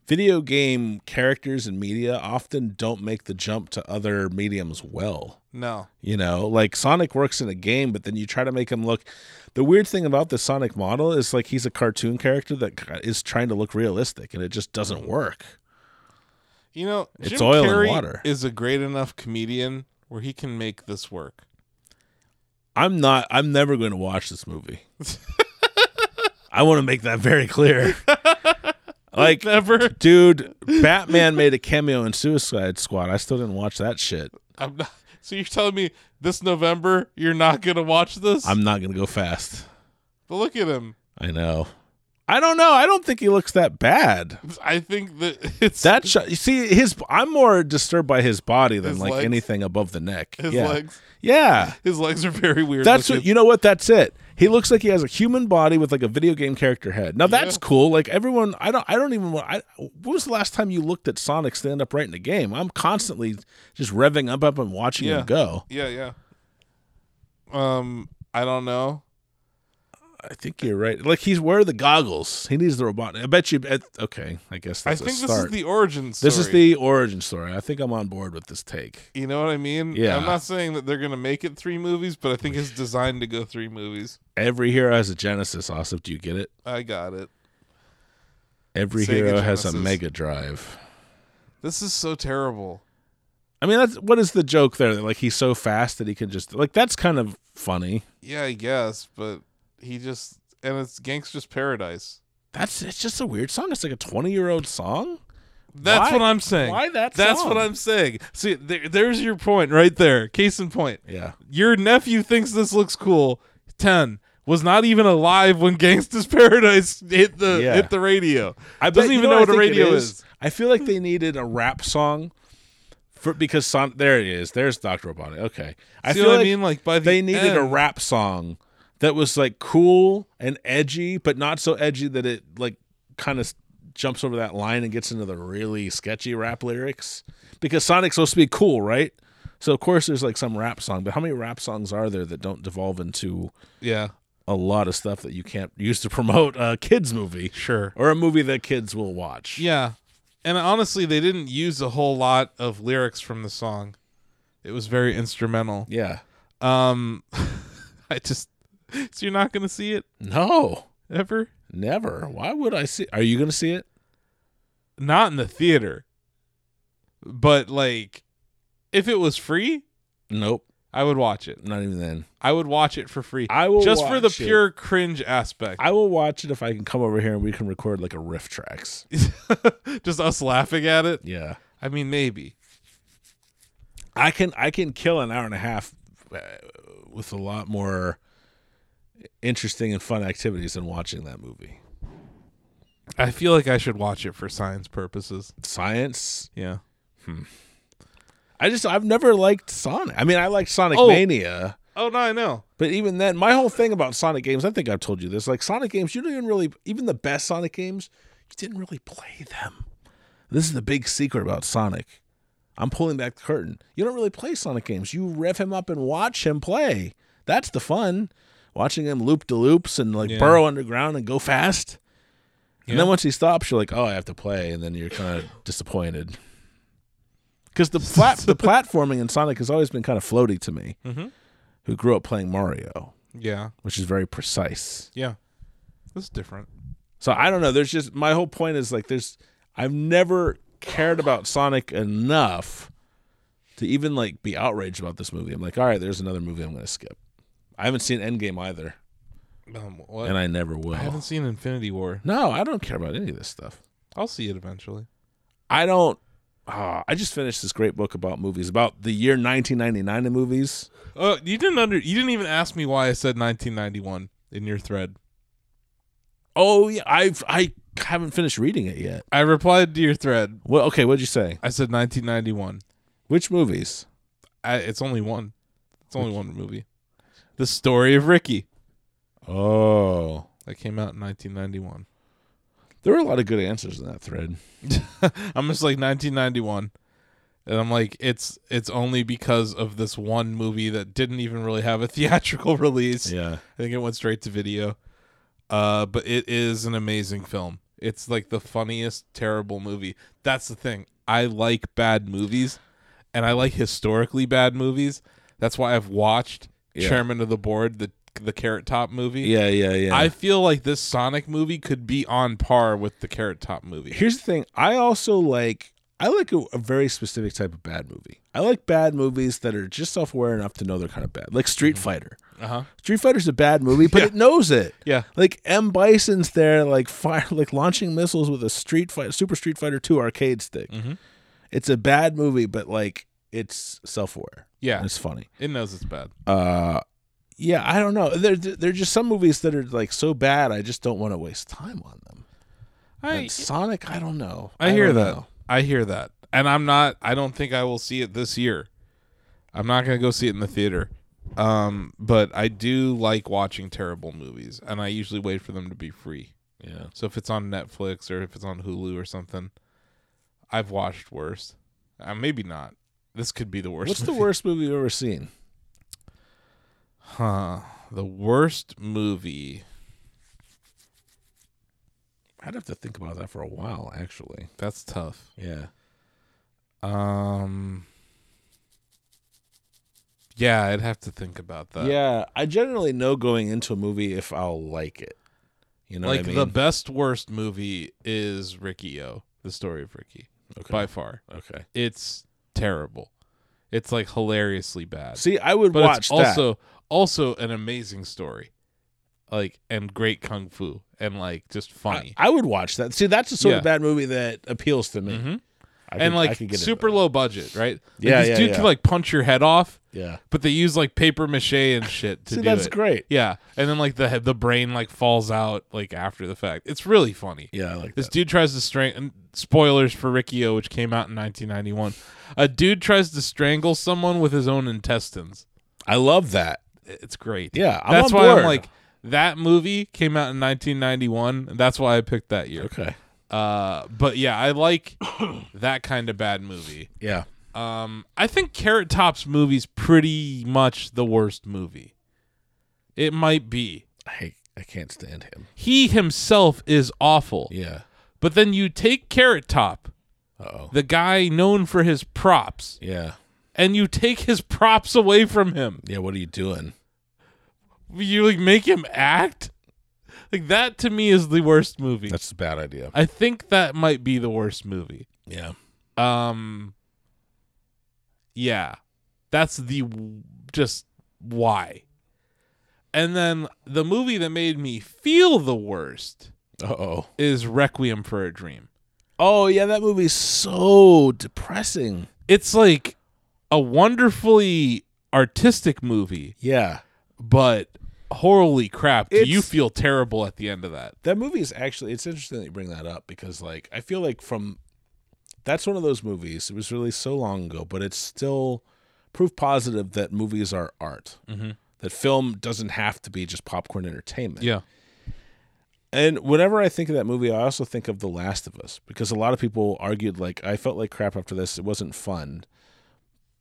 S2: video game characters and media often don't make the jump to other mediums well.
S1: No.
S2: You know, like Sonic works in a game, but then you try to make him look. The weird thing about the Sonic model is like he's a cartoon character that c- is trying to look realistic, and it just doesn't work.
S1: You know,
S2: It's
S1: Jim
S2: oil and
S1: Carrey
S2: water.
S1: is a great enough comedian where he can make this work.
S2: I'm not. I'm never going to watch this movie. I want to make that very clear. like
S1: Never.
S2: Dude, Batman made a cameo in Suicide Squad. I still didn't watch that shit.
S1: I'm not. So you're telling me this November you're not gonna watch this?
S2: I'm not going to go fast.
S1: but look at him.
S2: I know. I don't know. I don't think he looks that bad.
S1: I think that it's
S2: That shot, you see his I'm more disturbed by his body than
S1: His
S2: like
S1: legs.
S2: anything above the neck.
S1: his
S2: yeah.
S1: legs.
S2: Yeah.
S1: His legs are very weird.
S2: That's
S1: looking.
S2: what you know what that's it. He looks like he has a human body with like a video game character head. Now that's
S1: Yeah.
S2: cool. Like everyone I don't I don't even want I when was the last time you looked at Sonic stand up right in the game? I'm constantly just revving up up and watching
S1: Yeah.
S2: him go.
S1: Yeah, yeah. Um, I don't know.
S2: I think you're right. Like he's wear the goggles. He needs the robot. I bet you. bet- Okay, I guess that's
S1: I
S2: a
S1: think this is
S2: start.
S1: the origin story.
S2: This is the origin story. I think I'm on board with this take.
S1: You know what I mean?
S2: Yeah.
S1: I'm not saying that they're gonna make it three movies, but I think it's designed to go three movies.
S2: Every hero has a Genesis. Asif, do you get it?
S1: I got it.
S2: Every
S1: Sega
S2: hero has a
S1: Genesis.
S2: Mega Drive.
S1: This is so terrible.
S2: I mean, that's what is the joke there? That like he's so fast that he can just like that's kind of funny.
S1: Yeah, I guess, but he just and it's Gangster's Paradise.
S2: That's it's just a weird song. It's like a 20 year old song.
S1: That's
S2: Why-
S1: what I'm saying.
S2: why that
S1: That's
S2: song?
S1: what I'm saying. See, there, there's your point right there. Case in point.
S2: Yeah,
S1: Your nephew thinks this looks cool. Ten was not even alive when Gangsta's Paradise hit the
S2: Yeah.
S1: hit the radio.
S2: I
S1: doesn't
S2: bet- you
S1: even know, what a
S2: I think it
S1: radio is.
S2: I feel like they needed a rap song for because Son- there it is. There's Doctor Robotnik. Okay, I
S1: See
S2: feel
S1: what I
S2: like
S1: mean? Like by the
S2: they needed a
S1: end-
S2: rap song that was like cool and edgy, but not so edgy that it like kind of jumps over that line and gets into the really sketchy rap lyrics. Because Sonic's supposed to be cool, right? So of course there's like some rap song, but how many rap songs are there that don't devolve into
S1: Yeah,
S2: a lot of stuff that you can't use to promote a kids movie
S1: sure.
S2: or a movie that kids will watch?
S1: Yeah, and honestly, they didn't use a whole lot of lyrics from the song. It was very instrumental.
S2: Yeah.
S1: Um, I just so you're not gonna see it
S2: No.
S1: ever.
S2: Never. Why would I see? Are you going to see it?
S1: Not in the theater, but like if it was free,
S2: Nope.
S1: I would watch it.
S2: Not even then.
S1: I would watch it for free.
S2: I will
S1: just for the
S2: watch it.
S1: pure cringe aspect.
S2: I will watch it if I can come over here and we can record like a riff tracks.
S1: just us laughing at it.
S2: Yeah.
S1: I mean, maybe.
S2: I can I can kill an hour and a half uh, with a lot more interesting and fun activities than watching that movie.
S1: I feel like I should watch it for science purposes.
S2: Science.
S1: Yeah.
S2: I just I've never liked Sonic. I mean, I liked Sonic
S1: Oh.
S2: Mania,
S1: Oh no, I know.
S2: but even then, my whole thing about Sonic games, I think I've told you this. Like Sonic games, you don't even really even the best Sonic games, you didn't really play them. This is the big secret about Sonic. I'm pulling back the curtain. You don't really play Sonic games. You rev him up and watch him play. That's the fun. watching him loop de loops and like burrow underground and go fast. And then
S1: Yeah.
S2: once he stops, you're like, oh, I have to play, and then you're kind of disappointed. Because the plat- the platforming in Sonic has always been kind of floaty to me, who grew up playing Mario,
S1: Yeah.
S2: which is very precise.
S1: Yeah. This is different.
S2: So I don't know. There's just my whole point is like there's I've never cared about Sonic enough to even like be outraged about this movie. I'm like, all right, there's another movie I'm gonna skip. I haven't seen Endgame either,
S1: Um, what?
S2: and I never will.
S1: I haven't seen Infinity War.
S2: no, I don't care about any of this stuff.
S1: I'll see it eventually.
S2: I don't. ah, I just finished this great book about movies, about the year 1999 in movies.
S1: Oh, you didn't under you didn't even ask me why I said 1991 in your thread.
S2: Oh yeah, I've I haven't finished reading it yet.
S1: I replied to your thread.
S2: Well, okay, what'd you say?
S1: I said 1991.
S2: Which movies?
S1: I, it's only one. It's only one movie. The story of Ricky
S2: Oh,
S1: that came out in 1991.
S2: there were a lot of good answers in that thread.
S1: I'm just like 1991, and I'm like it's it's only because of this one movie that didn't even really have a theatrical release.
S2: Yeah.
S1: I think it went straight to video. Uh, but it is an amazing film. It's like the funniest terrible movie. That's the thing. I like bad movies, and I like historically bad movies. That's why I've watched
S2: Yeah.
S1: Chairman of the Board, the the Carrot Top movie.
S2: Yeah, yeah, yeah.
S1: I feel like this Sonic movie could be on par with the Carrot Top movie.
S2: here's the thing i also like i like a, a very specific type of bad movie i like bad movies that are just self-aware enough to know they're kind of bad like street fighter
S1: Uh-huh.
S2: street fighter's a bad movie but it knows it
S1: Yeah.
S2: like m bison's there like fire like launching missiles with a street fight super street fighter 2 arcade stick it's a bad movie but like it's self-aware
S1: Yeah.
S2: and it's funny
S1: It knows it's bad.
S2: uh yeah i don't know there there're just some movies that are like so bad i just don't want to waste time on them
S1: I
S2: and sonic i don't know
S1: I hear
S2: don't
S1: that.
S2: know.
S1: I hear that. And I'm not I don't think I will see it this year. I'm not going to go see it in the theater. Um but I do like watching terrible movies and I usually wait for them to be free.
S2: yeah
S1: So if it's on Netflix or if it's on Hulu or something, I've watched worse. Uh, maybe not. This could be the worst.
S2: What's the
S1: movie.
S2: worst movie you've ever seen?
S1: Huh. The worst movie.
S2: I'd have to think about that for a while, actually.
S1: That's tough.
S2: Yeah.
S1: Um Yeah, I'd have to think about that.
S2: yeah. I generally know going into a movie if I'll like it. You know
S1: like
S2: what I
S1: the
S2: mean?
S1: best worst movie is Ricky O, the story of Ricky,
S2: Okay.
S1: by far.
S2: okay.
S1: It's terrible. It's like hilariously bad.
S2: See, I would
S1: but
S2: watch
S1: it's
S2: that.
S1: also also an amazing story, like and great kung fu and like just
S2: I,
S1: funny
S2: I would watch that. See, that's the sort
S1: Yeah. Mm-hmm.
S2: of bad movie that appeals to me. I
S1: and
S2: could- I
S1: like
S2: could get into
S1: super
S2: that.
S1: low budget, right? Like,
S2: Yeah,
S1: this
S2: yeah,
S1: dude
S2: yeah.
S1: can like punch your head off,
S2: Yeah.
S1: but they use like paper mache and shit to
S2: See,
S1: do
S2: that's
S1: it.
S2: great.
S1: Yeah, and then like the head- the brain like falls out like after the fact. It's really funny.
S2: Yeah, I like
S1: This
S2: that.
S1: dude tries to strangle. Spoilers for Riccio, which came out in 1991. A dude tries to strangle someone with his own intestines.
S2: I love that.
S1: It's great.
S2: Yeah, I'm
S1: that's
S2: on
S1: why I'm
S2: board.
S1: like that movie came out in 1991. And that's why I picked that year.
S2: Okay.
S1: Uh, but yeah, I like that kind of bad movie.
S2: Yeah.
S1: Um, I think Carrot Top's movie's pretty much the worst movie. It might be.
S2: I I can't stand him.
S1: He himself is awful.
S2: Yeah.
S1: But then you take Carrot Top,
S2: Uh oh.
S1: the guy known for his props,
S2: Yeah.
S1: and you take his props away from him.
S2: Yeah. What are you doing?
S1: You like make him act? Like that to me is the worst movie.
S2: That's a bad idea.
S1: I think that might be the worst movie.
S2: Yeah.
S1: Um Yeah. That's the w- just why. And then the movie that made me feel the worst
S2: Uh oh.
S1: is Requiem for a Dream.
S2: Oh yeah, that movie's so depressing.
S1: It's like a wonderfully artistic movie,
S2: Yeah.
S1: but holy crap, do you
S2: It's-
S1: feel terrible at the end of that.
S2: that movie is actually it's interesting that you bring that up because like i feel like from that's one of those movies it was released so long ago but it's still proof positive that movies are art mm-hmm. that film doesn't have to be just popcorn entertainment
S1: Yeah.
S2: and whenever i think of that movie i also think of the last of us because a lot of people argued like i felt like crap after this it wasn't fun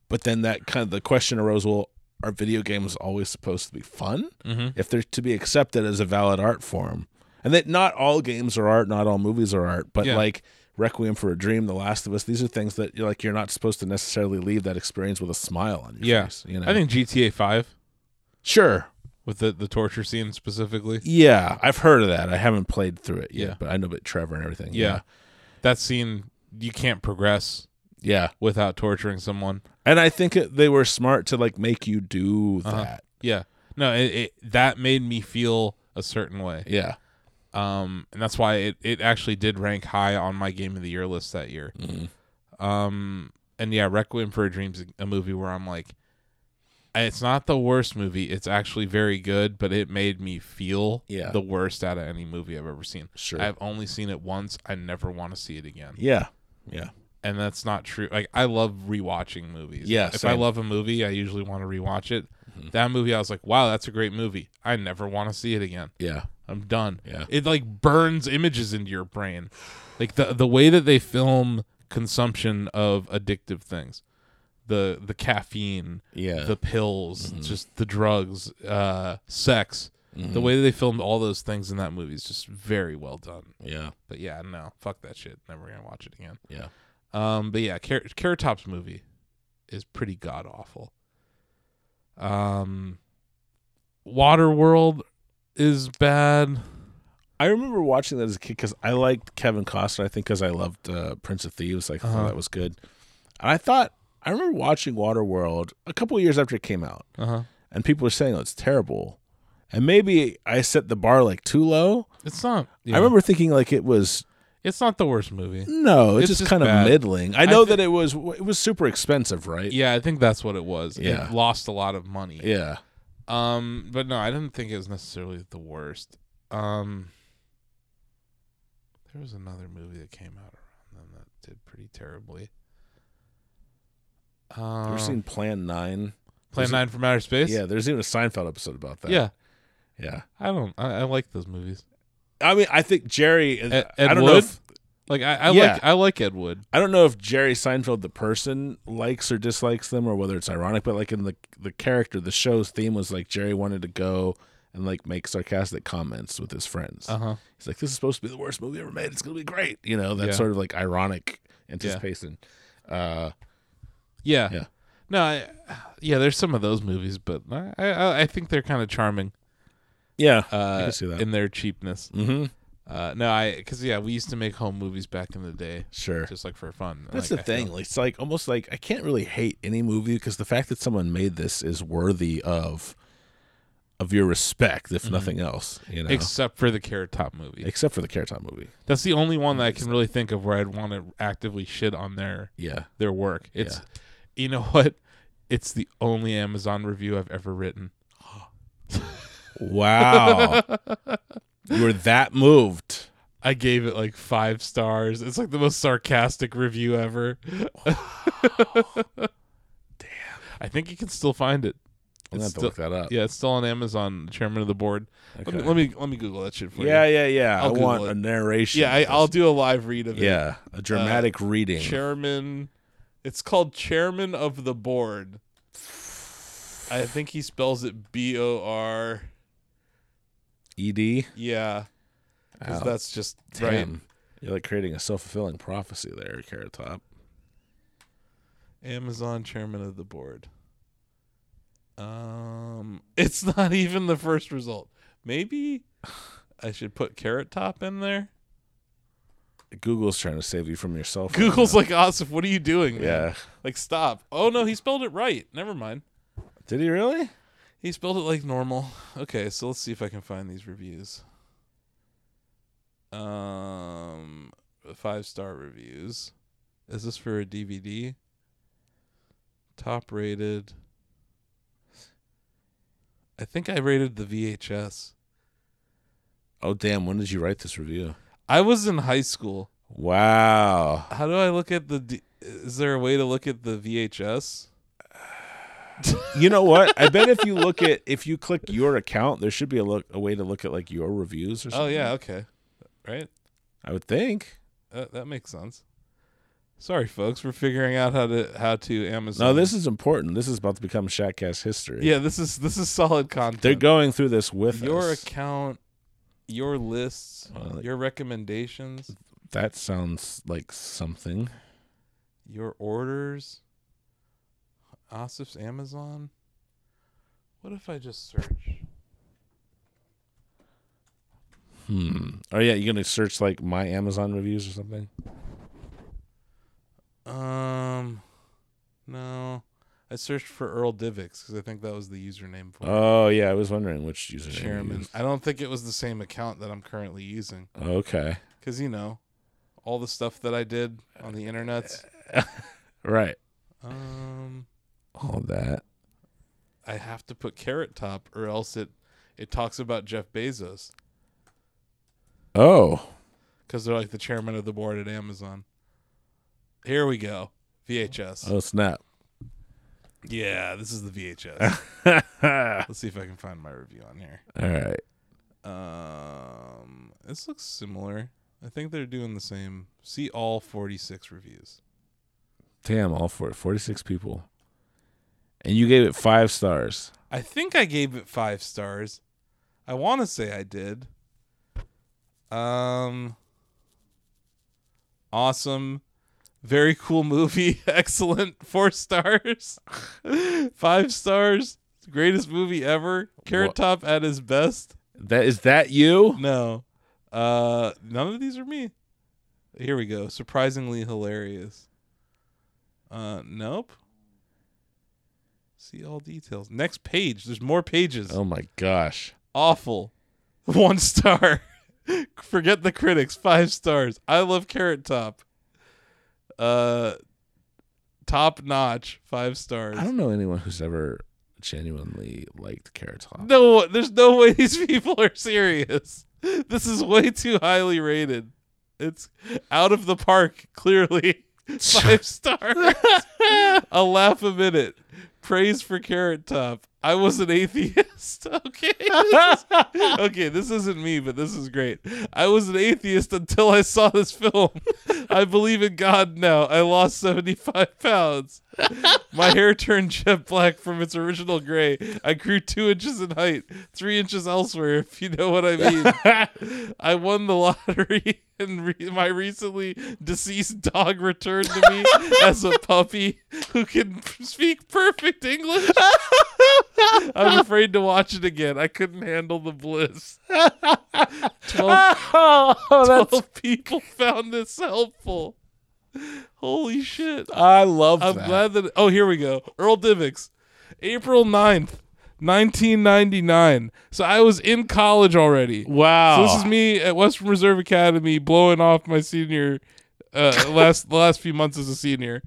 S2: but then that kind of the question arose well are video games always supposed to be fun?
S1: Mm-hmm.
S2: If they're to be accepted as a valid art form, and that not all games are art, not all movies are art, but
S1: Yeah.
S2: like Requiem for a Dream, The Last of Us, these are things that you're like you're not supposed to necessarily leave that experience with a smile on your
S1: Yeah,
S2: face. You know,
S1: I think GTA Five
S2: sure,
S1: with the the torture scene specifically.
S2: yeah, I've heard of that. I haven't played through it yet,
S1: Yeah.
S2: but I know about Trevor and everything.
S1: yeah, that scene you can't progress
S2: yeah.
S1: without torturing someone.
S2: And I think it, they were smart to like make you do that.
S1: Uh-huh. Yeah. No, it, it that made me feel a certain way.
S2: Yeah.
S1: Um and that's why it, it actually did rank high on my game of the year list that year.
S2: Mm-hmm.
S1: Um and yeah, Requiem for a Dream's a movie where I'm like it's not the worst movie. It's actually very good, but it made me feel
S2: Yeah.
S1: the worst out of any movie I've ever seen.
S2: Sure.
S1: I've only seen it once. I never want to see it again.
S2: Yeah. Yeah.
S1: And that's not true. Like I love rewatching movies.
S2: Yeah,
S1: If I
S2: same. Mm-hmm.
S1: love a movie, I usually want to rewatch it. That movie I was like, wow, that's a great movie. I never want to see it again.
S2: Yeah.
S1: I'm done.
S2: Yeah.
S1: It like burns images into your brain. Like the the way that they film consumption of addictive things. The the caffeine,
S2: Yeah. Mm-hmm.
S1: the pills, just the drugs, uh sex.
S2: Mm.
S1: The way that they filmed all those things in that movie is just very well done.
S2: Yeah.
S1: But yeah, no, fuck that shit. Never gonna watch it again.
S2: Yeah.
S1: Um, but yeah, Car- Carrot Top's movie is pretty god awful. Um, Waterworld is bad.
S2: I remember watching that as a kid because I liked Kevin Costner. I think because I loved uh, Prince of Thieves. Like, I thought
S1: Uh-huh.
S2: that was good. And I thought I remember watching Waterworld a couple of years after it came out,
S1: Uh huh.
S2: and people were saying, "Oh, it's terrible." And maybe I set the bar like too low.
S1: It's not. yeah.
S2: I remember thinking like it was
S1: It's not the worst movie.
S2: no, it's,
S1: It's
S2: just,
S1: just
S2: kind
S1: bad.
S2: of middling. I
S1: I
S2: know
S1: thi-
S2: that it was it was super expensive, right?
S1: Yeah, I think that's what it was.
S2: Yeah.
S1: It lost a lot of money.
S2: Yeah.
S1: Um, but no, I didn't think it was necessarily the worst. Um, there was another movie that came out around then that did pretty terribly. Um,
S2: Have you seen Plan Nine?
S1: Plan Nine from Outer Space?
S2: Yeah, there's even a Seinfeld episode about that.
S1: Yeah,
S2: yeah.
S1: I don't. I, I like those movies.
S2: I mean, I think Jerry.
S1: E-, Ed,
S2: I don't know.
S1: Wood.
S2: If,
S1: Like I, I
S2: Yeah.
S1: like I like Ed Wood.
S2: I don't know if Jerry Seinfeld, the person, likes or dislikes them, or whether it's ironic. But like in the the character, the show's theme was like Jerry wanted to go and like make sarcastic comments with his friends.
S1: Uh huh.
S2: He's like, "This is supposed to be the worst movie ever made. It's gonna be great." You know, that
S1: Yeah.
S2: sort of like ironic anticipation. Uh,
S1: Yeah.
S2: Yeah.
S1: No. I, yeah. There's some of those movies, but I I, I think they're kind of charming.
S2: yeah,
S1: Uh,
S2: I can see that.
S1: in their cheapness.
S2: mm-hmm.
S1: Uh, no, I because yeah, we used to make home movies back in the day,
S2: Sure.
S1: just like for fun.
S2: That's
S1: Like,
S2: the
S1: I
S2: thing.
S1: feel-
S2: Like, It's like almost like I can't really hate any movie because the fact that someone made this is worthy of of your respect, if nothing else. You know,
S1: Except for the Carrot Top movie.
S2: except for the Carrot Top movie.
S1: That's the only one that I can really think of where I'd want to actively shit on their
S2: Yeah,
S1: their work. It's you know what? It's the only Amazon review I've ever written.
S2: Wow. you were that moved.
S1: I gave it like five stars. It's like the most sarcastic review ever. Damn. I think you can still find it.
S2: I'm
S1: It's
S2: gonna have to
S1: still-
S2: look that up.
S1: Yeah, it's still on Amazon. Chairman of the board. Let, me,
S2: Okay.
S1: let me let me Google that shit for
S2: yeah,
S1: you.
S2: yeah, yeah. i
S1: I'll Google
S2: want
S1: it.
S2: a narration.
S1: yeah. I, I'll do a live read of it.
S2: yeah, a dramatic reading.
S1: Chairman. It's called Chairman of the Board. I think he spells it B O R.
S2: Ed.
S1: Yeah, 'cause
S2: Ow.
S1: that's just right.
S2: Damn. You're like creating a self fulfilling prophecy there, Carrot Top.
S1: Amazon chairman of the board. Um, it's not even the first result. Maybe I should put Carrot Top in there.
S2: Google's trying to save you from yourself. right
S1: Google's
S2: now.
S1: like, Asif, what are you doing? man?
S2: yeah.
S1: Like, stop. Oh, no, he spelled it right. Never mind.
S2: Did he really?
S1: He spelled it like normal. Okay, so let's see if I can find these reviews. Um, five star reviews. Is this for a DVD? Top rated. I think I rated the VHS.
S2: Oh damn! When did you write this review?
S1: I was in high school.
S2: Wow.
S1: How do I look at the? D- is there a way to look at the VHS?
S2: You know what? I bet if you look at if you click your account, there should be a look a way to look at like your reviews or something.
S1: Oh yeah, okay, right.
S2: I would think.
S1: That, that makes sense. Sorry, folks, we're figuring out how to how to Amazon.
S2: No, this is important. This is about to become Shotcast history.
S1: yeah, this is this is solid content.
S2: They're going through this with
S1: your
S2: us.
S1: account, your lists, your recommendations,
S2: That sounds like something.
S1: your orders, Asif's Amazon. What if I just search?
S2: Oh yeah, you're gonna search like my Amazon reviews or something.
S1: Um, no, I searched for Earl Divix because I think that was the username for it.
S2: Oh yeah, I was wondering which username. you
S1: Chairman.
S2: used.
S1: I don't think it was the same account that I'm currently using
S2: Okay.
S1: because you know all the stuff that I did on the internet's.
S2: Right.
S1: Um,
S2: All that.
S1: I have to put Carrot Top or else it it talks about Jeff Bezos
S2: Oh.
S1: because they're like the chairman of the board at Amazon. Here we go. VHS.
S2: Oh snap.
S1: Yeah, this is the VHS.
S2: All
S1: Let's see if I can find my review on here.
S2: right.
S1: Um, this looks similar. I think they're doing the same. See all 46 reviews.
S2: Damn, all for 46 people. And you gave it five stars.
S1: I think I gave it five stars. I want to say I did. Um, awesome, very cool movie. Excellent, four stars, five stars. Greatest movie ever. Carrot
S2: Wha-
S1: Top at his best.
S2: That is that you?
S1: No, uh, none of these are me. Here we go. Surprisingly hilarious. Uh, nope. See all details. Next page. There's more pages
S2: Oh my gosh.
S1: awful. One star. Forget the critics. Five stars. I love Carrot Top. Uh, top notch. Five
S2: I
S1: stars.
S2: don't know anyone who's ever genuinely liked Carrot Top.
S1: No, there's no way these people are serious. This is way too highly rated. It's out of the park. Clearly, five stars. a laugh a minute. Praise for Carrot Top. I was an atheist. Okay. This is- okay, this isn't me, but this is great. I was an atheist until I saw this film. I believe in God now. I lost 75 pounds. My hair turned jet black from its original gray. I grew two inches in height, three inches elsewhere, if you know what I mean. I won the lottery, and re- my recently deceased dog returned to me as a puppy who can speak perfect English. I'm afraid to watch it again. I couldn't handle the bliss. 12,
S2: Oh,
S1: 12 people found this helpful. Holy shit.
S2: I love
S1: I'm
S2: that.
S1: glad that. Oh, here we go. Earl Divix, April 9th, 1999. So I was in college already.
S2: Wow.
S1: So this is me at Western Reserve Academy blowing off my senior uh, last the last few months as a senior.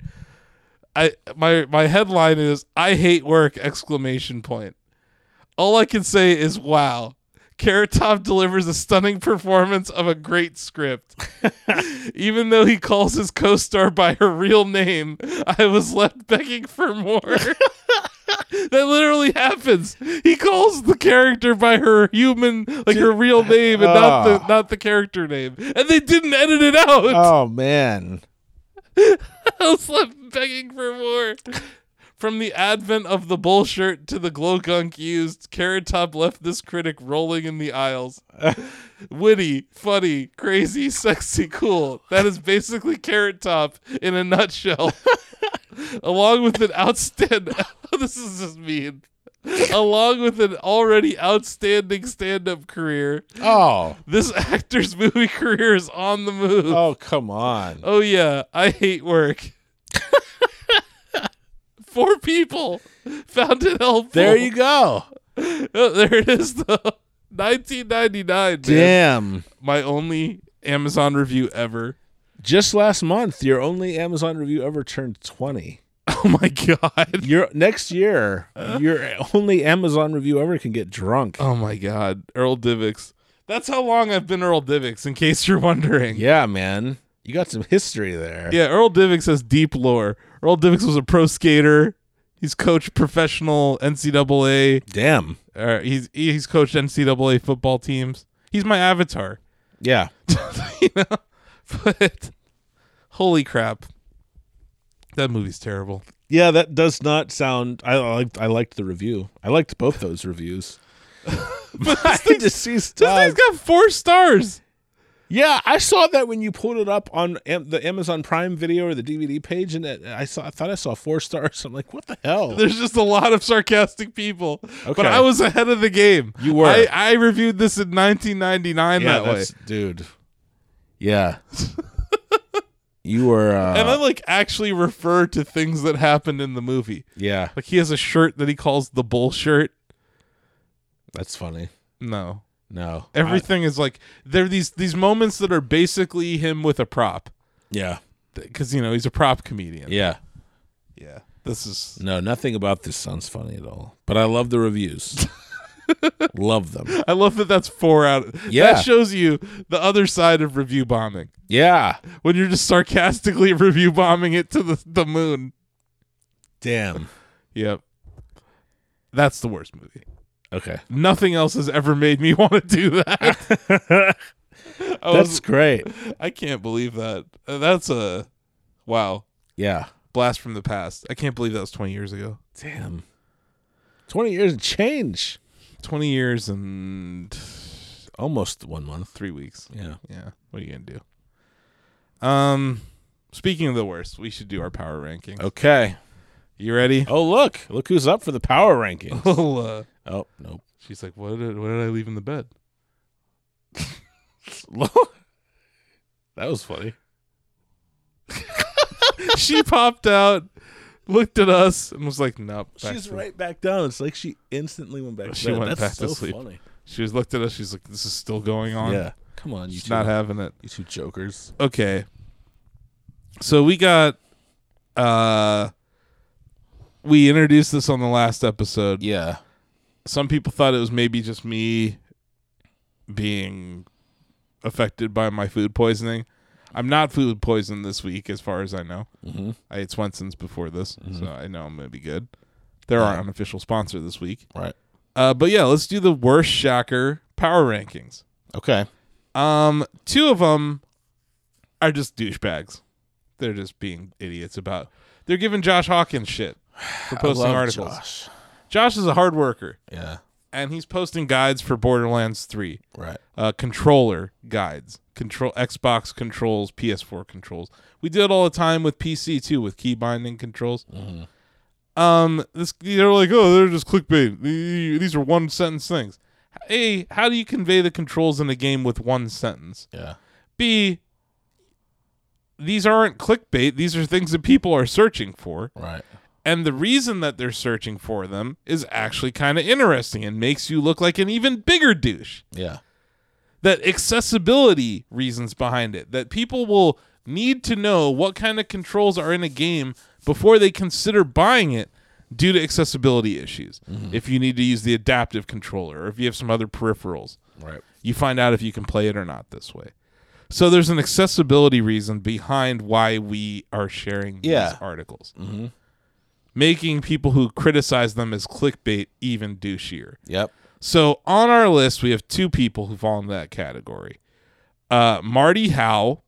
S1: I my my headline is I hate work exclamation point. All I can say is wow. Carrot Top delivers a stunning performance of a great script. Even though he calls his co-star by her real name, I was left begging for more. that literally happens. He calls the character by her human, like her real name, and not the not the character name. And they didn't edit it out.
S2: oh man.
S1: I was left begging for more. From the advent of the bull shirt to the glow gunk used, Carrot Top left this critic rolling in the aisles. Witty, funny, crazy, sexy, cool. That is basically Carrot Top in a nutshell. Along with an outstanding. this is just mean. Along with an already outstanding stand up career,
S2: Oh.
S1: this actor's movie career is on the move.
S2: Oh, come on.
S1: Oh yeah, I hate work. Four people found it helpful.
S2: There you go.
S1: Oh, there it is though. 1999. Man.
S2: Damn.
S1: My only Amazon review ever.
S2: Just last month, your only Amazon review ever turned 20.
S1: Oh my god.
S2: Your next year,
S1: Uh-huh.
S2: your only Amazon review ever can get drunk.
S1: Oh my god. Earl Divix. That's how long I've been Earl Divix, in case you're wondering.
S2: Yeah, man. You got some history there.
S1: Yeah, Earl Divix has deep lore. Earl Divix was a pro skater. He's coached professional NCAA.
S2: Damn.
S1: Or he's he's coached NCAA football teams. He's my avatar.
S2: Yeah.
S1: you know but holy crap That movie's terrible.
S2: Yeah, that does not sound. I liked. I liked the review. I liked both those reviews. I just see
S1: This
S2: stuff.
S1: thing's got four stars.
S2: Yeah, I saw that when you pulled it up on Am- the Amazon Prime Video or the DVD page, and it, I saw. I thought I saw four stars. I'm like, what the hell?
S1: There's just a lot of sarcastic people.
S2: Okay.
S1: But I was ahead of the game.
S2: You were.
S1: I, I reviewed this in 1999
S2: yeah,
S1: that way.
S2: that's- dude. Yeah, you were. Uh,
S1: And I like actually refer to things that happened in the movie.
S2: yeah,
S1: Like he has a shirt that he calls the bull shirt.
S2: that's funny.
S1: No.
S2: No, I-
S1: Everything is like there are these these moments that are basically him with a prop
S2: yeah,
S1: because you know he's a prop comedian.
S2: yeah.
S1: Yeah. This is
S2: No, nothing about this sounds funny at all. But I love the reviews. love them.
S1: I love that that's four out.
S2: Yeah.
S1: That shows you the other side of review bombing
S2: Yeah.
S1: when you're just sarcastically review bombing it to the the moon.
S2: Damn.
S1: Yep. That's the worst movie.
S2: Okay.
S1: Nothing else has ever made me want to do that. I,
S2: That's
S1: was,
S2: great.
S1: I can't believe that. Uh, That's a wow.
S2: Yeah.
S1: Blast from the past. I can't believe that was 20 years ago.
S2: Damn. 20 years and change.
S1: 20 years and
S2: Almost one month.
S1: three weeks.
S2: Yeah.
S1: Yeah. What are you going to do? Um, speaking of the worst, we should do our power ranking.
S2: Okay.
S1: You ready?
S2: Oh, look. Look who's up for the power ranking.
S1: Well, uh,
S2: oh, nope.
S1: she's like, what did, what did I leave in the bed?
S2: that was funny.
S1: she popped out, looked at us, and was like, nope. back
S2: She's
S1: to-
S2: right back down. It's like she instantly went back to
S1: She
S2: bed.
S1: went
S2: That's
S1: back
S2: so
S1: to sleep.
S2: funny.
S1: She was looked at us. She's like, this is still going on.
S2: Yeah. Come on, you
S1: She's
S2: two.
S1: not having it.
S2: you two jokers.
S1: okay. So we got uh we introduced this on the last episode.
S2: Yeah.
S1: Some people thought it was maybe just me being affected by my food poisoning. I'm not food poisoned this week as far as I know.
S2: Mhm.
S1: I ate Swenson's before this, so I know I'm going to be good. They're our unofficial sponsor this week.
S2: Right.
S1: Uh but yeah, let's do the worst shocker power rankings.
S2: Okay.
S1: Um, two of them are just douchebags. They're just being idiots about. They're giving Josh Hawkins shit for posting
S2: love
S1: articles. Josh.
S2: Josh.
S1: is a hard worker,
S2: Yeah.
S1: and he's posting guides for Borderlands Three,
S2: Right.
S1: uh, controller guides, control Xbox controls, PS4 controls. We do it all the time with PC too, with key binding controls. Um, this they're like, oh, they're just clickbait. These are one sentence things. A, how do you convey the controls in a game with one sentence?
S2: Yeah.
S1: B, these aren't clickbait. These are things that people are searching for.
S2: Right.
S1: And the reason that they're searching for them is actually kind of interesting and makes you look like an even bigger douche.
S2: Yeah.
S1: That accessibility reasons behind it, that people will need to know what kind of controls are in a game before they consider buying it due to accessibility issues. If you need to use the adaptive controller or if you have some other peripherals
S2: Right.
S1: you find out if you can play it or not this way. So there's an accessibility reason behind why we are sharing these
S2: Yeah. Mm-hmm.
S1: articles, making people who criticize them as clickbait even douchier.
S2: Yep.
S1: So on our list, we have two people who fall into that category: uh, Marty Howe.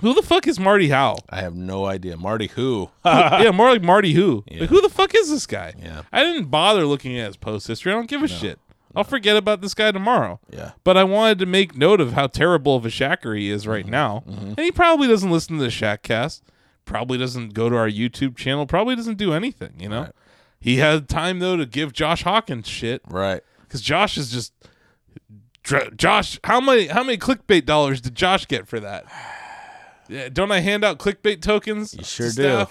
S1: Who the fuck is Marty Howe?
S2: I have no idea. Marty who?
S1: yeah, more like Marty Who.
S2: Yeah.
S1: Like, who the fuck is this guy?
S2: Yeah.
S1: I didn't bother looking at his post history. I don't give a shit. I'll forget about this guy tomorrow.
S2: Yeah.
S1: But I wanted to make note of how terrible of a shacker he is right now. And he probably doesn't listen to the Shackcast, probably doesn't go to our YouTube channel, probably doesn't do anything, you know? He had time, though, to give Josh Hawkins shit
S2: Right.
S1: because Josh is just. Dr- Josh, how many how many clickbait dollars did Josh get for that? Yeah, don't I hand out clickbait tokens? You
S2: sure do.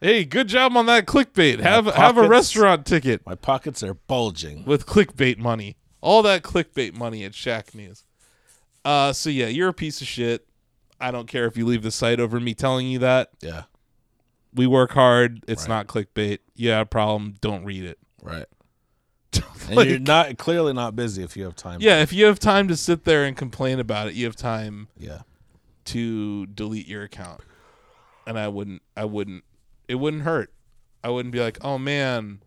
S1: Hey, good job on that clickbait. have have a
S2: pockets-
S1: restaurant ticket
S2: My pockets are bulging.
S1: with clickbait money. All that clickbait money at Shack News. Uh, so yeah, you're a piece of shit. I don't care if you leave the site over me telling you that.
S2: Yeah.
S1: We work hard. It's
S2: Right.
S1: not clickbait. You have a problem. Don't read it.
S2: Right. And
S1: Like,
S2: you're not clearly not busy if you have time.
S1: yeah, if you have time to sit there and complain about it, you have time
S2: Yeah.
S1: to delete your account. And I wouldn't. I wouldn't. It wouldn't hurt. I wouldn't be like, oh man,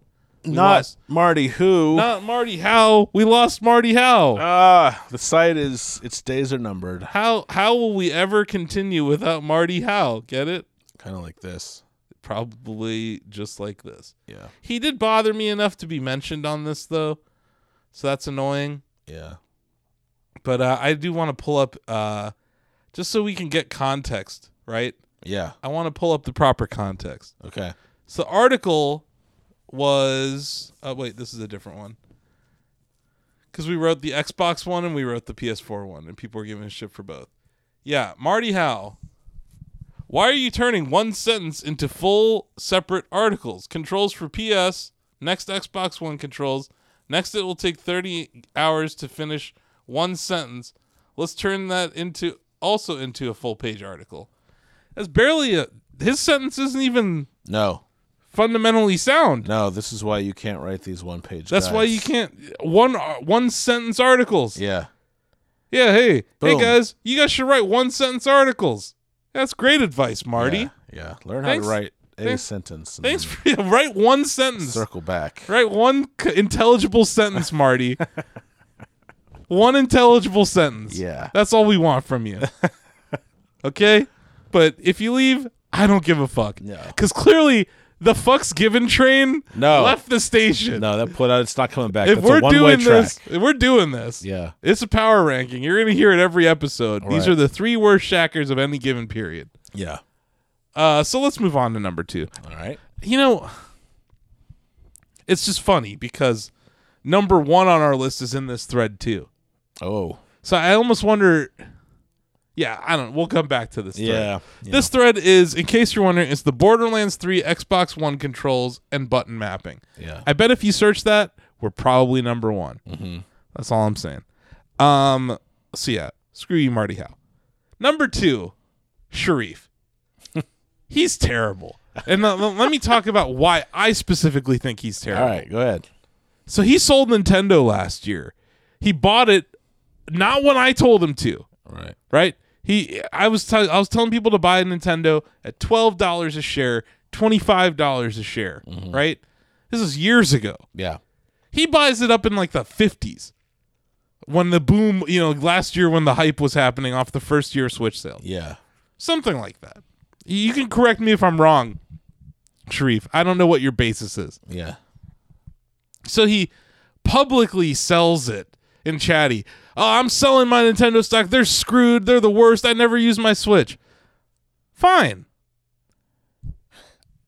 S1: we
S2: not
S1: lost-
S2: Marty who?
S1: not Marty Howe. We lost Marty Howe.
S2: Ah, the site is its days are numbered.
S1: How how will we ever continue without Marty Howe? Get it?
S2: kind of like this.
S1: Probably just like this.
S2: Yeah.
S1: He did bother me enough to be mentioned on this though, so that's annoying.
S2: Yeah.
S1: But uh, I do want to pull up uh, just so we can get context, right?
S2: Yeah.
S1: I want to pull up the proper context.
S2: Okay.
S1: So the article was oh wait, this is a different one. Cuz we wrote the Xbox one and we wrote the PS4 one and people were giving us shit for both. Yeah, Marty Howe. Why are you turning one sentence into full separate articles? Controls for PS, next Xbox one controls. Next it will take 30 hours to finish one sentence. Let's turn that into also into a full page article. That's barely a his sentence isn't even
S2: No.
S1: fundamentally sound.
S2: No, this is why you can't write these one page
S1: That's why you can't one one sentence articles. Yeah,
S2: Yeah.
S1: hey, hey
S2: Boom.
S1: guys, you guys should write one sentence articles. That's great advice, Marty.
S2: Yeah. yeah. Learn
S1: Thanks-
S2: how to write a
S1: thanks-
S2: sentence. And
S1: Thanks
S2: then
S1: for write one sentence.
S2: circle back.
S1: Write one c- intelligible sentence, Marty. one intelligible sentence.
S2: Yeah.
S1: That's all we want from you. okay? But if you leave, I don't give a fuck.
S2: No.
S1: Cuz clearly the fucks given train
S2: No.
S1: left the station.
S2: No, that put out. It's not coming back.
S1: if
S2: That's
S1: we're
S2: a one way
S1: doing
S2: track.
S1: this, if we're doing this.
S2: Yeah.
S1: It's a power ranking. You're going to hear it every episode. These
S2: right.
S1: are the three worst shackers of any given period.
S2: Yeah.
S1: Uh, so let's move on to number two.
S2: All right.
S1: You know, it's just funny because number one on our list is in this thread too.
S2: Oh.
S1: So I almost wonder. Yeah, I don't. We'll come back to this. Thread.
S2: Yeah.
S1: This thread is, in case you're wondering, it's the Borderlands 3 Xbox One controls and button mapping.
S2: Yeah.
S1: I bet if you search that, we're probably number one. Mm-hmm. That's all I'm saying. Um. So yeah, screw you, Marty Howe. Number two, Sharif. he's terrible. And uh, let- let me talk about why I specifically think he's terrible.
S2: All right. Go ahead.
S1: So he sold Nintendo last year. He bought it not when I told him to
S2: All right.
S1: right? He, I was, tell I was telling people to buy a Nintendo at twelve dollars a share, twenty five dollars a share,
S2: Mm-hmm.
S1: right? This is years ago.
S2: Yeah.
S1: He buys it up in like the fifties, when the boom, you know, last year when the hype was happening off the first year Switch sale,
S2: Yeah.
S1: something like that. You can correct me if I'm wrong, Sharif. I don't know what your basis is.
S2: Yeah.
S1: So he publicly sells it in chatty. Oh, I'm selling my Nintendo stock. They're screwed. They're the worst. I never use my Switch. Fine.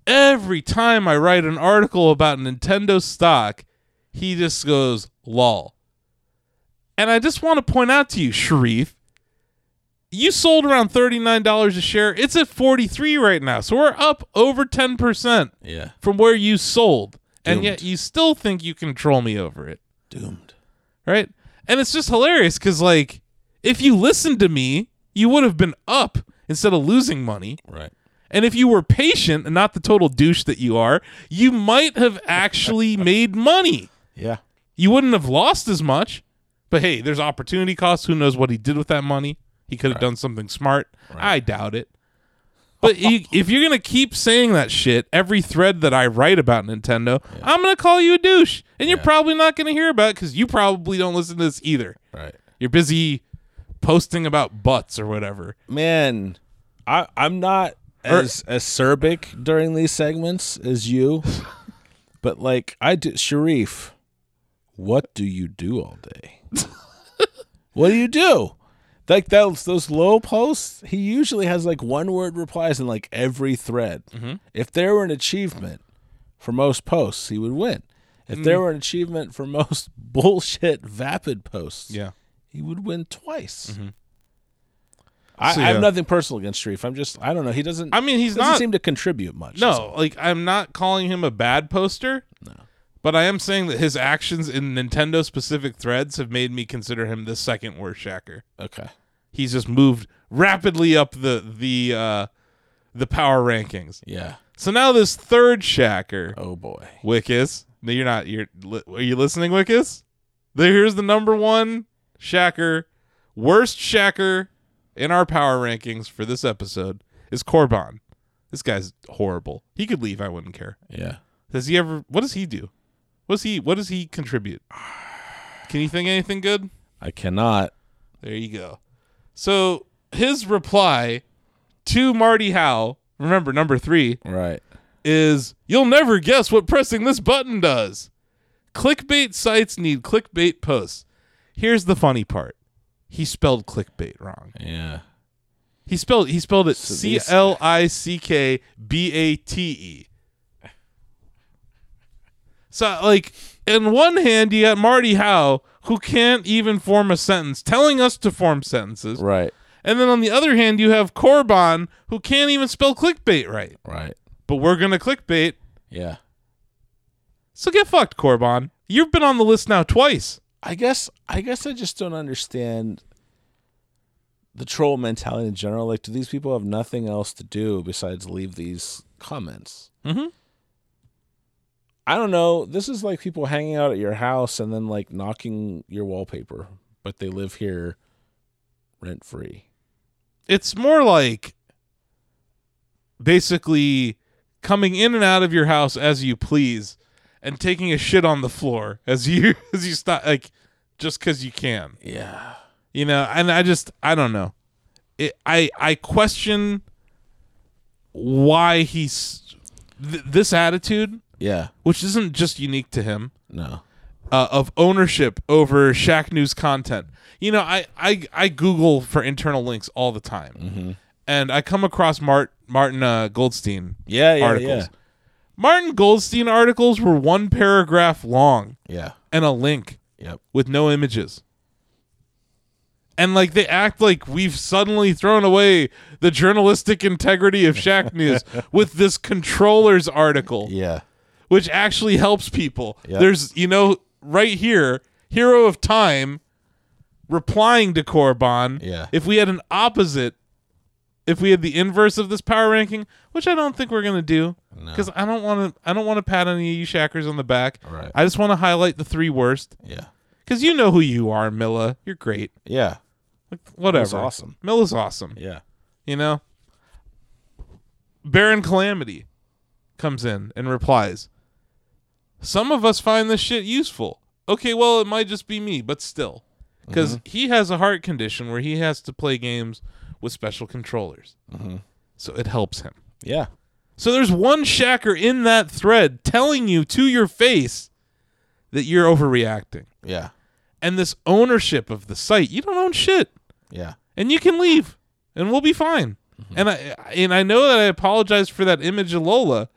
S1: Every time I write an article about Nintendo stock, he just goes, lol. And I just want to point out to you, Sharif, you sold around $39 a share. It's at 43 right now. So we're up over 10%
S2: Yeah.
S1: from where you sold, and
S2: Doomed.
S1: yet you still think you control me over it,
S2: Doomed.
S1: right? And it's just hilarious because, like, if you listened to me, you would have been up instead of losing money.
S2: Right.
S1: And if you were patient and not the total douche that you are, you might have actually made money.
S2: Yeah.
S1: You wouldn't have lost as much. But hey, there's opportunity cost. Who knows what he did with that money? He could have done something smart. I doubt it. But you, if you're gonna keep saying that shit every thread that I write about Nintendo, I'm gonna call you a douche, and you're probably not gonna hear about it because you probably don't listen to this either.
S2: Right.
S1: You're busy posting about butts or whatever.
S2: man i i'm not as acerbic during these segments as you but like i do sharif what do you do all day what do you do like those those low posts he usually has like one word replies in like every thread if there were an achievement for most posts he would win if there were an achievement for most bullshit vapid posts he would win twice. I,
S1: Mm-hmm. So,
S2: I have
S1: yeah.
S2: nothing personal against Sharif. I'm just I don't know. He doesn't.
S1: I mean, he's
S2: doesn't
S1: not-
S2: seem to contribute much. is all.
S1: No, like I'm not calling him a bad poster. No. But I am saying that his actions in Nintendo specific threads have made me consider him the second worst shacker.
S2: Okay.
S1: He's just moved rapidly up the the uh the power rankings.
S2: Yeah.
S1: So now this third shacker,
S2: Oh boy.
S1: Wickus. No, you're not. You're. li- Are you listening, Wickus? There, here's the number one shacker, worst shacker in our power rankings for this episode is Corban. This guy's horrible. He could leave. I wouldn't care.
S2: Yeah.
S1: Does he ever? What does he do? What's he? What does he contribute? Can you think anything good?
S2: I cannot.
S1: There you go. So his reply to Marty Howe Remember, number three
S2: Right.
S1: is you'll never guess what pressing this button does. Clickbait sites need clickbait posts. Here's the funny part. He spelled clickbait wrong.
S2: Yeah.
S1: He spelled he spelled it C
S2: these-
S1: L I C K B A T E. So like in one hand you got Marty Howe who can't even form a sentence telling us to form sentences.
S2: Right.
S1: And then on the other hand you have Corbon who can't even spell clickbait right.
S2: Right.
S1: But we're going to clickbait.
S2: Yeah.
S1: So get fucked Corbon. You've been on the list now twice.
S2: I guess I guess I just don't understand the troll mentality in general. Like, do these people have nothing else to do besides leave these comments?
S1: Mhm.
S2: I don't know. This is like people hanging out at your house and then like knocking your wallpaper, but they live here rent free.
S1: It's more like basically coming in and out of your house as you please and taking a shit on the floor as you as you stop like just cuz you can.
S2: Yeah.
S1: You know, and I just I don't know. It, I I question why he's th- this attitude
S2: Yeah.
S1: which isn't just unique to him.
S2: No.
S1: uh, of ownership over Shack News content. You know, I I, I Google for internal links all the time, and I come across Mart Martin uh, Goldstein
S2: Yeah. Yeah.
S1: articles. Martin Goldstein articles were one paragraph long
S2: Yeah. Yeah.
S1: and a link
S2: Yep.
S1: with no images. And like they act like we've suddenly thrown away the journalistic integrity of Shack News with this controller's article
S2: Yeah.
S1: which actually helps people.
S2: Yeah.
S1: There's, you know, right here, Hero of Time replying to Korriban.
S2: Yeah.
S1: If we had an opposite, if we had the inverse of this power ranking, which I don't think we're gonna do, because I don't want to. I don't want to pat any of you shackers on the back.
S2: Right.
S1: I just want to highlight the three worst,
S2: Yeah.
S1: because you know who you are, Milla. You're great.
S2: Yeah.
S1: Like whatever.
S2: awesome.
S1: Milla's awesome.
S2: Yeah.
S1: You know? Baron Calamity comes in and replies Some of us find this shit useful. Okay, well, it might just be me, but still. Because he has a heart condition where he has to play games with special controllers. So it helps him.
S2: Yeah.
S1: So there's one shacker in that thread telling you to your face that you're overreacting.
S2: Yeah.
S1: And this ownership of the site, you don't own shit
S2: Yeah.
S1: and you can leave and we'll be fine
S2: Mm-hmm.
S1: and i and i know that i apologize for that image of lola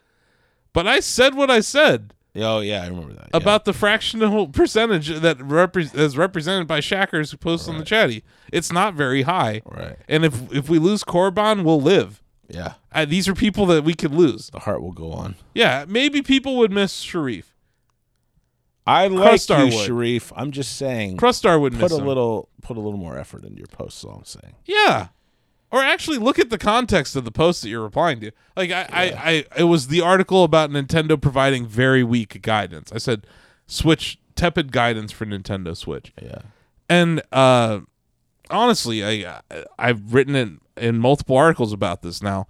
S1: but i said what i said
S2: Oh yeah, I remember that. Yeah.
S1: about the fractional percentage that repre- is represented by shackers who post on the chatty it's not very high
S2: Right.
S1: and if if we lose Corbon, we'll live
S2: yeah.
S1: I, these are people that we could lose
S2: The heart will go on.
S1: yeah maybe people would miss sharif
S2: I like
S1: Crustar
S2: you,
S1: would.
S2: Sharif. I'm just saying,
S1: crustar would
S2: put
S1: miss
S2: a
S1: him.
S2: little put a little more effort into your posts. is All I'm saying.
S1: Yeah. Or actually look at the context of the post that you're replying to. Like I, I, I it was the article about Nintendo providing very weak guidance. I said Switch tepid guidance for Nintendo Switch.
S2: Yeah.
S1: And uh honestly, I I- I've written in, in multiple articles about this now.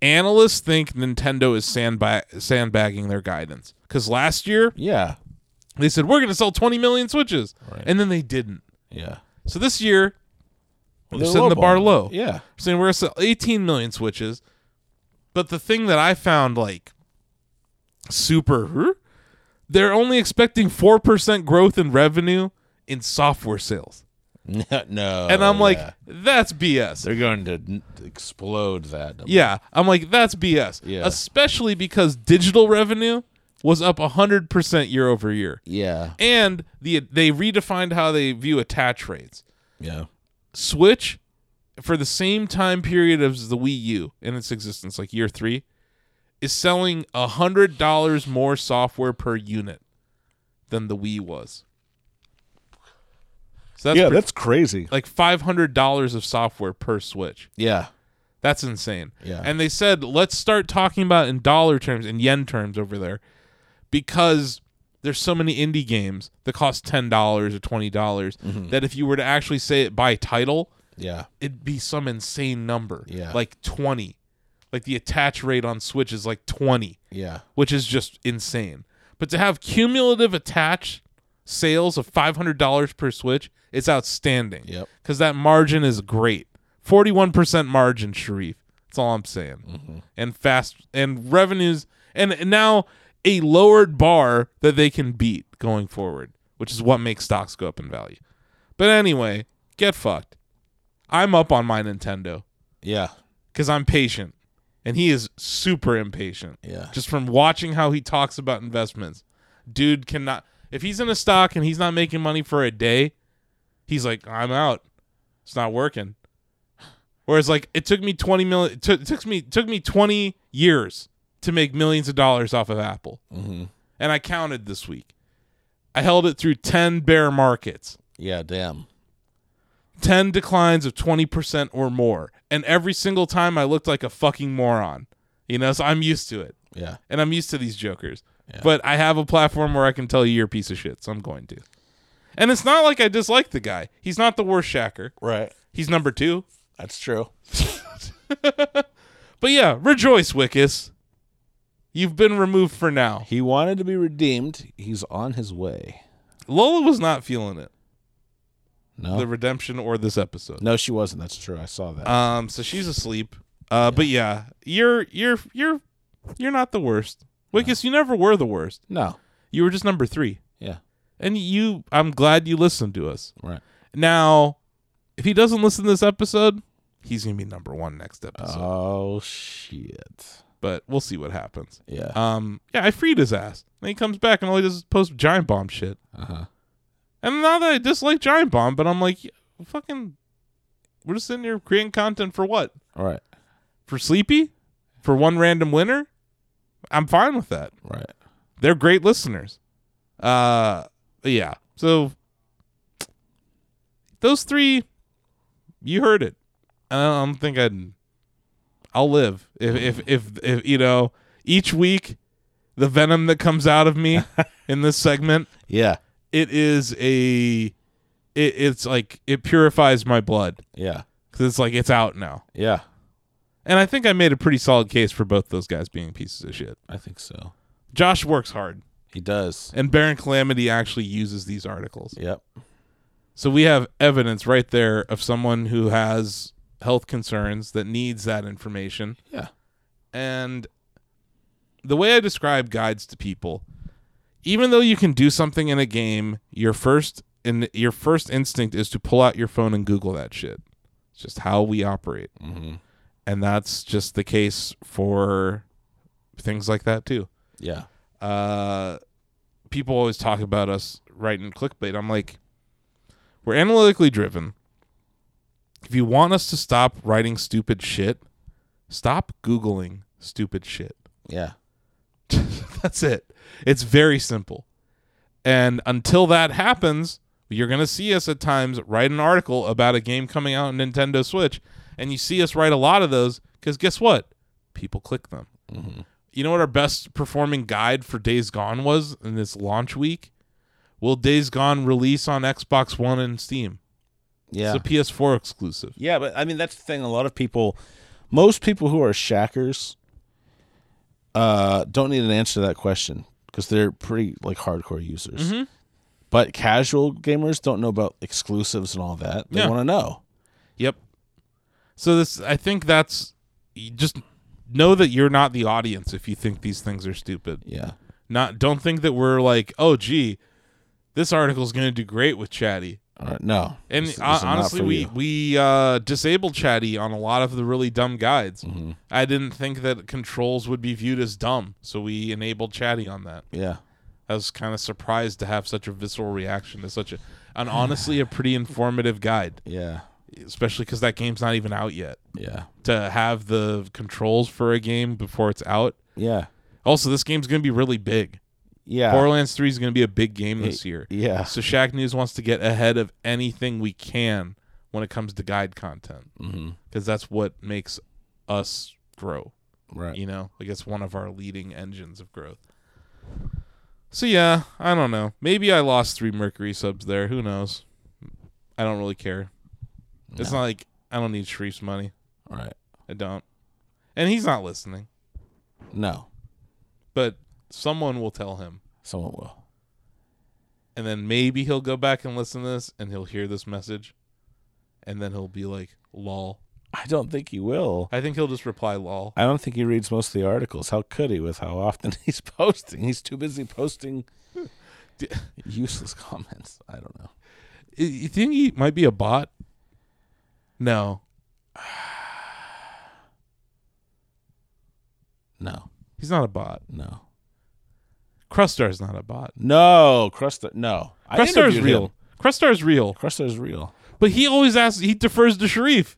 S1: Analysts think Nintendo is sandbag, sandbagging their guidance cuz last year
S2: Yeah.
S1: they said we're going to sell 20 million Switches
S2: Right.
S1: and then they didn't.
S2: Yeah.
S1: So this year they're,
S2: They're
S1: setting the bar
S2: lowballing it.
S1: low
S2: Yeah.
S1: saying we're gonna sell 18 million switches but the thing that i found like super huh? they're only expecting 4% growth in revenue in software sales
S2: no.
S1: and i'm like
S2: Oh, yeah.
S1: that's bs
S2: they're going to n- explode that. number.
S1: yeah i'm like that's bs
S2: Yeah.
S1: especially because digital revenue was up 100% year over year
S2: Yeah.
S1: and the they redefined how they view attach rates
S2: Yeah.
S1: Switch for the same time period as the Wii U in its existence, like year three, is selling a hundred dollars more software per unit than the Wii was. So that's,
S2: yeah.
S1: pre-
S2: That's crazy.
S1: like five hundred dollars of software per Switch.
S2: Yeah.
S1: That's insane.
S2: Yeah.
S1: And they said, let's start talking about in dollar terms and yen terms over there because there's so many indie games that cost $10 or $20 dollars
S2: Mm-hmm.
S1: that if you were to actually say it by title,
S2: Yeah.
S1: it'd be some insane number.
S2: Yeah.
S1: Like 20. Like the attach rate on Switch is like 20,
S2: Yeah.
S1: which is just insane. But to have cumulative attach sales of $500 per Switch, it's outstanding.
S2: Yep.
S1: Because that margin is great. 41% margin, Sharif. That's all I'm saying. And fast and revenues and now a lowered bar that they can beat going forward, which is what makes stocks go up in value. But anyway, get fucked. I'm up on my Nintendo
S2: Yeah.
S1: because I'm patient, and he is super impatient.
S2: Yeah.
S1: Just from watching how he talks about investments, dude cannot. If he's in a stock and he's not making money for a day, he's like, I'm out. It's not working. Whereas, like, it took me twenty million. It took, it took me took me twenty years to make millions of dollars off of Apple, and I counted this week. I held it through ten bear markets.
S2: Yeah. Damn.
S1: 10 declines of 20% or more. And every single time I looked like a fucking moron. You know, so I'm used to it.
S2: Yeah.
S1: And I'm used to these jokers. But I have a platform where I can tell you you're a piece of shit, so I'm going to. And it's not like I dislike the guy. He's not the worst shacker.
S2: Right.
S1: He's number two.
S2: That's true.
S1: But yeah, rejoice, Wickus. You've been removed for now.
S2: He wanted to be redeemed. He's on his way.
S1: Lola was not feeling it.
S2: No.
S1: The redemption or this episode.
S2: no, she wasn't. That's true. I saw that.
S1: Um, so she's asleep. Uh, but yeah, you're you're you're you're not the worst. Wickus, you never were the worst.
S2: no.
S1: You were just number three,
S2: Yeah.
S1: and you. I'm glad you listened to us.
S2: Right.
S1: Now, if he doesn't listen to this episode, he's gonna be number one next episode.
S2: Oh shit.
S1: but we'll see what happens.
S2: Yeah.
S1: Um, yeah, I freed his ass. Then he comes back and all he does is post giant bomb shit.
S2: Uh huh.
S1: And not that I dislike giant bomb, but I'm like, fucking, we're just sitting here creating content for what?
S2: All right.
S1: for Sleepy, for one random winner, I'm fine with that.
S2: Right.
S1: They're great listeners. Uh, yeah. So those three, you heard it. I don't, I don't think I'd. I'll live if, if if if you know each week, the venom that comes out of me in this segment,
S2: Yeah.
S1: it is a, it, it's like it purifies my blood
S2: Yeah.
S1: because it's like it's out now.
S2: Yeah.
S1: And I think I made a pretty solid case for both those guys being pieces of shit.
S2: I think so.
S1: Josh works hard,
S2: He does.
S1: and Baron Calamity actually uses these articles.
S2: Yep.
S1: So we have evidence right there of someone who has health concerns that needs that information.
S2: Yeah.
S1: And the way I describe guides to people, even though you can do something in a game, your first and your first instinct is to pull out your phone and Google that shit. It's just how we operate, and that's just the case for things like that too.
S2: Yeah.
S1: Uh, people always talk about us writing clickbait. I'm like, we're analytically driven. If you want us to stop writing stupid shit, stop Googling stupid shit.
S2: Yeah.
S1: That's it. It's very simple. And until that happens, you're going to see us at times write an article about a game coming out on Nintendo Switch. And you see us write a lot of those because guess what? People click them. You know what our best performing guide for Days Gone was in this launch week? Will Days Gone release on Xbox One and Steam?
S2: Yeah.
S1: It's a PS4 exclusive.
S2: Yeah, but I mean that's the thing. A lot of people, most people who are shackers, uh, don't need an answer to that question because they're pretty like hardcore users. But casual gamers don't know about exclusives and all that. They
S1: Yeah.
S2: want to know.
S1: Yep. So this, I think that's you just know that you're not the audience if you think these things are stupid.
S2: Yeah.
S1: Not don't think that we're like, oh, gee, this article's gonna do great with Chatty.
S2: All right. No.
S1: And
S2: This-
S1: hon-
S2: this is not
S1: honestly,
S2: for
S1: we
S2: you.
S1: we uh, disabled Chatty on a lot of the really dumb guides.
S2: Mm-hmm.
S1: I didn't think that controls would be viewed as dumb, so we enabled Chatty on that.
S2: yeah.
S1: I was kind of surprised to have such a visceral reaction to such a, and honestly, a pretty informative guide,
S2: Yeah.
S1: especially because that game's not even out yet
S2: Yeah.
S1: to have the controls for a game before it's out.
S2: Yeah.
S1: Also, this game's going to be really big.
S2: Yeah.
S1: Borderlands 3 is going to be a big game this year.
S2: yeah.
S1: So Shack News wants to get ahead of anything we can when it comes to guide content because
S2: Mm-hmm.
S1: that's what makes us grow.
S2: Right.
S1: You know, like it's one of our leading engines of growth. So yeah, I don't know. Maybe I lost three Mercury subs there. Who knows? I don't really care. It's not like I don't need Sharif's money.
S2: All right.
S1: I don't. And he's not listening,
S2: No.
S1: but someone will tell him.
S2: Someone will.
S1: And then maybe he'll go back and listen to this and he'll hear this message. And then he'll be like, lol.
S2: I don't think he will.
S1: I think he'll just reply lol.
S2: I don't think he reads most of the articles. How could he with how often he's posting? He's too busy posting useless comments. I don't know.
S1: Y- You think he might be a bot? No.
S2: No,
S1: He's not a bot.
S2: no,
S1: Crustar's not a bot.
S2: no. Crustar, no. I
S1: Crustar's
S2: interviewed
S1: real.
S2: him.
S1: Crustar's real.
S2: Crustar's real.
S1: But he always asks he defers to Sharif.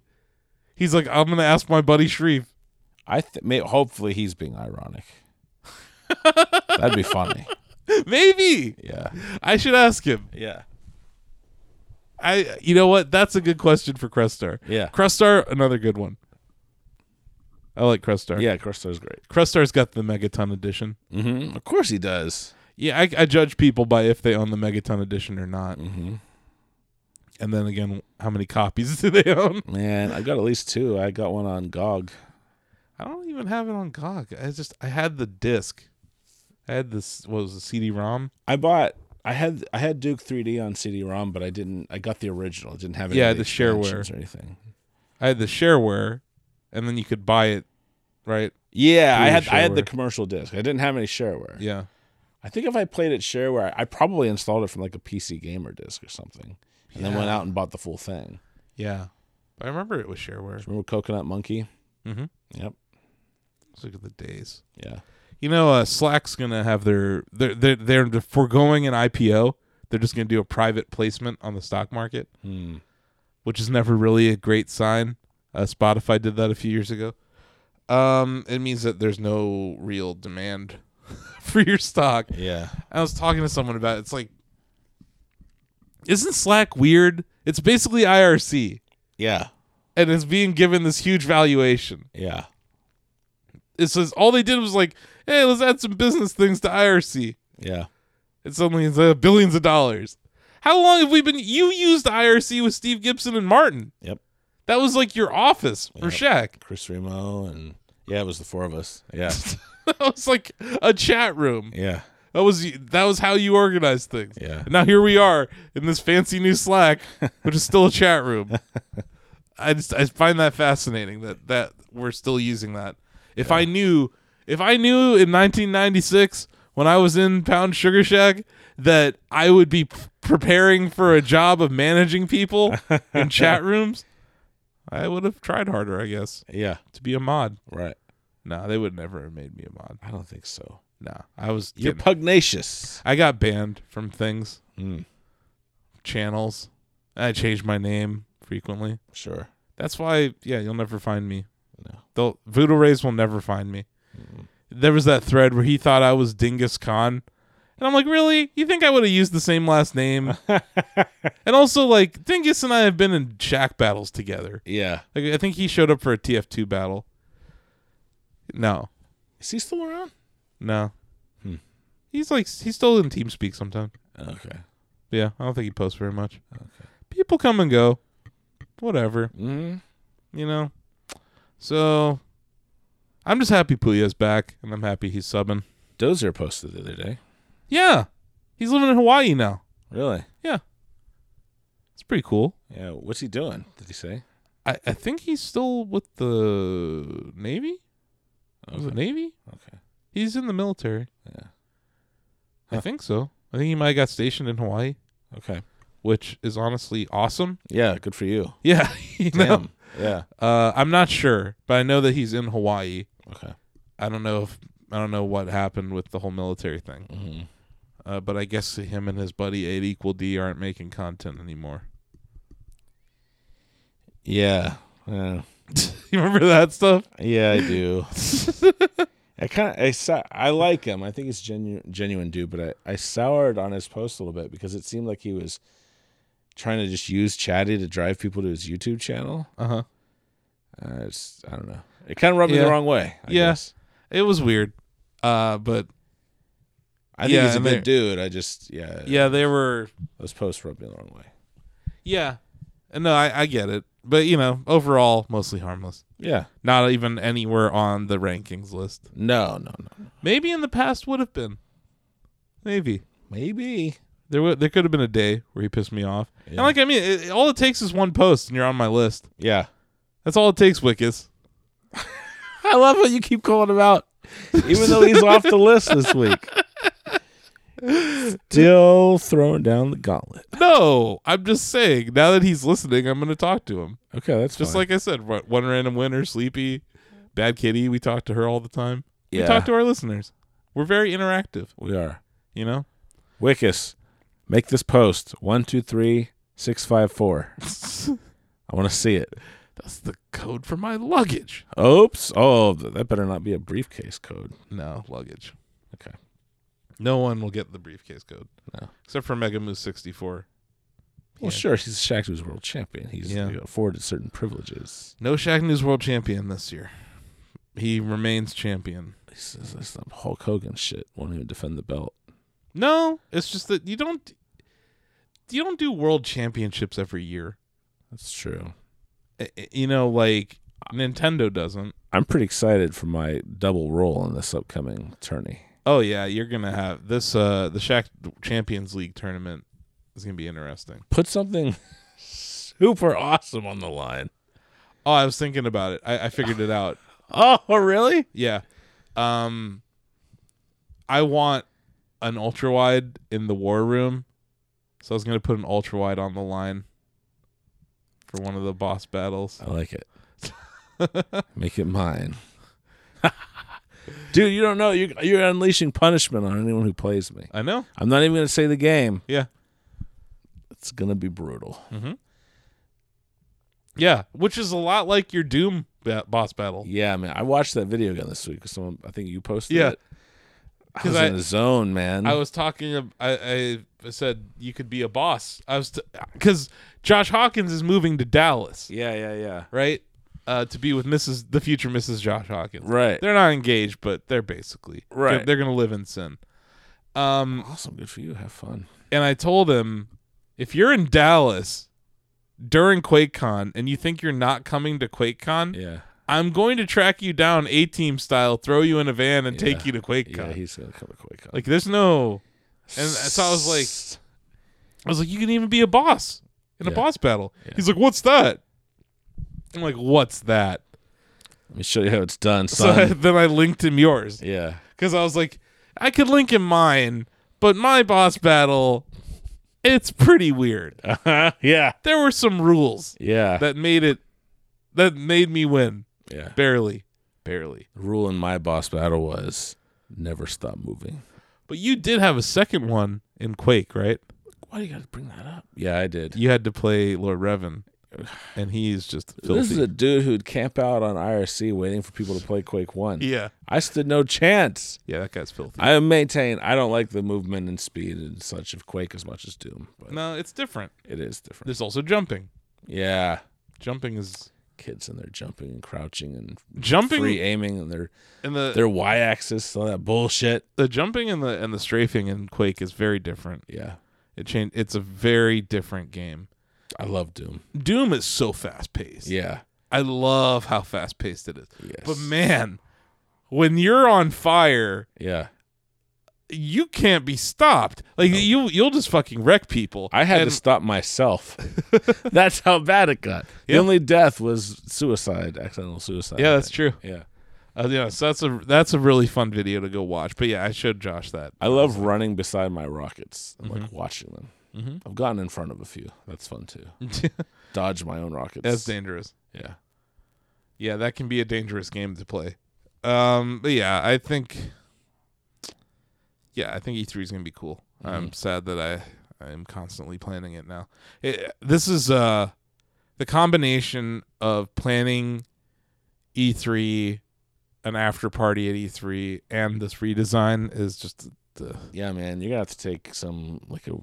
S1: He's like, I'm gonna ask my buddy Sharif.
S2: I th- may- hopefully he's being ironic. That'd be funny.
S1: Maybe.
S2: Yeah.
S1: I should ask him.
S2: Yeah.
S1: I you know what? That's a good question for Crustar.
S2: Yeah.
S1: Crustar, another good one. I like Crustar.
S2: Yeah, Crustar's great.
S1: Crustar's got the Megaton edition.
S2: Mm-hmm. Of course he does.
S1: Yeah, I, I judge people by if they own the Megaton edition or not. Mm-hmm. And then again, how many copies do they own?
S2: Man, I got at least two. I got one on GOG.
S1: I don't even have it on GOG. I just I had the disc. I had this what was the CD-ROM.
S2: I bought I had I had Duke 3D on CD-ROM, but I didn't I got the original. I didn't have any
S1: Yeah,
S2: of
S1: the
S2: expansions
S1: shareware.
S2: or anything.
S1: I had the shareware, and then you could buy it, right?
S2: Yeah, I
S1: Through
S2: had I had the
S1: shareware.
S2: commercial disc. I didn't have any shareware.
S1: Yeah.
S2: I think if I played it shareware, I probably installed it from like a PC gamer disc or something. And then went out and bought the full thing.
S1: Yeah. I remember it was shareware.
S2: Remember Coconut Monkey?
S1: Mhm.
S2: Yep.
S1: Let's look at the days.
S2: Yeah.
S1: You know, uh, Slack's gonna have their they're they're, they're foregoing an IPO. They're just gonna do a private placement on the stock market, which is never really a great sign. Uh, Spotify did that a few years ago. Um, it means that there's no real demand for your stock.
S2: Yeah.
S1: I was talking to someone about it. It's like, isn't Slack weird? It's basically IRC,
S2: Yeah.
S1: and it's being given this huge valuation.
S2: Yeah.
S1: It says all they did was like, hey, let's add some business things to IRC.
S2: Yeah.
S1: and suddenly it's uh, billions of dollars. How long have we been? You used IRC with Steve Gibson and Martin.
S2: Yep.
S1: That was like your office for Shaq.
S2: Chris Remo and yeah, it was the four of us. Yeah.
S1: That was like a chat room.
S2: yeah.
S1: That was that was how you organized things.
S2: Yeah.
S1: And now here we are in this fancy new Slack, which is still a chat room. I just I find that fascinating that that we're still using that. If I knew if I knew in 1996 when I was in Pound Sugar Shack that I would be p- preparing for a job of managing people in chat rooms, I would have tried harder, I guess,
S2: Yeah.
S1: to be a mod.
S2: Right.
S1: Nah, they would never have made me a mod.
S2: I don't think so.
S1: Nah, I was
S2: You're
S1: getting-
S2: pugnacious.
S1: I got banned from things,
S2: Mm.
S1: channels. I changed my name frequently.
S2: Sure.
S1: That's why, yeah, you'll never find me.
S2: No.
S1: They'll, Voodoo Rays will never find me. There was that thread where he thought I was Dingus Khan. And I'm like, really? You think I would have used the same last name? and also, like, Dingus and I have been in Shack battles together.
S2: Yeah.
S1: Like, I think he showed up for a TF2 battle. No,
S2: Is he still around?
S1: no. He's like, he's still in TeamSpeak sometimes.
S2: Okay.
S1: Yeah, I don't think he posts very much. People come and go. Whatever,
S2: Mm.
S1: you know. So I'm just happy Puya's back and I'm happy he's subbing.
S2: Dozier posted the other day.
S1: Yeah. He's living in Hawaii now.
S2: Really?
S1: Yeah. It's pretty cool.
S2: Yeah. What's he doing? Did he say?
S1: I, I think he's still with the Navy? Was it Navy?
S2: Okay.
S1: He's in the military.
S2: Yeah.
S1: I think so. I think he might have got stationed in Hawaii,
S2: Okay.
S1: which is honestly awesome.
S2: Yeah. Good for you.
S1: Yeah. you know?
S2: Damn. Yeah.
S1: Uh, I'm not sure, but I know that he's in Hawaii.
S2: Okay.
S1: I don't know if I don't know what happened with the whole military thing. Uh, but I guess him and his buddy Eight Equal D aren't making content anymore.
S2: Yeah. Yeah.
S1: you remember that stuff?
S2: Yeah, I do. I kind of I sou- I like him. I think he's genuine genuine dude, but I I soured on his post a little bit because it seemed like he was trying to just use Chatty to drive people to his YouTube channel.
S1: Uh huh.
S2: Uh, it's, I don't know. It kind of rubbed me
S1: Yeah.
S2: the wrong way. I
S1: Yeah.
S2: guess.
S1: It was weird. Uh, but
S2: I think
S1: Yeah,
S2: he's a
S1: and
S2: good dude. I just yeah,
S1: yeah, they were.
S2: Those posts rubbed me the wrong way.
S1: Yeah, And no, I, I get it. But you know, overall, mostly harmless.
S2: Yeah.
S1: Not even anywhere on the rankings list.
S2: No. No. No.
S1: Maybe in the past would have been. Maybe.
S2: Maybe.
S1: There, w- there could have been a day where he pissed me off. And like I mean, it, all it takes is one post, and you're on my list.
S2: Yeah.
S1: That's all it takes, Wickus.
S2: I love how you keep calling him out, even though he's off the list this week. Still throwing down the gauntlet.
S1: No, I'm just saying. Now that he's listening, I'm going to talk to him.
S2: Okay, that's
S1: Just
S2: fine.
S1: like I said, ru- one random winner, Sleepy, Bad Kitty. We talk to her all the time.
S2: Yeah.
S1: We talk to our listeners. We're very interactive.
S2: we are.
S1: You know.
S2: Wickus, make this post one two three six five four. I want to see it.
S1: That's the code for my luggage.
S2: Oops. Oh, th- that better not be a briefcase code.
S1: No, luggage.
S2: Okay.
S1: No one will get the briefcase code.
S2: No.
S1: Except for Mega Moose 64. Yeah.
S2: Well, sure. He's Shaq was world champion. He's
S1: Yeah.
S2: afforded certain privileges.
S1: No Shaq News World Champion this year. He remains champion.
S2: This is that's some Hulk Hogan shit. Won't even defend the belt.
S1: No, it's just that you don't you don't do world championships every year.
S2: That's true.
S1: I- I- You know, like Nintendo doesn't.
S2: I'm pretty excited for my double role in this upcoming tourney.
S1: Oh yeah, you're gonna have this. Uh, the Shaq Champions League tournament is gonna be interesting.
S2: Put something super awesome on the line.
S1: Oh, I was thinking about it. I, I figured it out.
S2: Oh, really?
S1: Yeah. Um I want an ultra wide in the war room. So I was gonna put an ultra wide on the line for one of the boss battles.
S2: I like it. Make it mine. Dude, you don't know. You're, you're unleashing punishment on anyone who plays me.
S1: I know.
S2: I'm not even going to say the game. Hmm.
S1: Yeah.
S2: It's going to be brutal.
S1: Yeah. Which is a lot like your Doom ba- boss battle.
S2: Yeah, man. I watched that video again this week. Someone, I think you posted
S1: Yeah.
S2: it. I
S1: 'Cause
S2: was
S1: I-
S2: in the zone, man.
S1: I was talking. ab- I, I said you could be a boss. I was because Josh Hawkins is moving to Dallas,
S2: yeah, yeah, yeah.
S1: right? Uh, to be with Mrs. the future Mrs. Josh Hawkins.
S2: Right.
S1: They're not engaged, but they're basically
S2: Right.
S1: They're gonna live in sin. Um,
S2: awesome. Good for you. Have fun.
S1: and I told him, if you're in Dallas during QuakeCon and you think you're not coming to QuakeCon,
S2: Yeah.
S1: I'm going to track you down A team style, throw you in a van, and take you to QuakeCon.
S2: Yeah, he's going to come to QuakeCon.
S1: like there's no, and so I was like, I was like, you can even be a boss in a
S2: Yeah.
S1: boss battle. He's like, what's that? I'm like, what's that?
S2: Let me show you how it's done,
S1: So
S2: son.
S1: then I linked him yours.
S2: yeah.
S1: because I was like, I could link in mine, but my boss battle, it's pretty weird.
S2: Uh-huh. Yeah.
S1: There were some rules
S2: Yeah.
S1: that made it, that made me win
S2: yeah.
S1: barely, barely.
S2: The rule in my boss battle was never stop moving.
S1: But you did have a second one in Quake, right?
S2: Why do you got to bring that up? Yeah, I did.
S1: You had to play Lord Revan, and he's just filthy.
S2: This is a dude who'd camp out on IRC waiting for people to play Quake 1.
S1: yeah,
S2: I stood no chance.
S1: yeah, that guy's filthy.
S2: I maintain I don't like the movement and speed and such of Quake as much as Doom, but
S1: no, it's different.
S2: it is different.
S1: There's also jumping.
S2: Yeah.
S1: Jumping is
S2: Kids and they're jumping and crouching and
S1: jumping
S2: free aiming and their
S1: in the
S2: their y axis, all that bullshit.
S1: the jumping and the and the strafing in Quake is very different.
S2: Yeah.
S1: It changed. It's a very different game.
S2: I love Doom.
S1: Doom is so fast paced.
S2: Yeah.
S1: I love how fast paced it is.
S2: Yes.
S1: But man, when you're on fire,
S2: Yeah.
S1: you can't be stopped. Like you you'll just fucking wreck people.
S2: I had
S1: And-
S2: to stop myself. That's how bad it got. The
S1: Yeah.
S2: only death was suicide, accidental suicide.
S1: Yeah, that's true.
S2: Yeah.
S1: Uh, yeah, so that's a that's a really fun video to go watch. But yeah, I showed Josh that.
S2: I love running beside my rockets and like
S1: Mm-hmm.
S2: watching them. I've gotten in front of a few. That's fun too. Dodge my own rockets.
S1: Mm. That's dangerous.
S2: yeah.
S1: Yeah, that can be a dangerous game to play. Um, but yeah, I think yeah, I think E3 is going to be cool. I'm sad that I I am constantly planning it now. It, this is uh the combination of planning E3 an after party at E3 and this redesign is just the,
S2: Yeah, man. You're gonna have to take some like a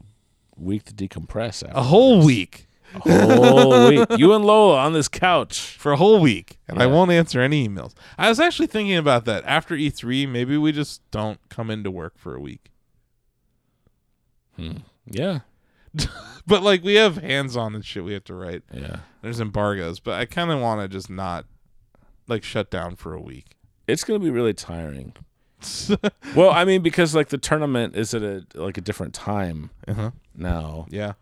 S2: week to decompress after.
S1: a whole week
S2: A whole week. You and Lola on this couch.
S1: for a whole week and I
S2: Yeah.
S1: won't answer any emails. I was actually thinking about that. After E3, maybe we just don't come into work for a week.
S2: Yeah.
S1: but like we have hands on and shit we have to write.
S2: Yeah.
S1: There's embargoes, but I kind of want to just not like shut down for a week.
S2: It's gonna be really tiring. Well, I mean, because like the tournament is at a like a different time
S1: Uh-huh.
S2: now.
S1: Yeah.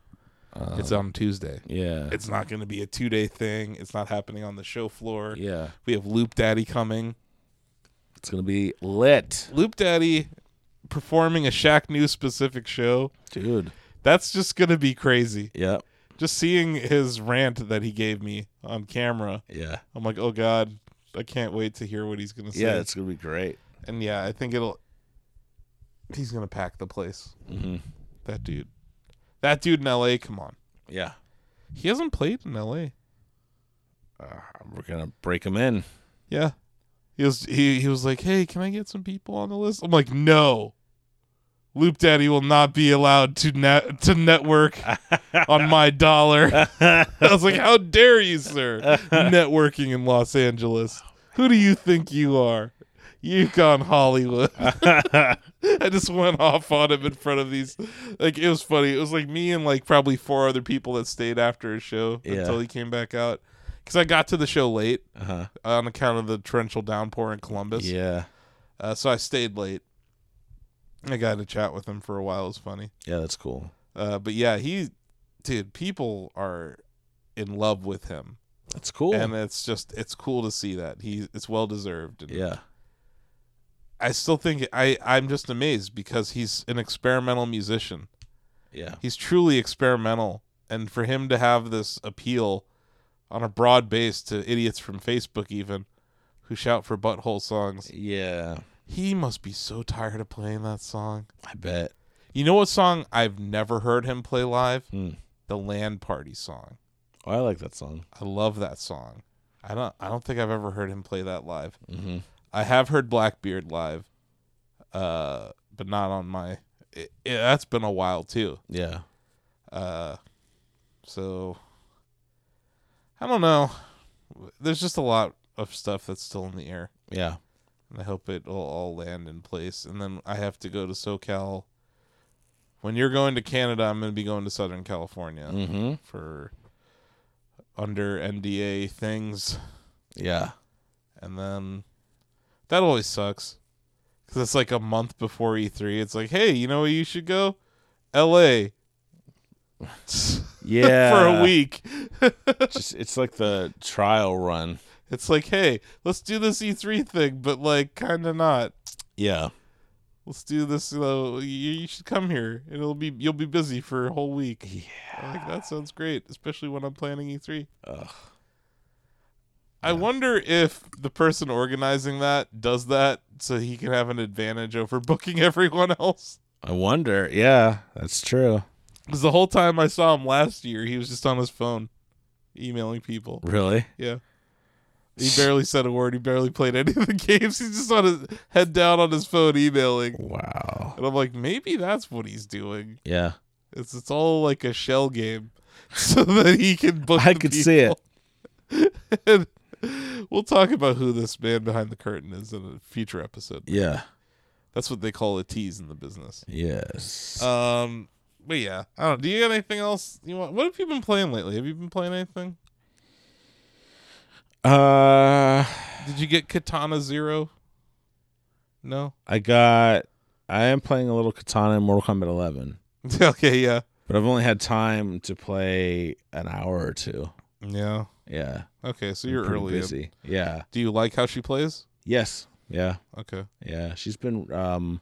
S1: it's on Tuesday.
S2: Um, Yeah.
S1: It's not going to be a two day thing. It's not happening on the show floor.
S2: yeah.
S1: We have Loop Daddy coming.
S2: It's going to be lit.
S1: Loop Daddy performing a Shaq News specific show.
S2: Dude.
S1: That's just going to be crazy.
S2: Yep.
S1: Just seeing his rant that he gave me on camera,
S2: Yeah.
S1: I'm like, oh God, I can't wait to hear what he's going to say.
S2: Yeah, it's going to be great.
S1: and yeah, I think it'll. He's going to pack the place.
S2: Mhm.
S1: That dude. That dude in LA, come on.
S2: Yeah.
S1: He hasn't played in LA.
S2: We're going to break him in.
S1: Yeah. He was he, he was like, Hey, can I get some people on the list? I'm like, No. Loop Daddy will not be allowed to net to network on my dollar. I was like, How dare you, sir? Networking in Los Angeles. Who do you think you are? You've gone Hollywood. I just went off on him in front of these. Like it was funny. It was like me and like probably four other people that stayed after his show
S2: Yeah.
S1: until he came back out. Because I got to the show late
S2: Uh-huh.
S1: on account of the torrential downpour in Columbus.
S2: Yeah.
S1: Uh, so I stayed late. I got to chat with him for a while. It was funny.
S2: Yeah, that's cool.
S1: Uh, but yeah, he, dude, people are in love with him,
S2: That's cool.
S1: and it's just it's cool to see that he it's well deserved. And
S2: yeah.
S1: I still think I I'm just amazed because he's an experimental musician.
S2: Yeah.
S1: He's truly experimental, and for him to have this appeal on a broad base to idiots from Facebook even who shout for butthole songs
S2: Yeah.
S1: He must be so tired of playing that song.
S2: I bet.
S1: You know what song I've never heard him play live?
S2: Hmm.
S1: The Land Party song.
S2: Oh, I like that song.
S1: I love that song. I don't I don't think I've ever heard him play that live.
S2: Mm-hmm.
S1: I have heard Blackbeard live. Uh but not on my it, it- that's been a while too.
S2: Yeah.
S1: Uh so I don't know. There's just a lot of stuff that's still in the air.
S2: Yeah.
S1: and I hope it'll all land in place. And then I have to go to SoCal. When you're going to Canada, I'm going to be going to Southern California
S2: Mhm.
S1: for under NDA things,
S2: Yeah.
S1: and then that always sucks because it's like a month before E3. It's like, hey, you know where you should go? L.A.
S2: Yeah.
S1: for a week.
S2: Just it's like the trial run.
S1: It's like, hey, let's do this E3 thing, but like, kind of not.
S2: Yeah.
S1: let's do this. Uh, you, you should come here. It'll be you'll be busy for a whole week. Yeah, like that sounds great, especially when I'm planning E3.
S2: Ugh.
S1: I wonder if the person organizing that does that so he can have an advantage over booking everyone else.
S2: I wonder. Yeah, that's true.
S1: Because the whole time I saw him last year, he was just on his phone, emailing people.
S2: Really?
S1: Yeah. He barely said a word. He barely played any of the games. He's just on his head down on his phone emailing.
S2: Wow.
S1: And I'm like, maybe that's what he's doing.
S2: Yeah.
S1: It's it's all like a shell game, so that he can book.
S2: I
S1: the
S2: could see it.
S1: people. And we'll talk about who this man behind the curtain is in a future episode.
S2: Yeah.
S1: That's what they call a tease in the business.
S2: Yes.
S1: Um, but yeah, I don't. Do you got anything else you want? What have you been playing lately? Have you been playing anything?
S2: Uh
S1: Did you get Katana Zero? No.
S2: I got I am playing a little Katana in Mortal Kombat 11,
S1: okay. Yeah.
S2: but I've only had time to play an hour or two.
S1: Yeah.
S2: Yeah.
S1: Okay. So you're
S2: pretty
S1: early. in.
S2: busy. Yeah.
S1: Do you like how she plays?
S2: Yes. Yeah.
S1: Okay.
S2: Yeah, she's been um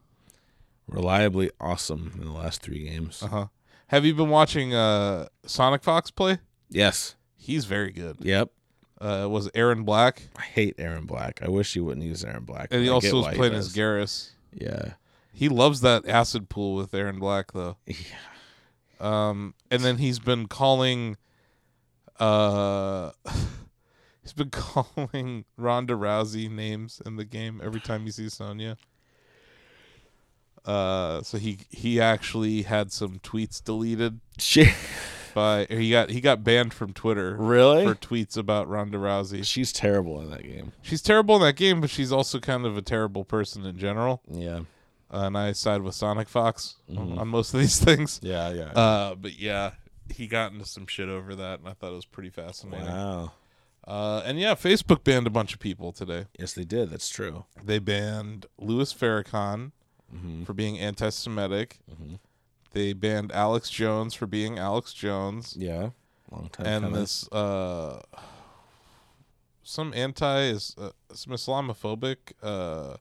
S2: reliably awesome in the last 3 games.
S1: Uh huh. Have you been watching uh Sonic Fox play?
S2: Yes.
S1: He's very good.
S2: Yep.
S1: uh, was Aaron Black,
S2: I hate Aaron Black. I wish he wouldn't use Aaron Black.
S1: and he
S2: but I get
S1: also was
S2: why
S1: playing
S2: does.
S1: as Garrus.
S2: Yeah.
S1: He loves that acid pool with Aaron Black, though.
S2: Yeah.
S1: Um, and then he's been calling, uh, he's been calling Ronda Rousey names in the game every time he sees Sonya. Uh, so he he actually had some tweets deleted
S2: She
S1: by or he got he got banned from Twitter
S2: really?
S1: for tweets about Ronda Rousey.
S2: She's terrible in that game.
S1: She's terrible in that game, but she's also kind of a terrible person in general.
S2: Yeah.
S1: Uh, and I side with Sonic Fox on, on most of these things.
S2: Mm-hmm. Yeah, yeah.
S1: Uh, but yeah, he got into some shit over that, and I thought it was pretty fascinating.
S2: wow.
S1: Uh, and yeah, Facebook banned a bunch of people today.
S2: Yes, they did. That's true. Mm-hmm.
S1: They banned Louis Farrakhan for being anti-Semitic. They banned Alex Jones for being Alex Jones,
S2: Yeah. Long time.
S1: and
S2: coming.
S1: this uh, some anti is uh, some Islamophobic uh,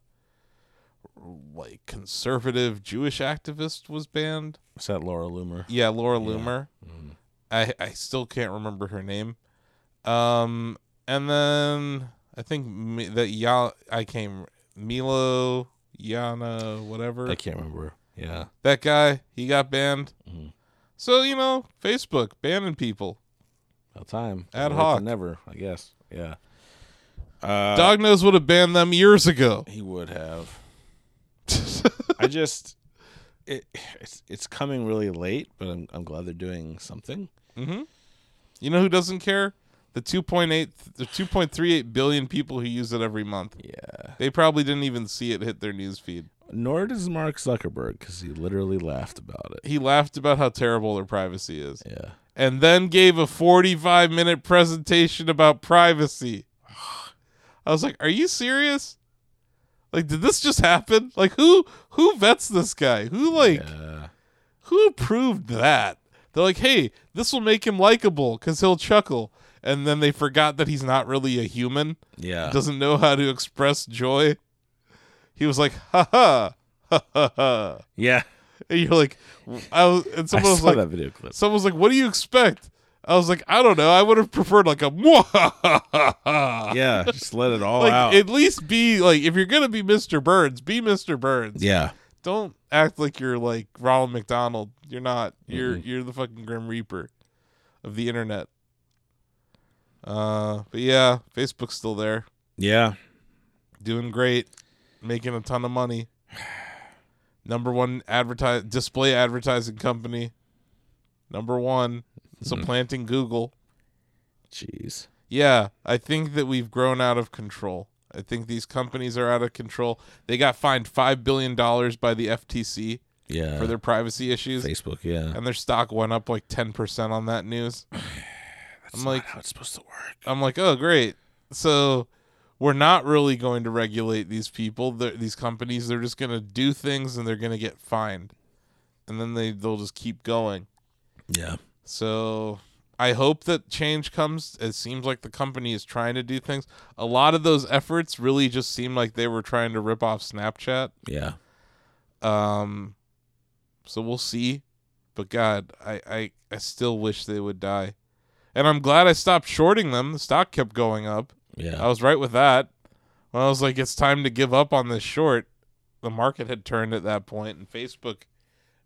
S1: like conservative Jewish activist was banned.
S2: Is that Laura Loomer?
S1: Yeah, Laura Loomer.
S2: Mm-hmm.
S1: I I still can't remember her name. Um, and then I think Mi- that Yal I came Milo Yana whatever
S2: I can't remember. Yeah.
S1: that guy he got banned. So you know Facebook banning people.
S2: About time.
S1: Ad
S2: Better late
S1: hoc.
S2: than Never, I guess. Uh, Yeah.
S1: Dog knows would have banned them years ago.
S2: He would have. I just it it's, it's coming really late, but I'm I'm glad they're doing something.
S1: You know who doesn't care? The 2.8 the 2.38 billion people who use it every month.
S2: Yeah.
S1: They probably didn't even see it hit their news feed.
S2: Nor does Mark Zuckerberg cuz he literally laughed about it.
S1: He laughed about how terrible their privacy is.
S2: Yeah.
S1: and then gave a 45 minute presentation about privacy. I was like, "Are you serious? Like did this just happen? Like who who vets this guy? Who like
S2: Yeah.
S1: who approved that?" They're like, "Hey, this will make him likable cuz he'll chuckle." And then they forgot that he's not really a human,
S2: Yeah.
S1: doesn't know how to express joy. He was like, "Ha ha." Ha ha ha.
S2: yeah.
S1: And you're like, I was, and
S2: I
S1: someone
S2: saw
S1: was like,
S2: that video clip.
S1: Someone was like, "What do you expect?" I was like, "I don't know. I would have preferred like a mwahahaha.
S2: Yeah, just let it all
S1: like
S2: out.
S1: at least be like if you're gonna be Mr. Burns, be Mr. Burns.
S2: yeah.
S1: Don't act like you're like Ronald McDonald. You're not. You're you're the fucking Grim Reaper of the internet. Uh, but yeah, Facebook's still there,
S2: Yeah.
S1: doing great, making a ton of money. Number one advertise display advertising company. Number one, supplanting Google.
S2: Jeez.
S1: Yeah, I think that we've grown out of control. I think these companies are out of control. They got fined five billion dollars by the FTC
S2: Yeah.
S1: for their privacy issues,
S2: Facebook, yeah.
S1: and their stock went up like ten percent on that news. I'm like,
S2: how it's supposed to work.
S1: I'm like, oh great. So we're not really going to regulate these people. they these companies, they're just going to do things and they're going to get fined, and then they they'll just keep going.
S2: Yeah.
S1: So I hope that change comes. It seems like the company is trying to do things. A lot of those efforts really just seem like they were trying to rip off Snapchat.
S2: Yeah.
S1: Um, so we'll see. But God, I, I, I still wish they would die. And I'm glad I stopped shorting them. The stock kept going up.
S2: Yeah.
S1: I was right with that. When I was like, it's time to give up on this short, the market had turned at that point, and Facebook,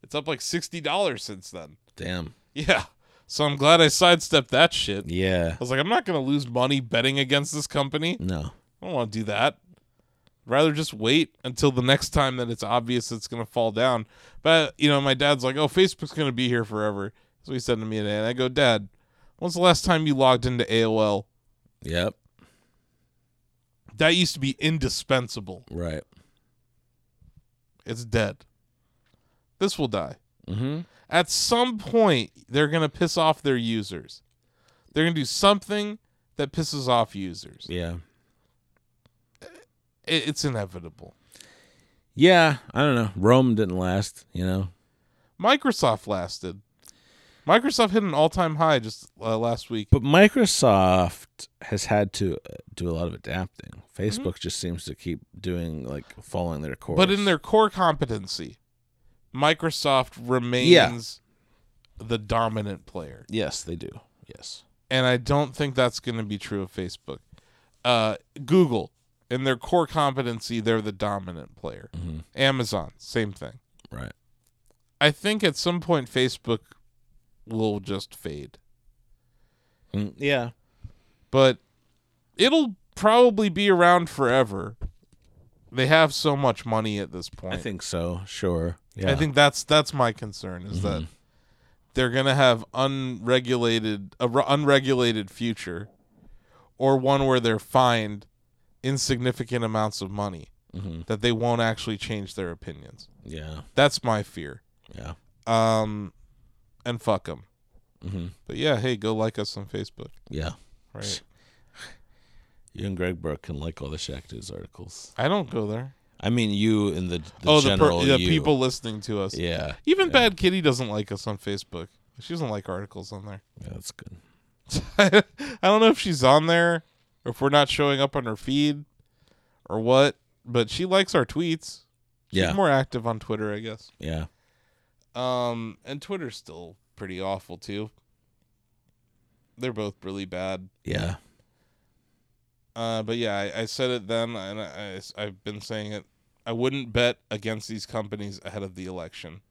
S1: it's up like $60 since then.
S2: Damn.
S1: Yeah. So I'm glad I sidestepped that shit. I
S2: Yeah.
S1: was like, I'm not going to lose money betting against this company.
S2: No.
S1: I don't want to do that. I'd rather just wait until the next time that it's obvious it's going to fall down. But, you know, my dad's like, oh, Facebook's going to be here forever. That's what he said to me today. And I go, Dad, when's the last time you logged into AOL?
S2: Yep.
S1: That used to be indispensable.
S2: Right.
S1: It's dead. This will die.
S2: Mm-hmm.
S1: at some point they're going to piss off their users. They're going to do something that pisses off users.
S2: Yeah.
S1: I- it's inevitable.
S2: Yeah, I don't know. Rome didn't last, you know.
S1: Microsoft lasted. Microsoft hit an all-time high just uh, last week.
S2: But Microsoft has had to uh, do a lot of adapting. Facebook just seems to keep doing like following their course.
S1: But in their core competency, Microsoft remains the dominant player.
S2: yes, they do. Yes.
S1: And I don't think that's going to be true of Facebook. Uh, Google, in their core competency, they're the dominant player. Amazon, same thing.
S2: Right.
S1: I think at some point Facebook will just fade,
S2: Mm, yeah.
S1: but it'll probably be around forever. They have so much money at this point.
S2: I think so. Sure. Yeah. Mm-hmm.
S1: I think that's that's my concern is that they're gonna have unregulated a r- unregulated future, or one where they're fined insignificant amounts of money
S2: Mhm.
S1: that they won't actually change their opinions.
S2: Yeah.
S1: That's my fear.
S2: Yeah.
S1: Um, and fuck them.
S2: Mhm.
S1: But yeah, hey, go like us on Facebook.
S2: Yeah.
S1: Right.
S2: You and Greg Burke can like all the Shack News articles.
S1: I don't go there.
S2: I mean you and the, the
S1: oh, the,
S2: general
S1: per- the
S2: you.
S1: people listening to us.
S2: Yeah,
S1: Even Bad Kitty doesn't like us on Facebook. She doesn't like articles on there.
S2: yeah, that's good.
S1: I don't know if she's on there or if we're not showing up on her feed or what, but she likes our tweets. She's
S2: Yeah,
S1: more active on Twitter, I guess.
S2: yeah.
S1: Um, and Twitter's still pretty awful too. They're both really bad.
S2: Yeah.
S1: Uh, but yeah, I, I said it then, and I, I, have been saying it. I wouldn't bet against these companies ahead of the election,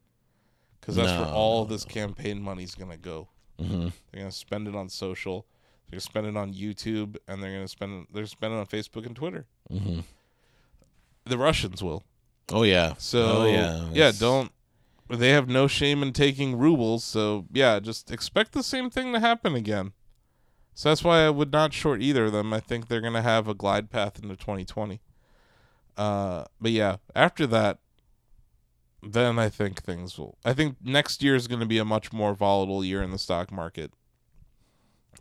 S1: because that's where
S2: No,
S1: all this campaign money's gonna go.
S2: hmm
S1: They're gonna spend it on social. They're gonna spend it on YouTube, and they're gonna spend they're spending on Facebook and Twitter.
S2: hmm
S1: The Russians will.
S2: Oh yeah.
S1: So
S2: oh,
S1: yeah,
S2: that's-
S1: don't. They have no shame in taking rubles. So yeah, just expect the same thing to happen again. So that's why I would not short either of them. I think they're gonna have a glide path into 2020. Uh, but yeah, after that, then I think things will. I think next year is gonna be a much more volatile year in the stock market,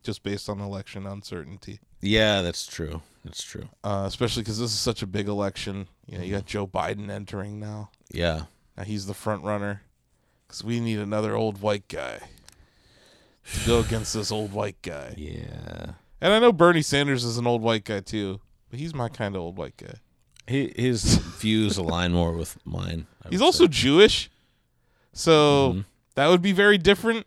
S1: just based on election uncertainty.
S2: Yeah, that's true. That's true.
S1: Uh, especially because this is such a big election. You know, you got Joe Biden entering now.
S2: Yeah.
S1: Now he's the front runner because we need another old white guy to go against this old white guy.
S2: Yeah.
S1: And I know Bernie Sanders is an old white guy too, but he's my kind of old white guy.
S2: He, his views align more with mine. I
S1: He's
S2: would
S1: also
S2: say.
S1: Jewish, so
S2: Mm-hmm.
S1: that would be very different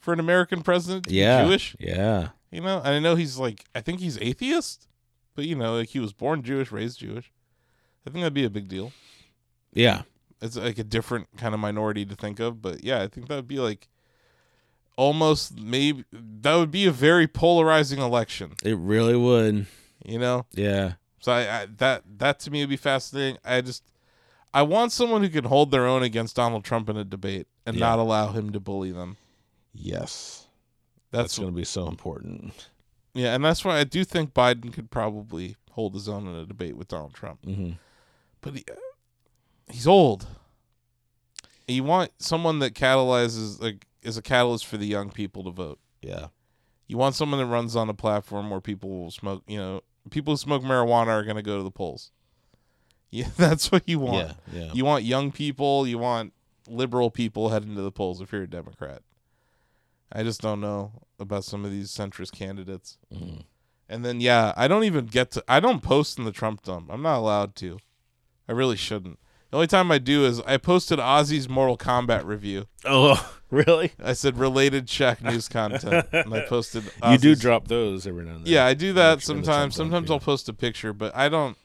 S1: for an American president. to be
S2: yeah
S1: Jewish.
S2: Yeah.
S1: You know, and I know he's like I think he's atheist, but you know, like he was born Jewish, raised Jewish. I think that'd be a big deal.
S2: Yeah.
S1: it's like a different kind of minority to think of but yeah i think that would be like almost maybe that would be a very polarizing election
S2: It really would.
S1: you know
S2: Yeah.
S1: so I, I that that to me would be fascinating i just i want someone who can hold their own against donald trump in a debate and
S2: Yeah.
S1: not allow him to bully them
S2: Yes.
S1: that's,
S2: going to be so important.
S1: yeah and that's why i do think biden could probably hold his own in a debate with donald trump
S2: hmm
S1: but he, uh, he's old. You want someone that catalyzes like is a catalyst for the young people to vote.
S2: Yeah.
S1: You want someone that runs on a platform where people will smoke. You know, people who smoke marijuana are going to go to the polls. Yeah, that's what you want.
S2: Yeah. Yeah.
S1: You want young people. You want liberal people heading to the polls if you're a Democrat. I just don't know about some of these centrist candidates.
S2: Mhm.
S1: And then yeah, I don't even get to. I don't post in the Trump dump. I'm not allowed to. I really shouldn't. The only time I do is I posted Ozzy's Mortal Kombat review.
S2: Oh, really?
S1: I said related Shack news content, and I posted.
S2: You do
S1: Ozzy's-
S2: drop those every now and then.
S1: Yeah, I do that
S2: Sure, the Trump
S1: sometimes.
S2: dump,
S1: Sometimes
S2: yeah.
S1: I'll post a picture, but I don't.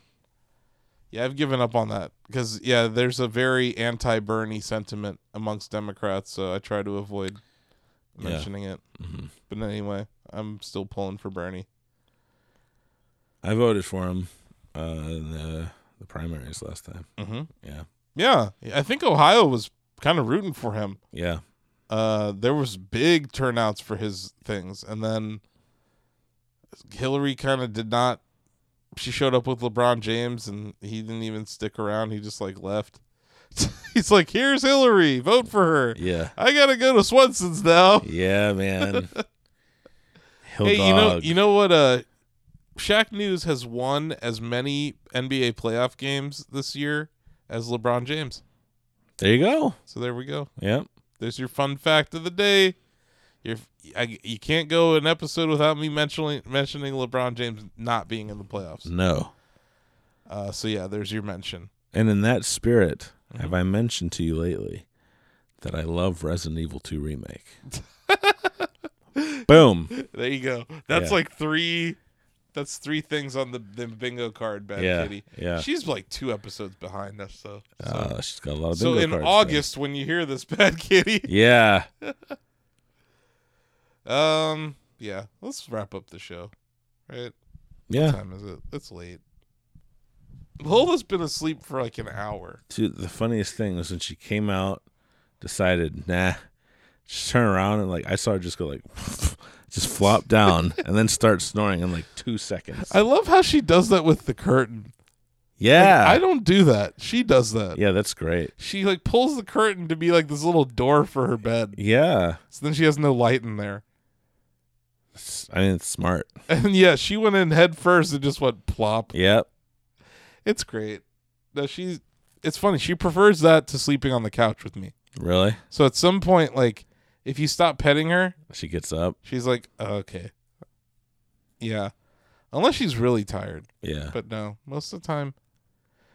S1: Yeah, I've given up on that because yeah, there's a very anti-Bernie sentiment amongst Democrats, so I try to avoid
S2: Yeah.
S1: mentioning it.
S2: Mhm.
S1: But anyway, I'm still pulling for Bernie.
S2: I voted for him uh, in the, the primaries last time.
S1: Mm-hmm.
S2: Yeah.
S1: Yeah, I think Ohio was kind of rooting for him.
S2: Yeah.
S1: uh, there was big turnouts for his things, and then Hillary kind of did not. She showed up with LeBron James, and he didn't even stick around. He just like left. He's like, "Here's Hillary, vote for her."
S2: Yeah.
S1: I gotta go to Swenson's now.
S2: Yeah, man. Hill
S1: hey, you know,
S2: dog.
S1: you know what? Uh, Shaq News has won as many NBA playoff games this year as LeBron James.
S2: there you go.
S1: So there we go.
S2: Yep.
S1: There's your fun fact of the day. You're, I, you can't go an episode without me mentioning mentioning LeBron James not being in the playoffs.
S2: No. Mm-hmm.
S1: Uh, so yeah, there's your mention.
S2: And in that spirit,
S1: Mm-hmm.
S2: have I mentioned to you lately that I love Resident Evil 2 remake? Boom.
S1: There you go. That's
S2: Yeah.
S1: like three. That's three things on the, the bingo card, Bad
S2: Yeah,
S1: Kitty.
S2: yeah.
S1: She's like two episodes behind us, though. So,
S2: Uh, she's got a lot of
S1: so
S2: bingo
S1: in
S2: cards there.
S1: August, when you hear this, Bad Kitty.
S2: Yeah.
S1: Um. Yeah. Let's wrap up the show. Right.
S2: Yeah.
S1: Time is it? It's late. Lola's been asleep for like an hour.
S2: Dude, the funniest thing was when she came out, decided, nah, just turn around and like I saw her just go like just flop down and then start snoring in like two seconds.
S1: I love how she does that with the curtain.
S2: yeah.
S1: I don't do that. She does that.
S2: yeah, that's great.
S1: She like pulls the curtain to be like this little door for her bed.
S2: Yeah.
S1: So then she has no light in there.
S2: It's- I mean it's smart.
S1: And yeah, she went in head first and just went plop.
S2: Yep.
S1: It's great. now she's it's funny. She prefers that to sleeping on the couch with me.
S2: Really?
S1: So at some point, like if you stop petting her,
S2: She gets up.
S1: she's like, oh, okay, yeah, unless she's really tired.
S2: Yeah.
S1: But no, most of the time,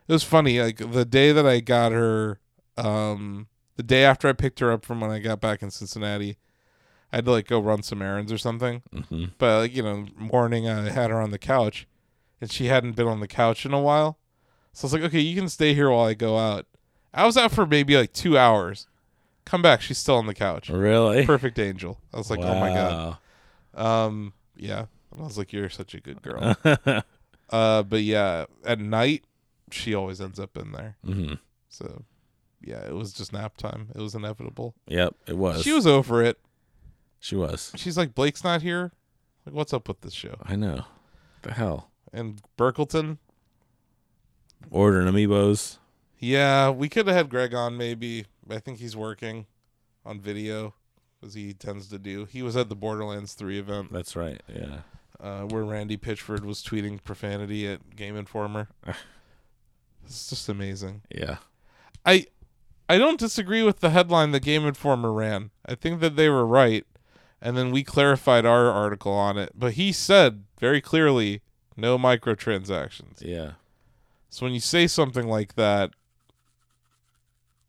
S1: it was funny. Like the day that I got her, um, the day after I picked her up from when I got back in Cincinnati, I had to like go run some errands or something.
S2: Mm-hmm.
S1: But like you know, morning I had her on the couch, and she hadn't been on the couch in a while, so I was like, okay, you can stay here while I go out. I was out for maybe like two hours. Come back, she's still on the couch.
S2: Really?
S1: Perfect angel. I was like, oh my god. Um, yeah. And I was like, you're such a good girl.
S2: god.
S1: Uh, but yeah, at night she always ends up in there.
S2: hmm
S1: So yeah, it was just nap time. It was inevitable.
S2: Yep, it was.
S1: She was over it.
S2: She was.
S1: She's like, Blake's not here. Like, what's up with this show?
S2: I know. The hell.
S1: And Burkleton.
S2: Ordering amiibos.
S1: Yeah, we could have had Greg on maybe. I think he's working on video, as he tends to do. He was at the Borderlands Three event,
S2: That's right. Yeah.
S1: uh, where Randy Pitchford was tweeting profanity at Game Informer. it's just amazing.
S2: Yeah.
S1: I I don't disagree with the headline that Game Informer ran. I think that they were right, and then we clarified our article on it. But he said very clearly, no microtransactions.
S2: Yeah.
S1: So when you say something like that,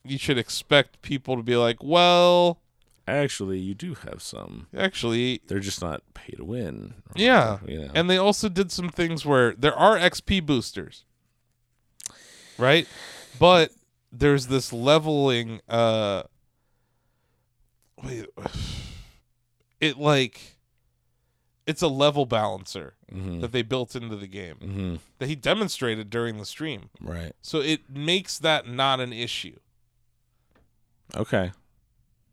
S1: you should expect people to be like, "Well,
S2: Actually, you do have some.
S1: actually,
S2: They're just not pay to win. or
S1: yeah."
S2: whatever, You know.
S1: And they also did some things where there are XP boosters, right? But there's this leveling. Uh, wait, it like it's a level balancer
S2: Mhm.
S1: that they built into the game
S2: Mhm.
S1: that he demonstrated during the stream.
S2: Right.
S1: So it makes that not an issue.
S2: Okay.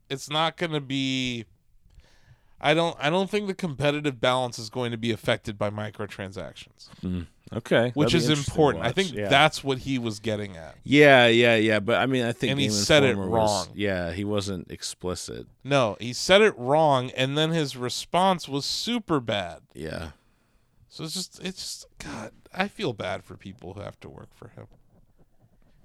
S1: It's not going to be. I don't. I don't think the competitive balance is going to be affected by microtransactions.
S2: Okay.
S1: which
S2: That'd be
S1: is
S2: interesting to
S1: important. I
S2: watch.
S1: think
S2: yeah.
S1: that's what he was getting at.
S2: Yeah, yeah, yeah. But I mean, I think
S1: And he
S2: Game
S1: said it
S2: Informer was-
S1: wrong.
S2: yeah, he wasn't explicit.
S1: No, he said it wrong, and then his response was super bad.
S2: Yeah.
S1: So it's just, it's just, God, I feel bad for people who have to work for him.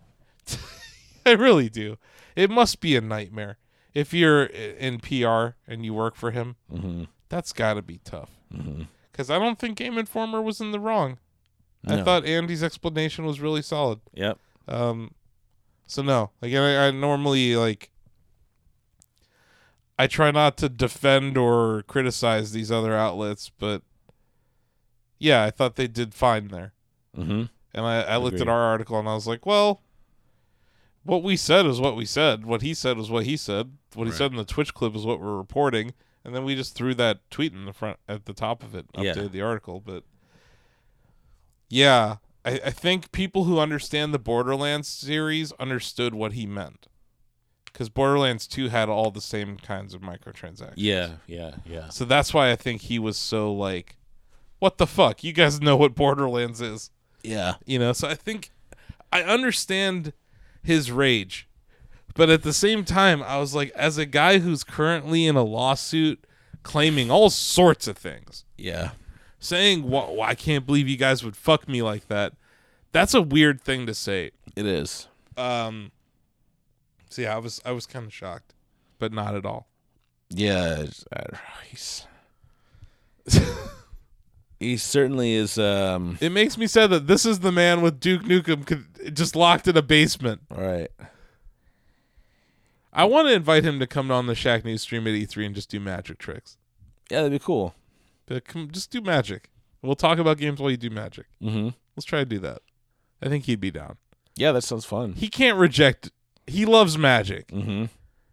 S1: I really do. It must be a nightmare if you're i- in PR and you work for him.
S2: Mhm.
S1: That's got to be tough.
S2: Mhm.
S1: Because I don't think Game Informer was in the wrong. I
S2: No.
S1: thought Andy's explanation was really solid.
S2: Yep.
S1: Um, so no, like I, I normally like I try not to defend or criticize these other outlets, but yeah, I thought they did fine there,
S2: Mhm.
S1: and I, I looked at
S2: Agreed.
S1: our article and I was like, well, what we said is what we said, what he said was what he said, what he
S2: Right.
S1: said in the Twitch clip is what we're reporting, and then we just threw that tweet in the front at the top of it,
S2: Yeah.
S1: updated the article, but yeah, I, I think people who understand the Borderlands series understood what he meant. Because Borderlands 2 had all the same kinds of microtransactions.
S2: Yeah, yeah, yeah.
S1: So that's why I think he was so like, what the fuck? You guys know what Borderlands is.
S2: Yeah.
S1: You know, so I think I understand his rage. But at the same time, I was like, as a guy who's currently in a lawsuit claiming all sorts of things,
S2: Yeah.
S1: saying "Wha- why I can't believe you guys would fuck me like that. That's a weird thing to say.
S2: It is.
S1: Um so yeah, I was I was kind of shocked, but not at all.
S2: Yeah, it's- uh, he's he certainly is. Um,
S1: It makes me sad that this is the man with Duke Nukem co- just locked in a basement.
S2: all right.
S1: I want to invite him to come on the Shack News stream at E3 and just do magic tricks.
S2: Yeah, that'd be cool.
S1: But come, just do magic. We'll talk about games while you do magic.
S2: Mm-hmm.
S1: Let's try to do that. I think he'd be down.
S2: Yeah, that sounds fun.
S1: He can't reject. He loves magic.
S2: Mm-hmm.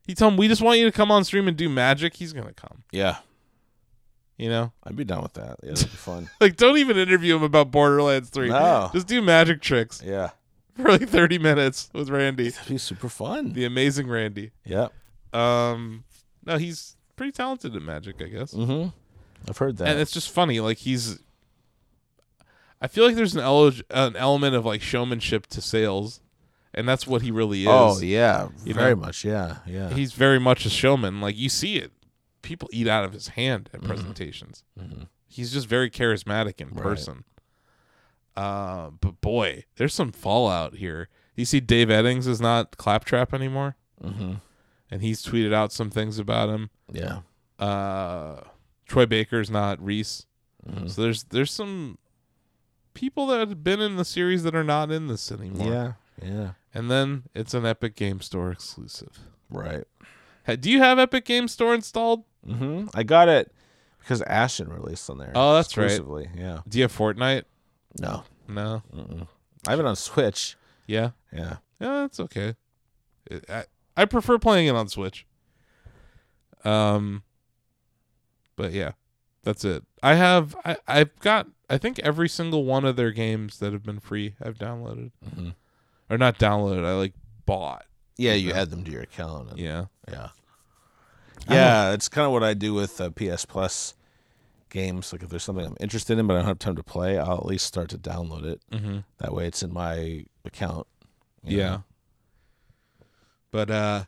S1: You tell him we just want you to come on stream and do magic. He's gonna come.
S2: Yeah,
S1: You know.
S2: I'd be down with that. Yeah, that'd be fun.
S1: Like, don't even interview him about Borderlands 3.
S2: No.
S1: Just do magic tricks
S2: yeah,
S1: for like 30 minutes with Randy,
S2: that'd be super fun.
S1: the amazing Randy.
S2: Yeah.
S1: Um, no, he's pretty talented at magic, I guess.
S2: Mm-hmm. I've heard that.
S1: And it's just funny. Like, he's. I feel like there's an, ele- an element of like showmanship to sales, and that's what he really is.
S2: oh yeah,
S1: You
S2: very
S1: know?
S2: much. Yeah, yeah.
S1: He's very much a showman. Like, you see it. People eat out
S2: Mm-hmm.
S1: of his hand at presentations. He's just very charismatic in person. Uh, but boy, there's some fallout here. You see, Dave Eddings is not claptrap anymore, mm-hmm. and he's tweeted out some things about him.
S2: Yeah.
S1: Uh, Troy Baker's not Reese, so there's there's some people that have been in the series that are not in this anymore.
S2: Yeah. Yeah.
S1: and then it's an Epic Game Store exclusive.
S2: Right.
S1: Ha- Do you have Epic Game Store installed?
S2: hmm I got it because Ashton released on there.
S1: Oh, that's right.
S2: exclusively. right. Yeah.
S1: Do you have Fortnite?
S2: No.
S1: No.
S2: I have it on Switch.
S1: Yeah.
S2: Yeah.
S1: Yeah, it's okay. It- I I prefer playing it on Switch. Um, but yeah, that's it. I have I I've got I think every single one of their games that have been free I've downloaded, or not downloaded. I like bought.
S2: Yeah, you add them to your account. and-
S1: Yeah.
S2: Yeah. Yeah, it's kind of what I do with uh, PS Plus games. Like if there's something I'm interested in but I don't have time to play, I'll at least start to download it. Mm-hmm. That way, it's in my account.
S1: Yeah. But uh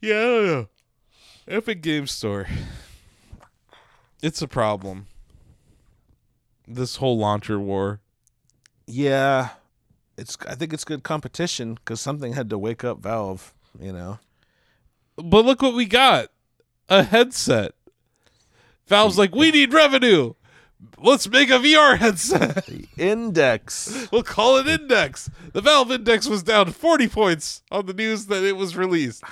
S1: Yeah, I don't know. Epic Game Store. It's a problem. This whole launcher war.
S2: Yeah, it's. I think it's good competition because something had to wake up Valve. You know.
S1: But look what we got. A headset. Valve's like, we need revenue. Let's make a VR headset.
S2: Index.
S1: we'll call it Index. The Valve Index was down 40 points on the news that it was released.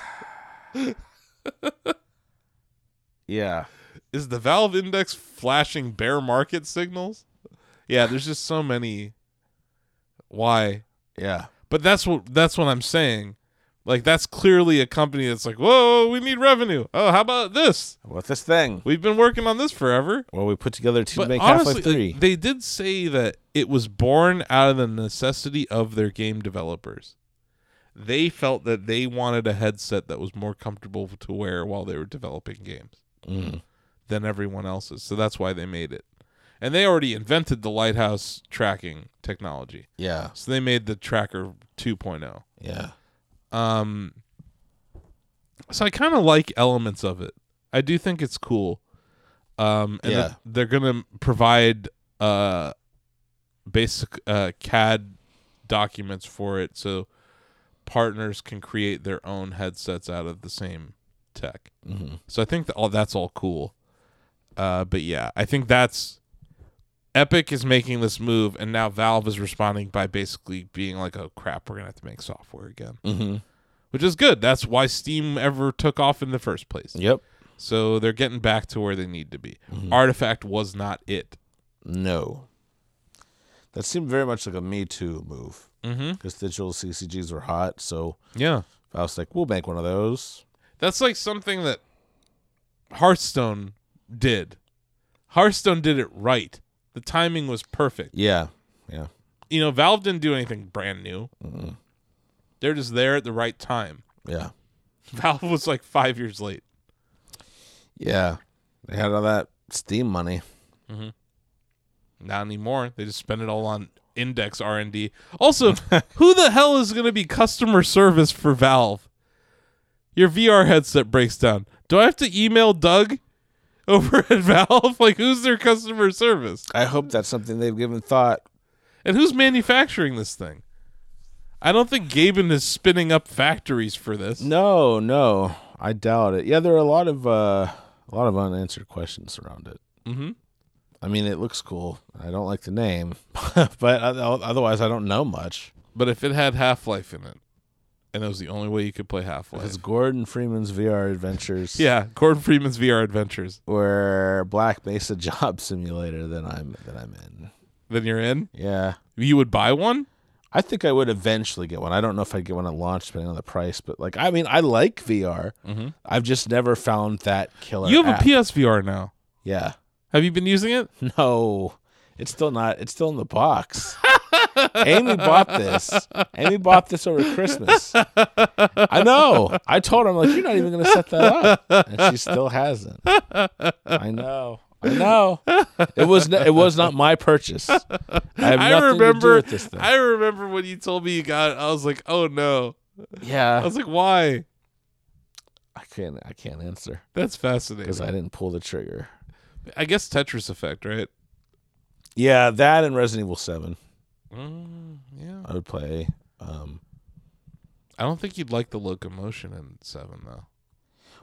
S2: Yeah.
S1: Is the Valve Index flashing bear market signals? Yeah, there's just so many. Why?
S2: Yeah.
S1: But that's what that's what I'm saying. Like that's clearly a company that's like, whoa, we need revenue. Oh, how about this?
S2: What this thing?
S1: We've been working on this forever.
S2: Well, we put together to
S1: But
S2: make
S1: honestly,
S2: Half-Life Three.
S1: like, they did say that it was born out of the necessity of their game developers. They felt that they wanted a headset that was more comfortable to wear while they were developing games
S2: Mm.
S1: than everyone else's. So that's why they made it. And they already invented the lighthouse tracking technology.
S2: yeah.
S1: So they made the tracker oh. 2.0.
S2: Yeah.
S1: Um, so I kind of like elements of it. I do think it's cool. Um, and
S2: Yeah.
S1: that they're gonna provide uh basic uh CAD documents for it, so partners can create their own headsets out of the same tech. Mm-hmm. So I think that all that's all cool. Uh, but yeah, I think that's Epic is making this move, and now Valve is responding by basically being like, "Oh crap, we're gonna have to make software again,"
S2: Mhm.
S1: which is good. That's why Steam ever took off in the first place.
S2: Yep.
S1: So they're getting back to where they need to be. Artifact was not it.
S2: No. That seemed very much like a Me Too move
S1: Mm-hmm.
S2: because digital CCGs were hot. So
S1: Yeah,
S2: I was like, we'll make one of those.
S1: that's like something that Hearthstone did. Hearthstone did it right. The timing was perfect.
S2: Yeah. Yeah.
S1: You know, Valve didn't do anything brand new. They're just there at the right time.
S2: Yeah.
S1: Valve was like five years late.
S2: Yeah. They had all that Steam money.
S1: Not anymore. They just spend it all on index R and D. Also, who the hell is going to be customer service for Valve? Your VR headset breaks down. Do I have to email Doug over at Valve? Like, who's their customer service?
S2: I hope that's something they've given thought.
S1: And who's manufacturing this thing? I don't think Gaben is spinning up factories for this.
S2: No, no. I doubt it. Yeah, there are a lot of uh a lot of unanswered questions around it.
S1: Mhm.
S2: I mean, it looks cool. I don't like the name, but o- otherwise, I don't know much.
S1: But if it had Half Life in it, and it was the only way you could play Half Life.
S2: It's Gordon Freeman's VR Adventures.
S1: Yeah, Gordon Freeman's VR Adventures.
S2: or Black Mesa Job Simulator that I'm that I'm in.
S1: Then you're in.
S2: Yeah,
S1: You would buy one?
S2: I think I would eventually get one. I don't know if I'd get one at launch, depending on the price. But like, I mean, I like VR. I've just never found that killer.
S1: Mm-hmm. You have
S2: app.
S1: a PSVR now.
S2: Yeah.
S1: Have you been using it?
S2: No, it's still not. It's still in the box. Amy bought this. Amy bought this over Christmas. I know. I told her, I'm like, you're not even going to set that up, and she still hasn't. I know. I know. It was. N- it was not my purchase. I have
S1: I
S2: nothing to do
S1: remember.
S2: with this thing.
S1: I remember when you told me you got it. I was like, "Oh no!" I
S2: yeah,
S1: was like, "Why?"
S2: I can't. I can't answer
S1: That's
S2: because
S1: fascinating.
S2: I
S1: I,
S2: didn't pull the trigger.
S1: guess Tetris effect, right?
S2: Yeah, that and Resident Evil Seven. Mm,
S1: yeah.
S2: I would play. Um,
S1: I don't think you'd like the locomotion in seven though.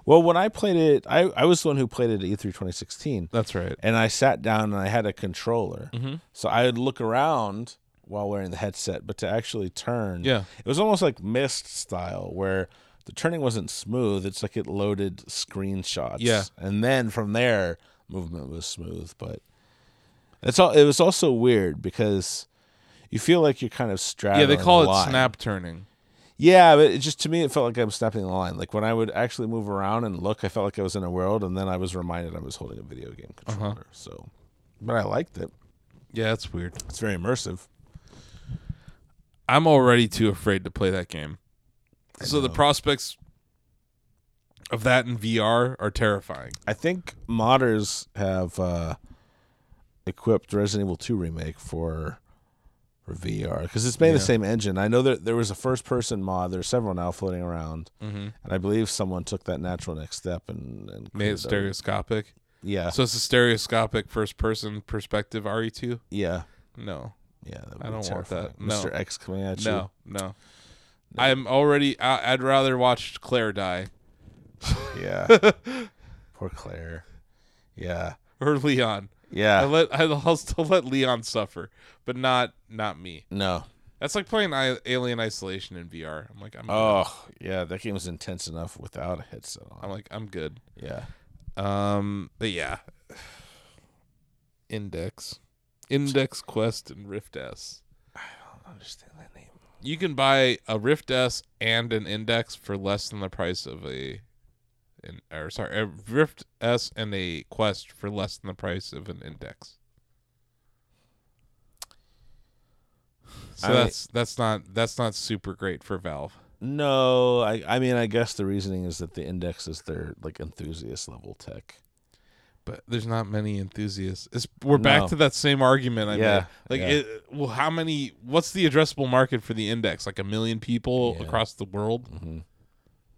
S2: well, when I played it, I, I was the one who played it at E E3 2016,
S1: That's right.
S2: and I sat down and I had a controller,
S1: Mm-hmm.
S2: so I would look around while wearing the headset, but to actually turn,
S1: Yeah.
S2: it was almost like Mist style, where the turning wasn't smooth. It's like it loaded screenshots,
S1: Yeah.
S2: and then from there, movement was smooth. But it's all. It was also weird because you feel like you're kind of straddling.
S1: Yeah, they call
S2: the
S1: it
S2: line.
S1: snap turning.
S2: Yeah, but it just to me it felt like I was snapping the line. Like when I would actually move around and look, I felt like I was in a world, and then I was reminded I was holding a video game
S1: Uh-huh.
S2: controller. So, but I liked it.
S1: Yeah, that's weird.
S2: It's very immersive.
S1: I'm already too afraid to play that game. So the prospects of that in VR are terrifying.
S2: I think modders have uh, equipped Resident Evil 2 remake for for VR because it's made the same engine. I know that there was a first person mod. There's several now floating around, and I believe someone took that natural next step and, and
S1: Mm-hmm. Made
S2: cleaned
S1: it
S2: up.
S1: stereoscopic.
S2: Yeah,
S1: So it's a stereoscopic first person perspective RE2?
S2: yeah,
S1: No.
S2: yeah. That would
S1: I
S2: be
S1: don't want
S2: terrifying.
S1: that. No.
S2: Mr. X coming at you.
S1: No, no. I'm already I, I'd rather watch Claire die
S2: Yeah. Poor Claire. Yeah.
S1: or Leon. I
S2: Yeah.
S1: let I- I'll still let Leon suffer, but not not me.
S2: no.
S1: That's like playing I- Alien Isolation in VR. I'm like I'm
S2: Oh, yeah. That game was intense enough without a headset on.
S1: I'm like I'm good.
S2: Yeah.
S1: Um, but yeah. Index, Index Quest, and Rift S.
S2: I don't understand that name.
S1: You can buy a Rift S and an Index for less than the price of a, an, or sorry, a Rift S and a Quest for less than the price of an Index. So
S2: I-
S1: that's that's not that's not super great for Valve.
S2: No, I, I mean, I guess the reasoning is that the index is their like enthusiast level tech.
S1: but there's not many enthusiasts. It's, we're back
S2: No.
S1: to that same argument. I
S2: Yeah,
S1: made. like,
S2: yeah.
S1: It, well, how many? What's the addressable market for the index? Like a million people
S2: Yeah. Mm-hmm.
S1: across the world.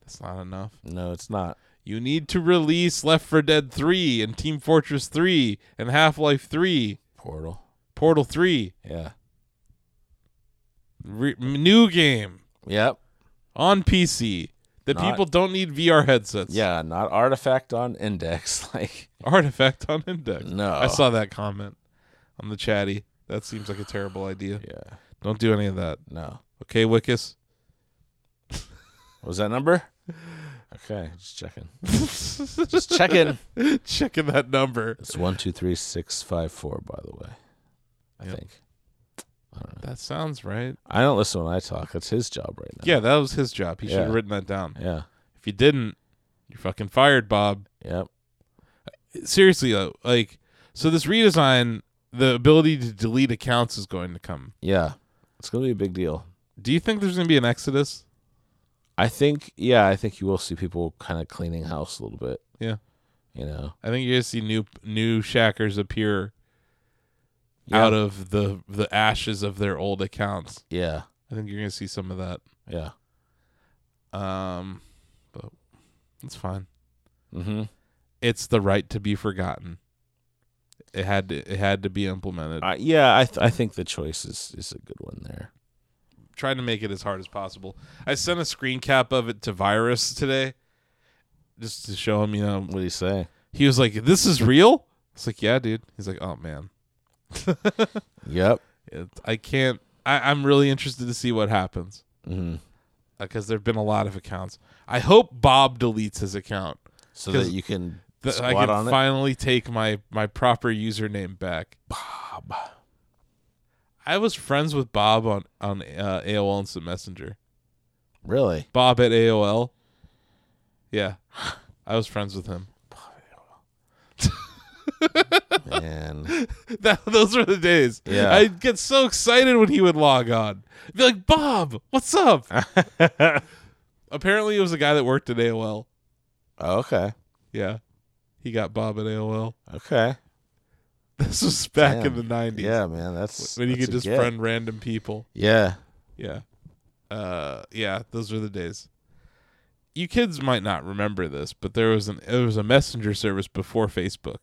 S1: That's not enough.
S2: No, it's not.
S1: You need to release Left 4 Dead 3 and Team Fortress 3 and Half Life 3,
S2: Portal.
S1: Portal 3,
S2: Yeah.
S1: re- new game
S2: Yep.
S1: on PC. The
S2: Not-
S1: people don't need VR headsets.
S2: Yeah, not artifact on index. Like,
S1: Artifact on index.
S2: No.
S1: I saw that comment on the chatty. That seems like a terrible idea.
S2: yeah.
S1: Don't do any of that.
S2: No.
S1: Okay, Wickus.
S2: What was that number? Okay, just checking. just checking.
S1: checking that number.
S2: It's one two three six five four. By the way, I
S1: Yep.
S2: think.
S1: That sounds right.
S2: I don't listen when I talk. That's his job right now.
S1: Yeah, that was his job. He should have
S2: Yeah.
S1: written that down.
S2: Yeah.
S1: If you didn't, you're fucking fired, Bob.
S2: Yep.
S1: Seriously though, like so this redesign, the ability to delete accounts is going to come.
S2: Yeah. It's gonna be a big deal.
S1: Do you think there's gonna be an exodus?
S2: I think. Yeah, I think you will see people kind of cleaning house a little bit.
S1: Yeah.
S2: You know.
S1: I think you're gonna see new new shackers appear
S2: Yeah.
S1: out of the the ashes of their old accounts.
S2: Yeah.
S1: I think you're gonna see some of that.
S2: Yeah.
S1: Um but it's fine.
S2: Mm-hmm.
S1: it's the right to be forgotten. It had to it had to be implemented.
S2: I, yeah. I th- I think the choice is is a good one there.
S1: Trying to make it as hard as possible. I sent a screen cap of it to Virus today, just to show him. You know,
S2: What do you say?
S1: he was like, "This is real." It's like, "Yeah, dude." He's like, "Oh man,
S2: Yep.
S1: it, I can't." I, I'm really interested to see what happens
S2: Mm-hmm.
S1: because there've been a lot of accounts. I hope Bob deletes his account.
S2: So that
S1: 'Cause
S2: you can
S1: That I
S2: squat
S1: can
S2: on
S1: finally take my my proper username back.
S2: it.
S1: I was friends with Bob on on uh, AOL Instant Messenger.
S2: Really?
S1: Bob at AOL. Yeah, I was friends with him.
S2: Man.
S1: That, those were the days.
S2: Yeah.
S1: I'd get so excited when he would log on. I'd be like, Bob, what's up? Apparently, it was a guy that worked at AOL.
S2: okay.
S1: Yeah, he got Bob at AOL.
S2: Okay.
S1: This was back in
S2: Damn.
S1: the nineties.
S2: Yeah, man. That's
S1: when you
S2: that's
S1: could
S2: a
S1: just
S2: get.
S1: friend random people.
S2: Yeah.
S1: Yeah. Uh yeah, those were the days. You kids might not remember this, but there was an there was a messenger service before Facebook.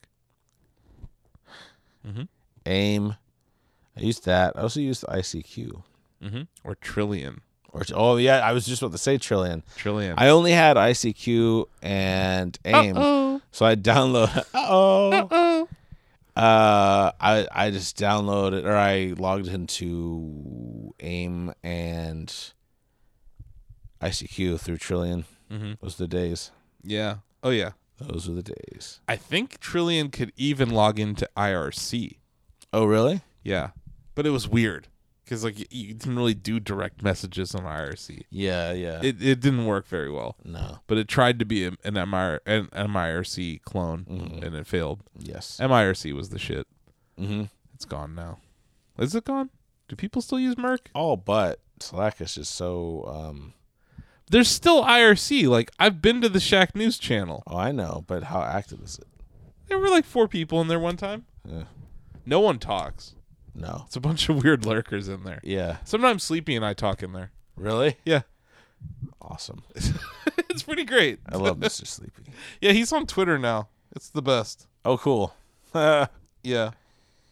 S2: Aim I used that. I also used ICQ. Mm-hmm.
S1: or trillion,
S2: Or oh yeah, I was just about to say trillion.
S1: trillion.
S2: I only had ICQ and AIM, so I download. Oh, uh, I I just downloaded or I logged into AIM and ICQ through Trillion. Those are the days.
S1: yeah. Oh yeah.
S2: Those were the days.
S1: I think trillion could even log into IRC.
S2: Oh really?
S1: Yeah, but it was weird because like you, you didn't really do direct messages on IRC.
S2: Yeah, yeah.
S1: It it didn't work very well.
S2: no.
S1: But it tried to be an an, MIR, an MIRC clone
S2: Mm-hmm.
S1: and it failed.
S2: Yes.
S1: MIRC was the shit.
S2: Mm-hmm.
S1: It's gone now. Is it gone? Do people still use Merc?
S2: All but Slack is just so. Um,
S1: There's still IRC. Like I've been to the Shack News channel.
S2: oh, I know, but how active is it?
S1: There were like four people in there one time.
S2: Yeah.
S1: No one talks.
S2: No.
S1: It's a bunch of weird lurkers in there.
S2: Yeah.
S1: Sometimes Sleepy and I talk in there.
S2: Really?
S1: Yeah.
S2: Awesome.
S1: it's pretty great.
S2: I love Mr. Sleepy.
S1: Yeah, he's on Twitter now. It's the best.
S2: Oh, cool. okay.
S1: Yeah.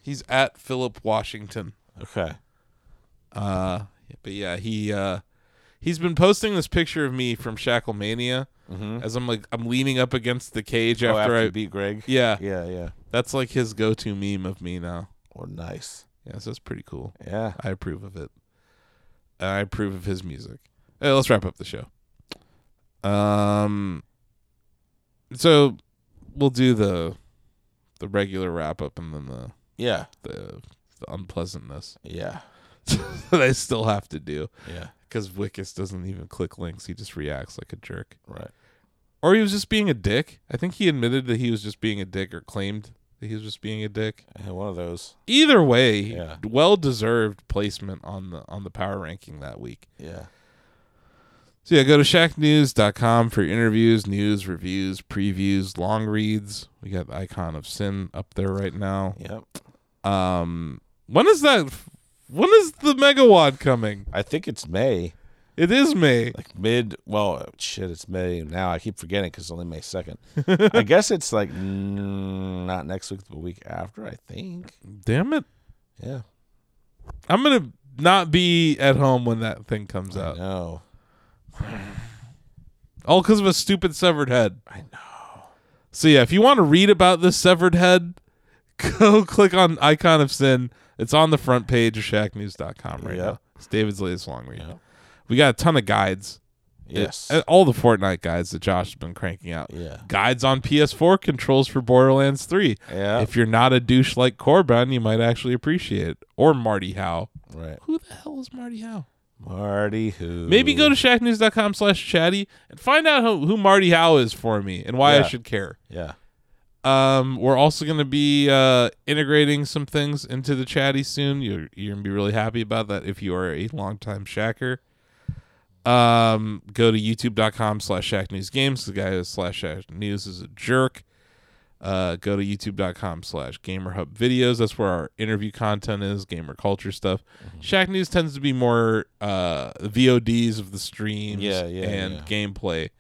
S1: He's at Philip Washington. Uh but yeah, he uh he's been posting this picture of me from Shacklemania as I'm like I'm leaning up against the cage
S2: Mm-hmm. Oh,
S1: after,
S2: after
S1: I
S2: you beat Greg.
S1: yeah,
S2: Yeah, yeah.
S1: That's like his go to meme of me now.
S2: Well, nice.
S1: Yeah, so that's pretty cool.
S2: Yeah.
S1: I approve of it. I approve of his music. Uh, let's wrap up the show. Um, so we'll do the the regular wrap up and then the
S2: Yeah.
S1: the, the unpleasantness
S2: Yeah.
S1: that I still have to do
S2: Yeah.
S1: because Wickus doesn't even click links. He just reacts like a jerk,
S2: Right.
S1: or he was just being a dick. I think he admitted that he was just being a dick, or claimed that he was just being a dick.
S2: I had one of those.
S1: Either way,
S2: Yeah.
S1: well deserved placement on the on the power ranking that week.
S2: Yeah.
S1: So yeah, go to shacknews.com for your interviews, news, reviews, previews, long reads. We got the icon of sin up there right now.
S2: Yep.
S1: Um when is that when is the megawatt coming?
S2: I think it's May,
S1: It is May.
S2: like mid. Well, shit, it's May now. I keep forgetting because it's only May second. I guess it's like mm, not next week, but the week after. I think.
S1: Damn it.
S2: Yeah.
S1: I'm gonna not be at home when that thing comes
S2: Uh,
S1: out.
S2: No.
S1: All because of a stupid severed head. I know. So yeah, if you want to read about this severed head, go click on Icon of Sin. It's on the front page of shacknews.com right
S2: Yeah.
S1: now. It's David's latest long read.
S2: Yeah.
S1: We got a ton of guides.
S2: Yes.
S1: Uh, all the Fortnite guides that Josh has been cranking out.
S2: Yeah.
S1: Guides on PS4 controls for Borderlands 3.
S2: Yeah.
S1: If you're not a douche like Corbin, you might actually appreciate it. Or Marty Howe.
S2: right.
S1: Who the hell is Marty Howe?
S2: Marty who?
S1: Maybe go to shacknews.com slash chatty and find out who, who Marty Howe is for me and why I
S2: Yeah.
S1: should care.
S2: Yeah.
S1: Um, we're also going to be uh, integrating some things into the chatty soon. You're, you're going to be really happy about that if you are a longtime shacker. Um, go to youtube.com slash shacknewsgames. The guy who is slash shacknews is a jerk. Uh, go to youtube.com slash gamerhub videos. That's where our interview content is, gamer culture stuff.
S2: Mm-hmm.
S1: Shack News tends to be more uh, VODs of the streams
S2: Yeah, yeah,
S1: and
S2: yeah.
S1: gameplay.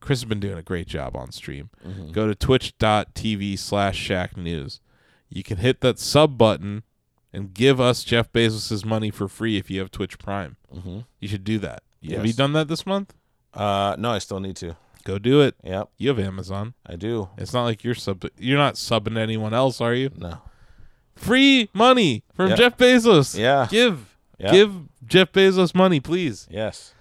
S1: Chris has been doing a great job on stream.
S2: Mm-hmm.
S1: Go to twitch.tv slash shack news. You can hit that sub button and give us Jeff Bezos' money for free if you have Twitch Prime. You should do that. Have
S2: Mm-hmm. Yes.
S1: you done that this month?
S2: Uh, no, I still need to.
S1: Go do it.
S2: Yep,
S1: You have Amazon.
S2: I do.
S1: It's not like you're sub. You're not subbing to anyone else, are you?
S2: No.
S1: Free money from
S2: Yeah.
S1: Jeff Bezos.
S2: Yeah.
S1: Give.
S2: Yeah.
S1: Give Jeff Bezos money, please.
S2: Yes.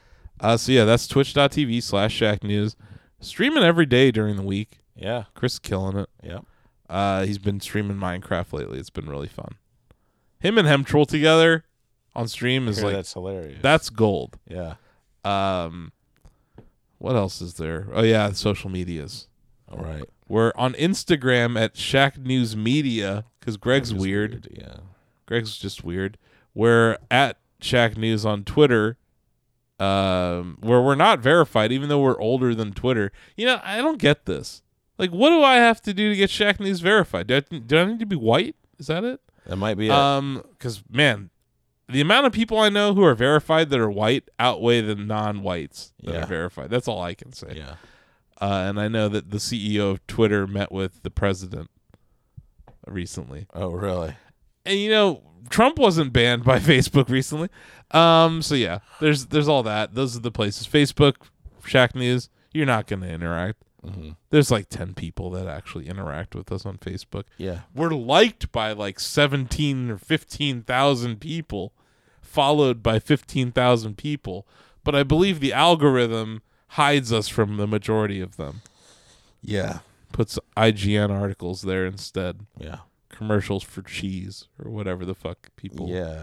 S1: Uh, so yeah, that's twitch.tv slash shack news. Streaming every day during the week.
S2: Yeah.
S1: Chris killing it.
S2: Yep.
S1: Uh, he's been streaming Minecraft lately. It's been really fun. Him and Hemtroll together on stream is
S2: Here,
S1: like
S2: that's hilarious.
S1: that's gold.
S2: yeah.
S1: Um, what else is there? Oh yeah, social medias.
S2: All right.
S1: We're on Instagram at Shack News Media because Greg's
S2: It's
S1: weird.
S2: Yeah.
S1: Greg's just weird. We're at Shack News on Twitter, um, where we're not verified, even though we're older than Twitter. You know, I don't get this. Like, what do I have to do to get Shack News verified? Do I, do I need to be white? Is that it?
S2: That might be it.
S1: Um, because man, the amount of people I know who are verified that are white outweigh the non-whites that
S2: Yeah.
S1: are verified. That's all I can say.
S2: yeah.
S1: Uh, and I know that the CEO of Twitter met with the president recently.
S2: Oh, really?
S1: And you know, Trump wasn't banned by Facebook recently. Um, so yeah, there's there's all that. Those are the places. Facebook, Shack News. You're not going to interact.
S2: Mm-hmm.
S1: There's like ten people that actually interact with us on Facebook.
S2: Yeah.
S1: we're liked by like seventeen or fifteen thousand people, followed by fifteen thousand people. But I believe the algorithm hides us from the majority of them.
S2: Yeah.
S1: Puts IGN articles there instead
S2: Yeah.
S1: commercials for cheese or whatever the fuck people
S2: Yeah.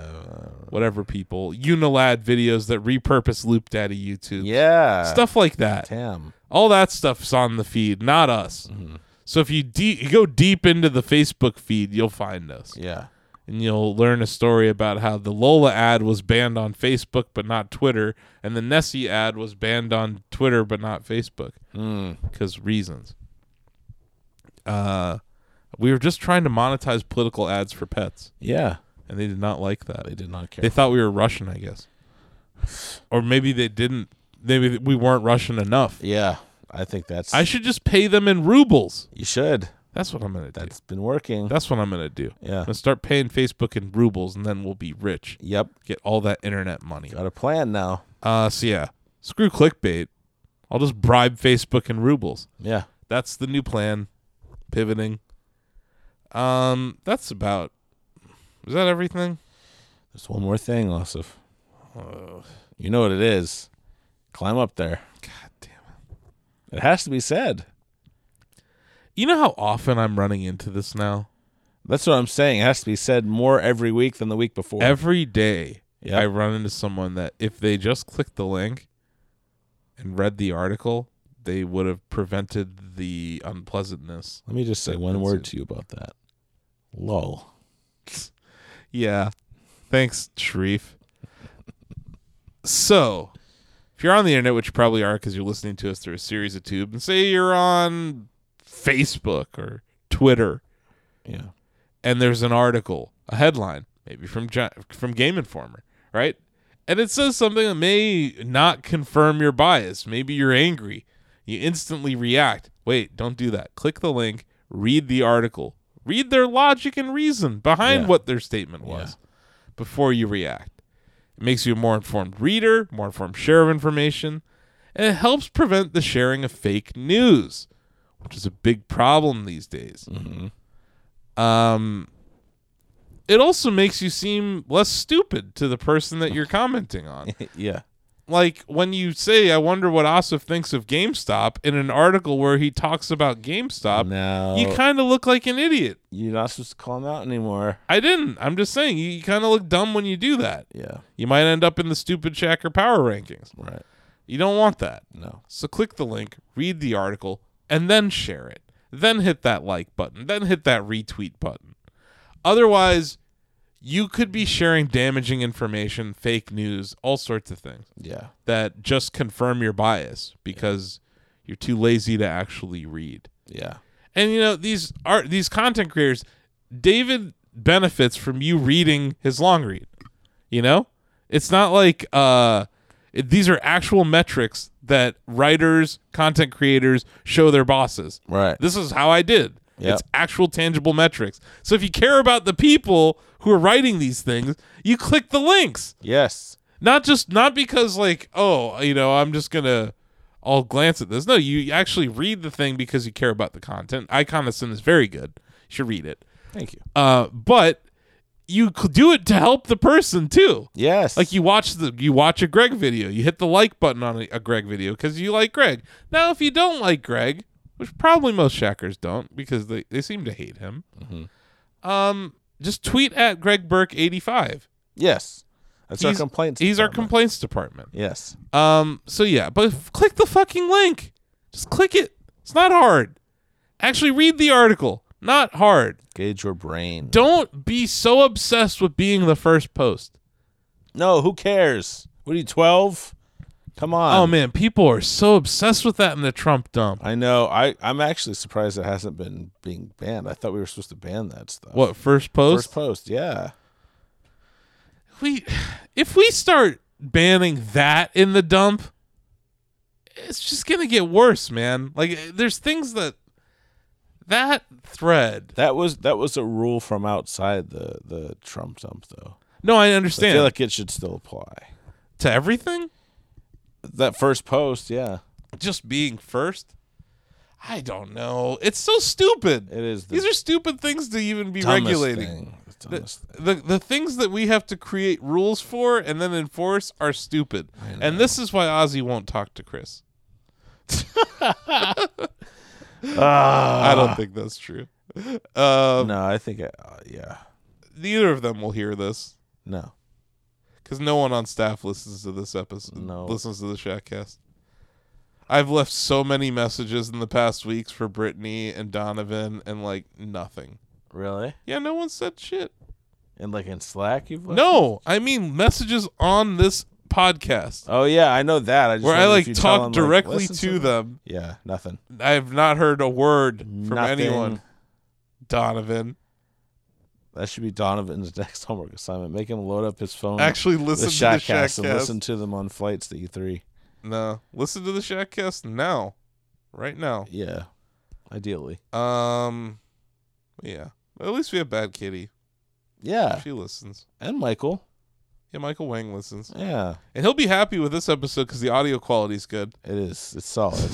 S1: whatever people unilad videos that repurpose looped out of youtube
S2: Yeah.
S1: stuff like that
S2: Damn.
S1: all that stuff's on the feed not us
S2: Mm-hmm.
S1: so if you, de- you go deep into the facebook feed you'll find us
S2: Yeah.
S1: and you'll learn a story about how the lola ad was banned on facebook but not twitter and the nessie ad was banned on twitter but not facebook
S2: Hmm.
S1: because reasons uh we were just trying to monetize political ads for pets
S2: Yeah.
S1: and they did not like that.
S2: They did not care.
S1: They thought we were Russian, I guess, or maybe they didn't. Maybe we weren't Russian enough.
S2: yeah. I think that's.
S1: I should just pay them in rubles.
S2: you should.
S1: That's what I'm gonna do.
S2: That's been working.
S1: That's what I'm gonna do.
S2: Yeah.
S1: I'm gonna start paying Facebook in rubles, and then we'll be rich.
S2: yep.
S1: Get all that internet money.
S2: Got a plan now.
S1: Uh, so yeah, screw clickbait. I'll just bribe Facebook in rubles.
S2: Yeah.
S1: That's the new plan. Pivoting. Um, that's about. Is that everything?
S2: There's one more thing, Osif. You know what it is. Climb up there.
S1: God damn.
S2: It has to be said.
S1: You know how often I'm running into this now?
S2: That's what I'm saying. It has to be said more every week than the week before.
S1: Every day
S2: Yeah.
S1: I run into someone that if they just clicked the link and read the article, they would have prevented the unpleasantness.
S2: Let me just say one
S1: That's
S2: word
S1: it.
S2: to you about that. Lol.
S1: Yeah. Thanks, Sharif. so, if you're on the internet, which you probably are because you're listening to us through a series of tube, and say you're on Facebook or Twitter,
S2: Yeah.
S1: and there's an article, a headline, maybe from Gi- from Game Informer, right? And it says something that may not confirm your bias. Maybe you're angry. You instantly react. Wait, don't do that. Click the link, read the article, read their logic and reason behind
S2: Yeah.
S1: what their statement was before you react. It makes you a more informed reader, more informed share of information, and it helps prevent the sharing of fake news, which is a big problem these days. Um, it also makes you seem less stupid to the person that you're commenting on.
S2: Yeah.
S1: like when you say, "I wonder what Asif thinks of GameStop" in an article where he talks about GameStop,
S2: No.
S1: Uh, you kind of look like an idiot.
S2: You're not supposed to call him out anymore.
S1: I didn't. I'm just saying, you, you kind of look dumb when you do that.
S2: Yeah.
S1: You might end up in the stupid Shacker power rankings.
S2: Right.
S1: You don't want that.
S2: No.
S1: So click the link, read the article, and then share it. Then hit that like button. Then hit that retweet button. Otherwise, you could be sharing damaging information, fake news, all sorts of things
S2: Yeah.
S1: that just confirm your bias because you're too lazy to actually read.
S2: Yeah.
S1: And you know, these art these content creators, David benefits from you reading his long read. You know? It's not like uh it- these are actual metrics that writers, content creators show their bosses.
S2: Right.
S1: This is how I did.
S2: Yep.
S1: It's actual tangible metrics. So if you care about the people who are writing these things, you click the links
S2: yes.
S1: not just not because like oh you know i'm just gonna i'll glance at this no you actually read the thing because you care about the content iconicin is very good you should read it
S2: Thank you.
S1: uh, but you could do it to help the person too
S2: Yes.
S1: like you watch the you watch a greg video you hit the like button on a, a greg video because you like greg now if you don't like greg which probably most shackers don't because they, they seem to hate him
S2: Mm-hmm.
S1: um just tweet at greg burke 85
S2: Yes. That's our
S1: He's-
S2: complaints.
S1: he's our
S2: department.
S1: complaints department
S2: Yes.
S1: um. So yeah, but f- click the fucking link. Just click it. It's not hard. Actually, read the article. Not hard.
S2: Gauge your brain.
S1: Don't be so obsessed with being the first post.
S2: no, who cares? What are you, 12? Come on.
S1: oh man, people are so obsessed with that in the Trump dump.
S2: I know. I, I'm actually surprised it hasn't been being banned. I thought we were supposed to ban that stuff.
S1: What first post?
S2: First post, yeah.
S1: we, if we start banning that in the dump, it's just gonna get worse, man. Like eh, there's things that that thread.
S2: That was that was a rule from outside the the Trump dump though.
S1: No, I
S2: I
S1: understand.
S2: feel like it should still apply.
S1: to everything,
S2: That first post, yeah,
S1: just being first. I don't know. It's so stupid.
S2: it is. The
S1: These are stupid things to even be
S2: dumbest
S1: regulating.
S2: thing. The dumbest thing.
S1: the the things that we have to create rules for and then enforce are stupid. And this is why Ozzy won't talk to Chris. I
S2: Ah.
S1: don't think that's true. Uh,
S2: No, I think I, uh, yeah.
S1: neither of them will hear this
S2: No,
S1: because no one on staff listens to this episode.
S2: No.
S1: listens to the Shackcast. I've left so many messages in the past weeks for Brittany and Donovan, and like nothing.
S2: really?
S1: Yeah, no one said shit.
S2: And like in Slack, you've left
S1: No, I mean messages on this podcast.
S2: Oh yeah, I know that. I just
S1: where I
S2: wondered if
S1: like
S2: you tell
S1: talk
S2: them, like,
S1: directly
S2: listen
S1: to them.
S2: Yeah, nothing.
S1: I have not heard a word from
S2: Nothing.
S1: anyone. Donovan
S2: That should be Donovan's next homework assignment. Make him load up his phone.
S1: actually
S2: the
S1: listen to the
S2: Shotcast
S1: Shackcast.
S2: and listen to them on flights to E E3.
S1: No, listen to the Shackcast now, right now.
S2: Yeah, ideally.
S1: Um, yeah. At least we have Bad Kitty.
S2: Yeah,
S1: She listens.
S2: and Michael.
S1: Yeah, Michael Wang listens,
S2: Yeah,
S1: and he'll be happy with this episode because the audio quality's good.
S2: it is. It's solid.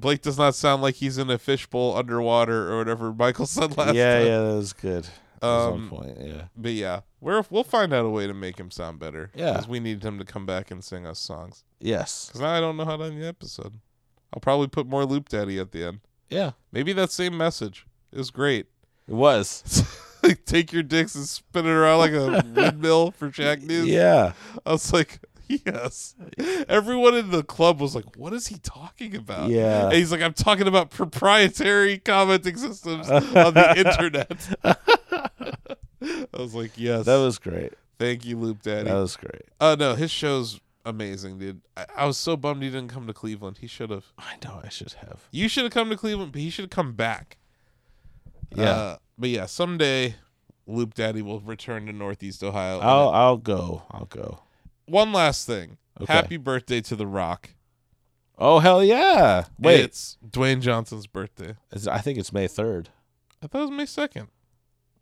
S1: Blake does not sound like he's in a fishbowl underwater or whatever Michael said last
S2: yeah,
S1: time.
S2: yeah, that was good. That was
S1: Um,
S2: on point. Yeah,
S1: But yeah, we're we'll find out a way to make him sound better.
S2: Yeah.
S1: because we need him to come back and sing us songs.
S2: yes,
S1: Because now I don't know how to end the episode. I'll probably put more Loop Daddy at the end.
S2: yeah,
S1: Maybe that same message is great.
S2: it was.
S1: Like, Take your dicks and spin it around like a windmill for Jack News.
S2: Yeah,
S1: I was like, yes. Everyone in the club was like, what is he talking about?
S2: Yeah.
S1: And he's like, I'm talking about proprietary commenting systems on the internet. I was like, yes.
S2: that was great.
S1: Thank you, Loop Daddy.
S2: That was great.
S1: Oh no, his show's amazing, dude. I, I was so bummed he didn't come to Cleveland. He should have.
S2: I know I should have.
S1: You should have come to Cleveland, but he should have come back.
S2: Yeah,
S1: Uh, but yeah, someday Loop Daddy will return to Northeast Ohio.
S2: I'll I'll go. I'll go.
S1: One last thing.
S2: Oh. Okay.
S1: Happy birthday to The Rock.
S2: Oh hell yeah! Wait,
S1: It's Dwayne Johnson's birthday.
S2: it's- I think it's May third.
S1: I thought it was May 2nd.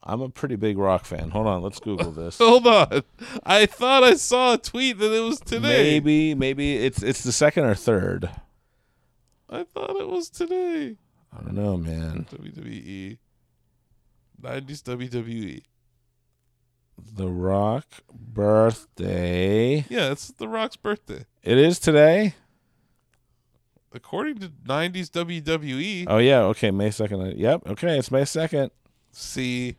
S2: I'm a pretty big rock fan. Hold on, let's Google this.
S1: Hold on. I thought I saw a tweet that it was today.
S2: Maybe maybe it's it's the second or third.
S1: I thought it was today. E.
S2: I don't know, man.
S1: WWE. 90s WWE.
S2: The Rock birthday.
S1: Yeah, it's The Rock's birthday.
S2: It is today.
S1: According to 90s WWE,
S2: Oh yeah. Okay, May second. Yep. Okay, it's May second.
S1: see,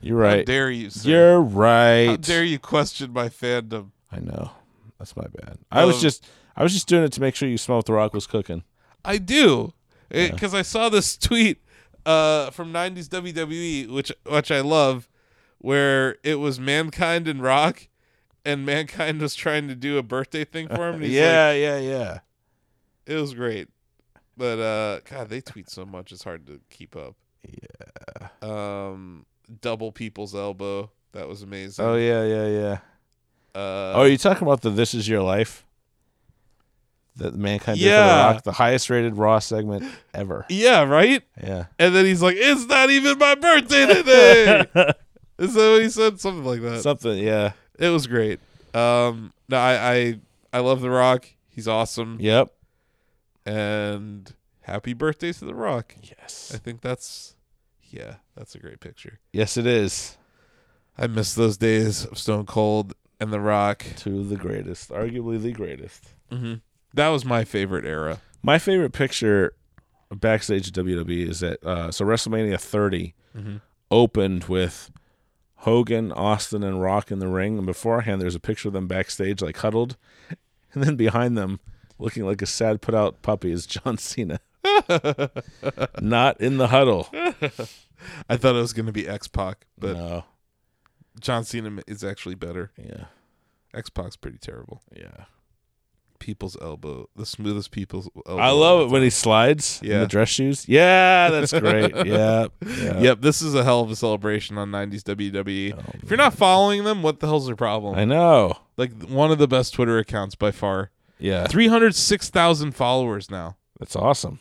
S2: You're
S1: how
S2: right.
S1: dare you, sir?
S2: You're right.
S1: how dare you question my fandom?
S2: I know. That's my bad. I was
S1: Um,
S2: just I was just doing it to make sure you smelled what the rock was cooking.
S1: I do, because I saw this tweet uh, from 90s WWE, E, which which I love, where it was Mankind and Rock, and Mankind was trying to do a birthday thing for him. And he's
S2: yeah, yeah, yeah.
S1: like, it was great. But uh, God, they tweet so much; it's hard to keep up. Yeah. Um, double people's elbow. That was amazing.
S2: Oh yeah, yeah, yeah.
S1: Uh,
S2: Oh, are you talking about the "This Is Your Life"? That mankind did for
S1: Yeah.
S2: the rock, the highest rated Raw segment ever.
S1: yeah, right.
S2: Yeah,
S1: And then he's like, "It's not even my birthday today." Is that what he said? Something like that.
S2: something. Yeah,
S1: It was great. Um, no, I, I I love The Rock. He's awesome.
S2: yep.
S1: And happy birthday to The Rock. I
S2: Yes,
S1: think that's yeah, that's a great picture.
S2: yes, it is.
S1: I miss those days of Stone Cold and The Rock.
S2: Two of the greatest, arguably the greatest.
S1: That was my favorite era.
S2: My favorite picture backstage at WWE is that uh, so WrestleMania 30
S1: Mm-hmm.
S2: opened with Hogan, Austin, and Rock in the ring, and beforehand there's a picture of them backstage like huddled, and then behind them, looking like a sad put out puppy, is John Cena. Not in the huddle.
S1: I thought it was going to be X Pac, but
S2: no.
S1: John Cena is actually better.
S2: Yeah.
S1: X Pac's pretty terrible.
S2: Yeah.
S1: People's elbow, the smoothest people's elbow.
S2: I love it when he slides in
S1: Yeah.
S2: the dress shoes. Yeah, that's great. yeah. Yeah.
S1: Yep, this is a hell of a celebration on 90s WWE. E. if you're not following them, what the hell's your problem?
S2: I know.
S1: like one of the best Twitter accounts by far.
S2: Yeah.
S1: 306,000 followers now.
S2: That's awesome.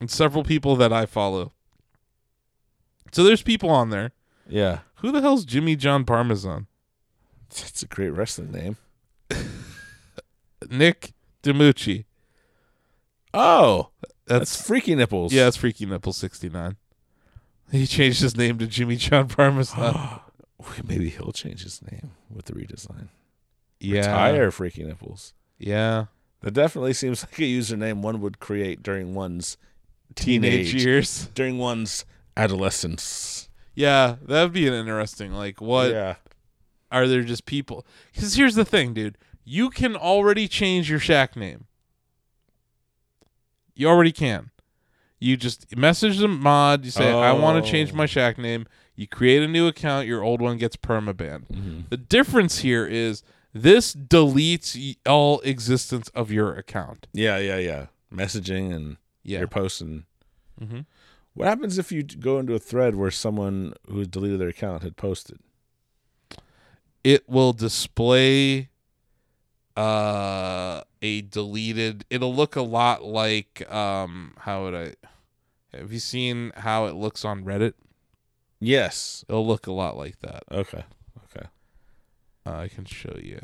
S1: and several people that I follow. So there's people on there.
S2: Yeah.
S1: Who the hell's Jimmy John Parmesan?
S2: That's a great wrestling name.
S1: Nick DiMucci.
S2: Oh,
S1: That's,
S2: that's Freaky Nipples.
S1: yeah, that's Freaky Nipple 69. He changed his name to Jimmy John Parmesan.
S2: Maybe he'll change his name with the redesign.
S1: yeah.
S2: Retire Freaky Nipples.
S1: Yeah.
S2: That definitely seems like a username one would create during one's
S1: Teenage,
S2: teenage,
S1: years.
S2: during one's adolescence.
S1: Yeah, that would be an interesting like what
S2: yeah.
S1: are there just people because here's the thing dude you can already change your shack name you already can you just message the mod you say i want
S2: Oh.
S1: to change my shack name you create a new account your old one gets permabanned the difference here is this deletes y- all existence of your account
S2: Yeah, yeah, yeah. Messaging and
S1: Yeah.
S2: your posting. Mm-hmm.
S1: Mhm.
S2: What happens if you go into a thread where someone who deleted their account had posted?
S1: it will display uh a deleted it'll look a lot like um how would i have you seen how it looks on reddit
S2: Yes.
S1: it'll look a lot like that
S2: Okay. Okay.
S1: uh, i can show you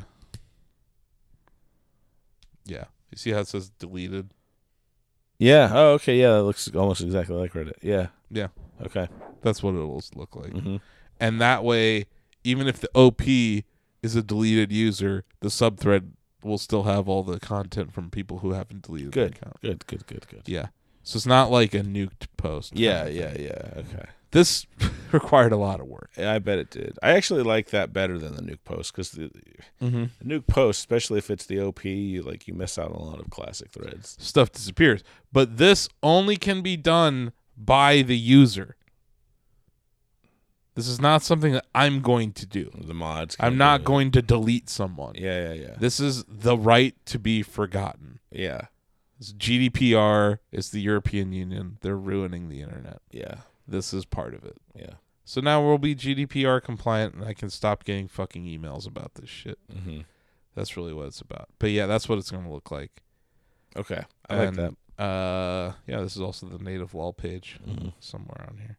S1: yeah you see how it says deleted
S2: Yeah. Oh, okay. Yeah, that looks almost exactly like Reddit. Yeah.
S1: yeah
S2: Okay.
S1: that's what it'll look like
S2: Mhm.
S1: and that way even if the op is a deleted user the subthread will still have all the content from people who haven't deleted their
S2: Good.
S1: account
S2: Good. Good. Good. Good.
S1: Yeah. So it's not like a nuked post.
S2: Yeah. Yeah. Yeah. Okay.
S1: This required a lot of work.
S2: Yeah, I bet it did. I actually like that better than the nuke post because the,
S1: Mhm.
S2: the nuke post, especially if it's the OP, you like you miss out on a lot of classic threads.
S1: Stuff disappears. But this only can be done by the user. This is not something that I'm going to do.
S2: The mods. can
S1: I'm
S2: do
S1: not
S2: it.
S1: going to delete someone.
S2: Yeah. Yeah. Yeah.
S1: This is the right to be forgotten.
S2: yeah.
S1: It's GDPR, it's the European Union. They're ruining the internet.
S2: Yeah.
S1: This is part of it.
S2: Yeah.
S1: So now we'll be GDPR compliant and I can stop getting fucking emails about this shit.
S2: Mm-hmm.
S1: That's really what it's about. But yeah, that's what it's going to look like.
S2: Okay. I like
S1: And,
S2: that.
S1: Uh, yeah, this is also the native law page somewhere on here.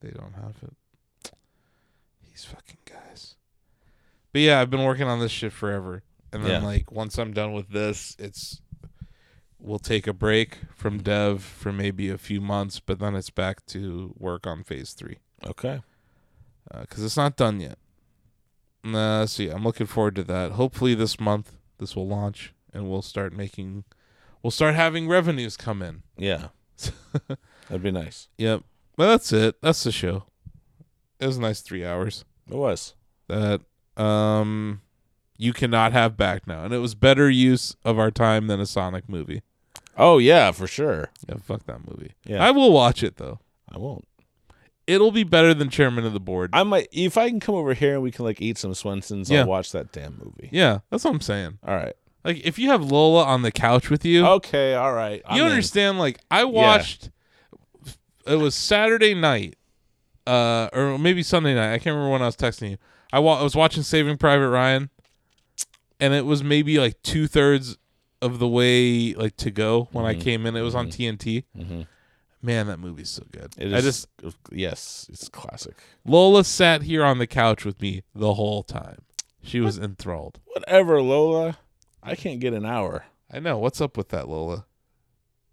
S1: They don't have it. These fucking guys. But yeah, I've been working on this shit forever. And then
S2: Yeah.
S1: like once I'm done with this, it's we'll take a break from dev for maybe a few months, but then it's back to work on phase three
S2: Okay.
S1: because Uh, it's not done yet. Uh, so yeah, I'm looking forward to that. Hopefully this month this will launch and we'll start making, we'll start having revenues come in.
S2: Yeah. That'd be nice.
S1: Yep. Well, that's it. That's the show. It was a nice three hours.
S2: It was.
S1: That um, you cannot have back now, and it was better use of our time than a Sonic movie.
S2: Oh yeah, for sure.
S1: Yeah, fuck that movie.
S2: Yeah.
S1: I will watch it though.
S2: I won't.
S1: It'll be better than Chairman of the Board.
S2: I might if I can come over here and we can like eat some Swensons.
S1: Yeah.
S2: I'll watch that damn movie.
S1: yeah, that's what I'm saying.
S2: All right.
S1: Like if you have Lola on the couch with you,
S2: Okay. All right. I'm
S1: you
S2: in.
S1: understand like i watched it was saturday night uh or maybe sunday night i can't remember when i was texting you i, wa- I was watching saving private ryan and it was maybe like two-thirds of the way like to go when
S2: Mm-hmm.
S1: i came in it was on tnt man that movie's so good
S2: It is,
S1: i just
S2: yes, it's classic.
S1: lola sat here on the couch with me the whole time she was enthralled
S2: Whatever, Lola. I can't get an hour.
S1: i know what's up with that lola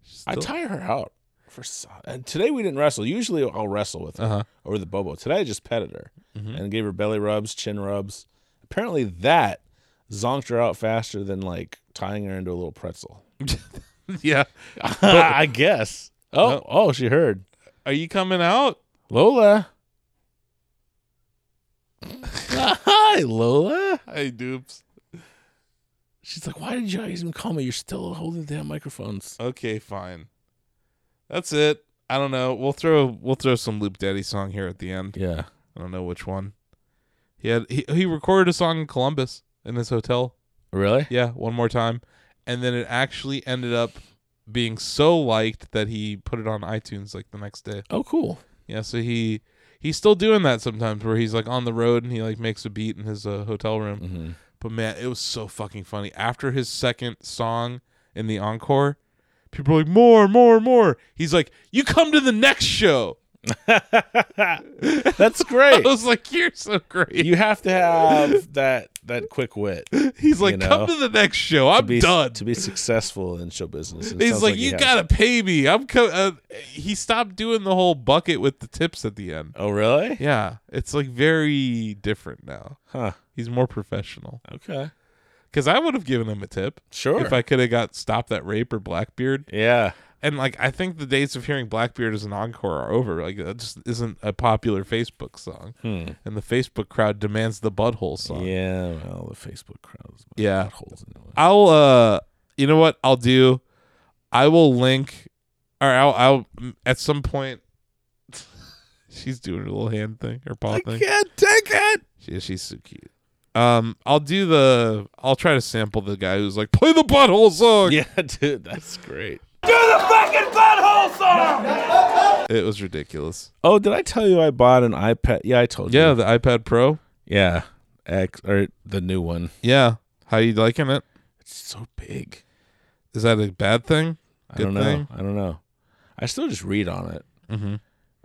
S1: She's
S2: I
S1: still-
S2: tire her out. For so- and today we didn't wrestle. Usually I'll wrestle with her
S1: Uh-huh.
S2: over the bobo. Today I just petted her and gave her belly rubs, chin rubs. Apparently that zonked her out faster than like tying her into a little pretzel.
S1: yeah
S2: I guess. Oh, oh, she heard.
S1: are you coming out
S2: Lola. Hi, Lola.
S1: hey dupes
S2: She's like, why did you even call me? You're still holding the damn microphones.
S1: Okay, fine. That's it. I don't know. We'll throw we'll throw some Loop Daddy song here at the end.
S2: Yeah.
S1: I don't know which one. He had he, he recorded a song in Columbus in his hotel.
S2: Really?
S1: Yeah, one more time. And then it actually ended up being so liked that he put it on iTunes like the next day.
S2: Oh, cool.
S1: Yeah, so he he's still doing that sometimes where he's like on the road and he like makes a beat in his uh, hotel room.
S2: Mm-hmm.
S1: But man, it was so fucking funny. After his second song in the encore, People are like, more, more, more. He's like, you come to the next show.
S2: That's great.
S1: I was like, you're so great.
S2: you have to have that that quick wit.
S1: He's like,
S2: you know,
S1: come to the next show. I'm
S2: to be,
S1: done.
S2: to be successful in show business. It
S1: He's
S2: sounds
S1: like,
S2: he
S1: you
S2: has-
S1: gotta pay me. I'm. Co- uh, he stopped doing the whole bucket with the tips at the end.
S2: Oh really?
S1: Yeah, it's like very different now.
S2: Huh.
S1: He's more professional.
S2: Okay.
S1: Because I would have given him a tip
S2: Sure.
S1: if I could have got stopped at rape or Blackbeard.
S2: yeah.
S1: And like, I think the days of hearing Blackbeard as an encore are over. Like, that just isn't a popular Facebook song. And the Facebook crowd demands the butthole song.
S2: Hmm. Yeah. Well, the Facebook crowds.
S1: Yeah.
S2: Holes in it.
S1: I'll uh you know what I'll do? I will link or I'll I'll mm, at some point she's doing her little hand thing, her paw thing.
S2: can't take it.
S1: She, she's so cute. Um I'll do the I'll try to sample the guy who's like, play the butthole song.
S2: Yeah, dude, that's great.
S1: It was ridiculous.
S2: Oh, did I tell you I bought an iPad? Yeah, I told
S1: Yeah,
S2: you.
S1: the iPad Pro.
S2: Yeah. X or the new one.
S1: Yeah. How you liking it?
S2: It's so big.
S1: Is that a bad thing?
S2: I don't know. I don't know. I still just read on it.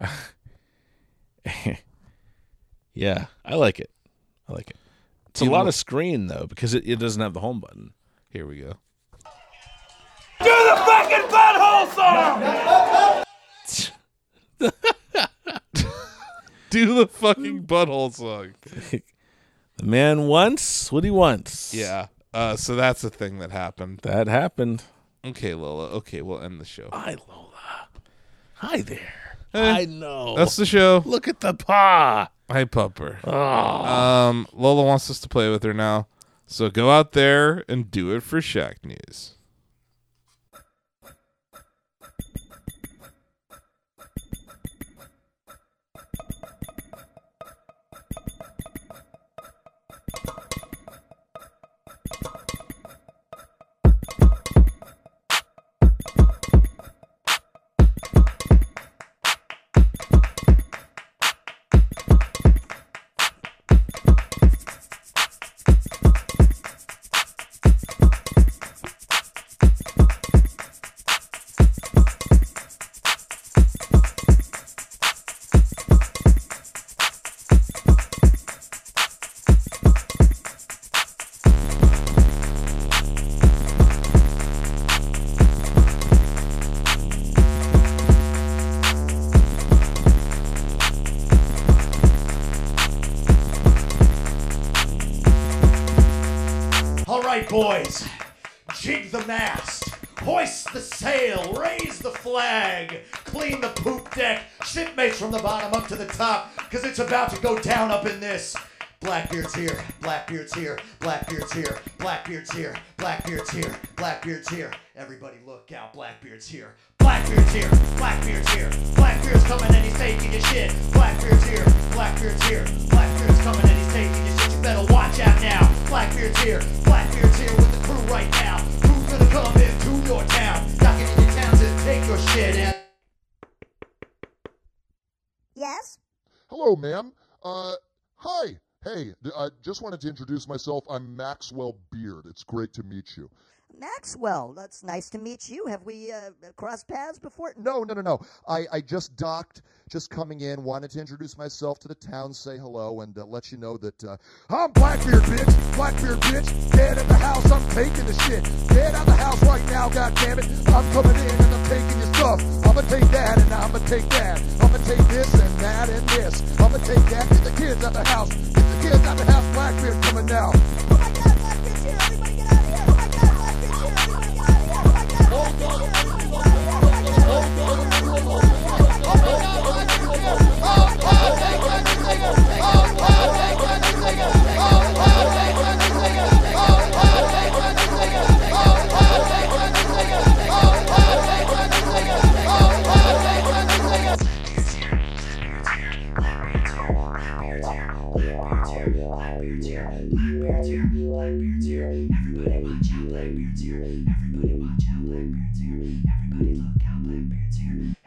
S2: Mm-hmm. yeah, I like it. I like it. It's a lot of screen though because it, it doesn't have the home button.
S1: Here we go. Do the fucking butthole song.
S2: The man wants what he wants.
S1: Yeah. Uh, so that's the thing that happened.
S2: that happened.
S1: Okay, Lola. Okay, we'll end the show.
S2: Hi Lola. Hi there.
S1: Eh,
S2: I know.
S1: That's the show.
S2: Look at the paw.
S1: Hi, Pupper. Um, Lola wants us to play with her now. So go out there and do it for Shaq News.
S6: All right, boys, jig the mast, hoist the sail, raise the flag, clean the poop deck, shipmates from the bottom up to the top, because it's about to go down up in this. Blackbeard's here, Blackbeard's here, Blackbeard's here, Blackbeard's here, Blackbeard's here, Blackbeard's here. Everybody look out, Blackbeard's here. Blackbeard's here, Blackbeard's here, Blackbeard's coming and he's taking your shit. Blackbeard's here, Blackbeard's here, Blackbeard's coming and he's taking your shit. You better watch out now. Blackbeard's here, Blackbeard's here with the crew right now. Who's gonna come into your town? Knocking in your towns and take your shit out.
S7: Yes?
S8: Hello, ma'am. Uh, hi. Hey, th- I just wanted to introduce myself. I'm Maxwell Beard. It's great to meet you.
S7: Maxwell, that's nice to meet you. Have we uh, crossed paths before?
S8: No, no, no, no. I, I just docked, just coming in, wanted to introduce myself to the town, say hello, and uh, let you know that uh, I'm Blackbeard, bitch. Blackbeard, bitch. Dead at the house. I'm taking the shit. Dead out the house right now, goddammit. I'm coming in and I'm taking your stuff. I'm going to take that and I'm going to take that. I'm going to take this and that and this. I'm going to take that. Get the kids out the house. Get the kids out the house. Blackbeard coming now.
S7: Oh my god, Blackbeard's here! Everybody get out of here! Oh my god, Blackbeard's here! Everybody get out of here! Oh my god,
S9: Blackbeard's here. Everybody watch out. Blackbeard's here. Everybody look out. Blackbeard's here.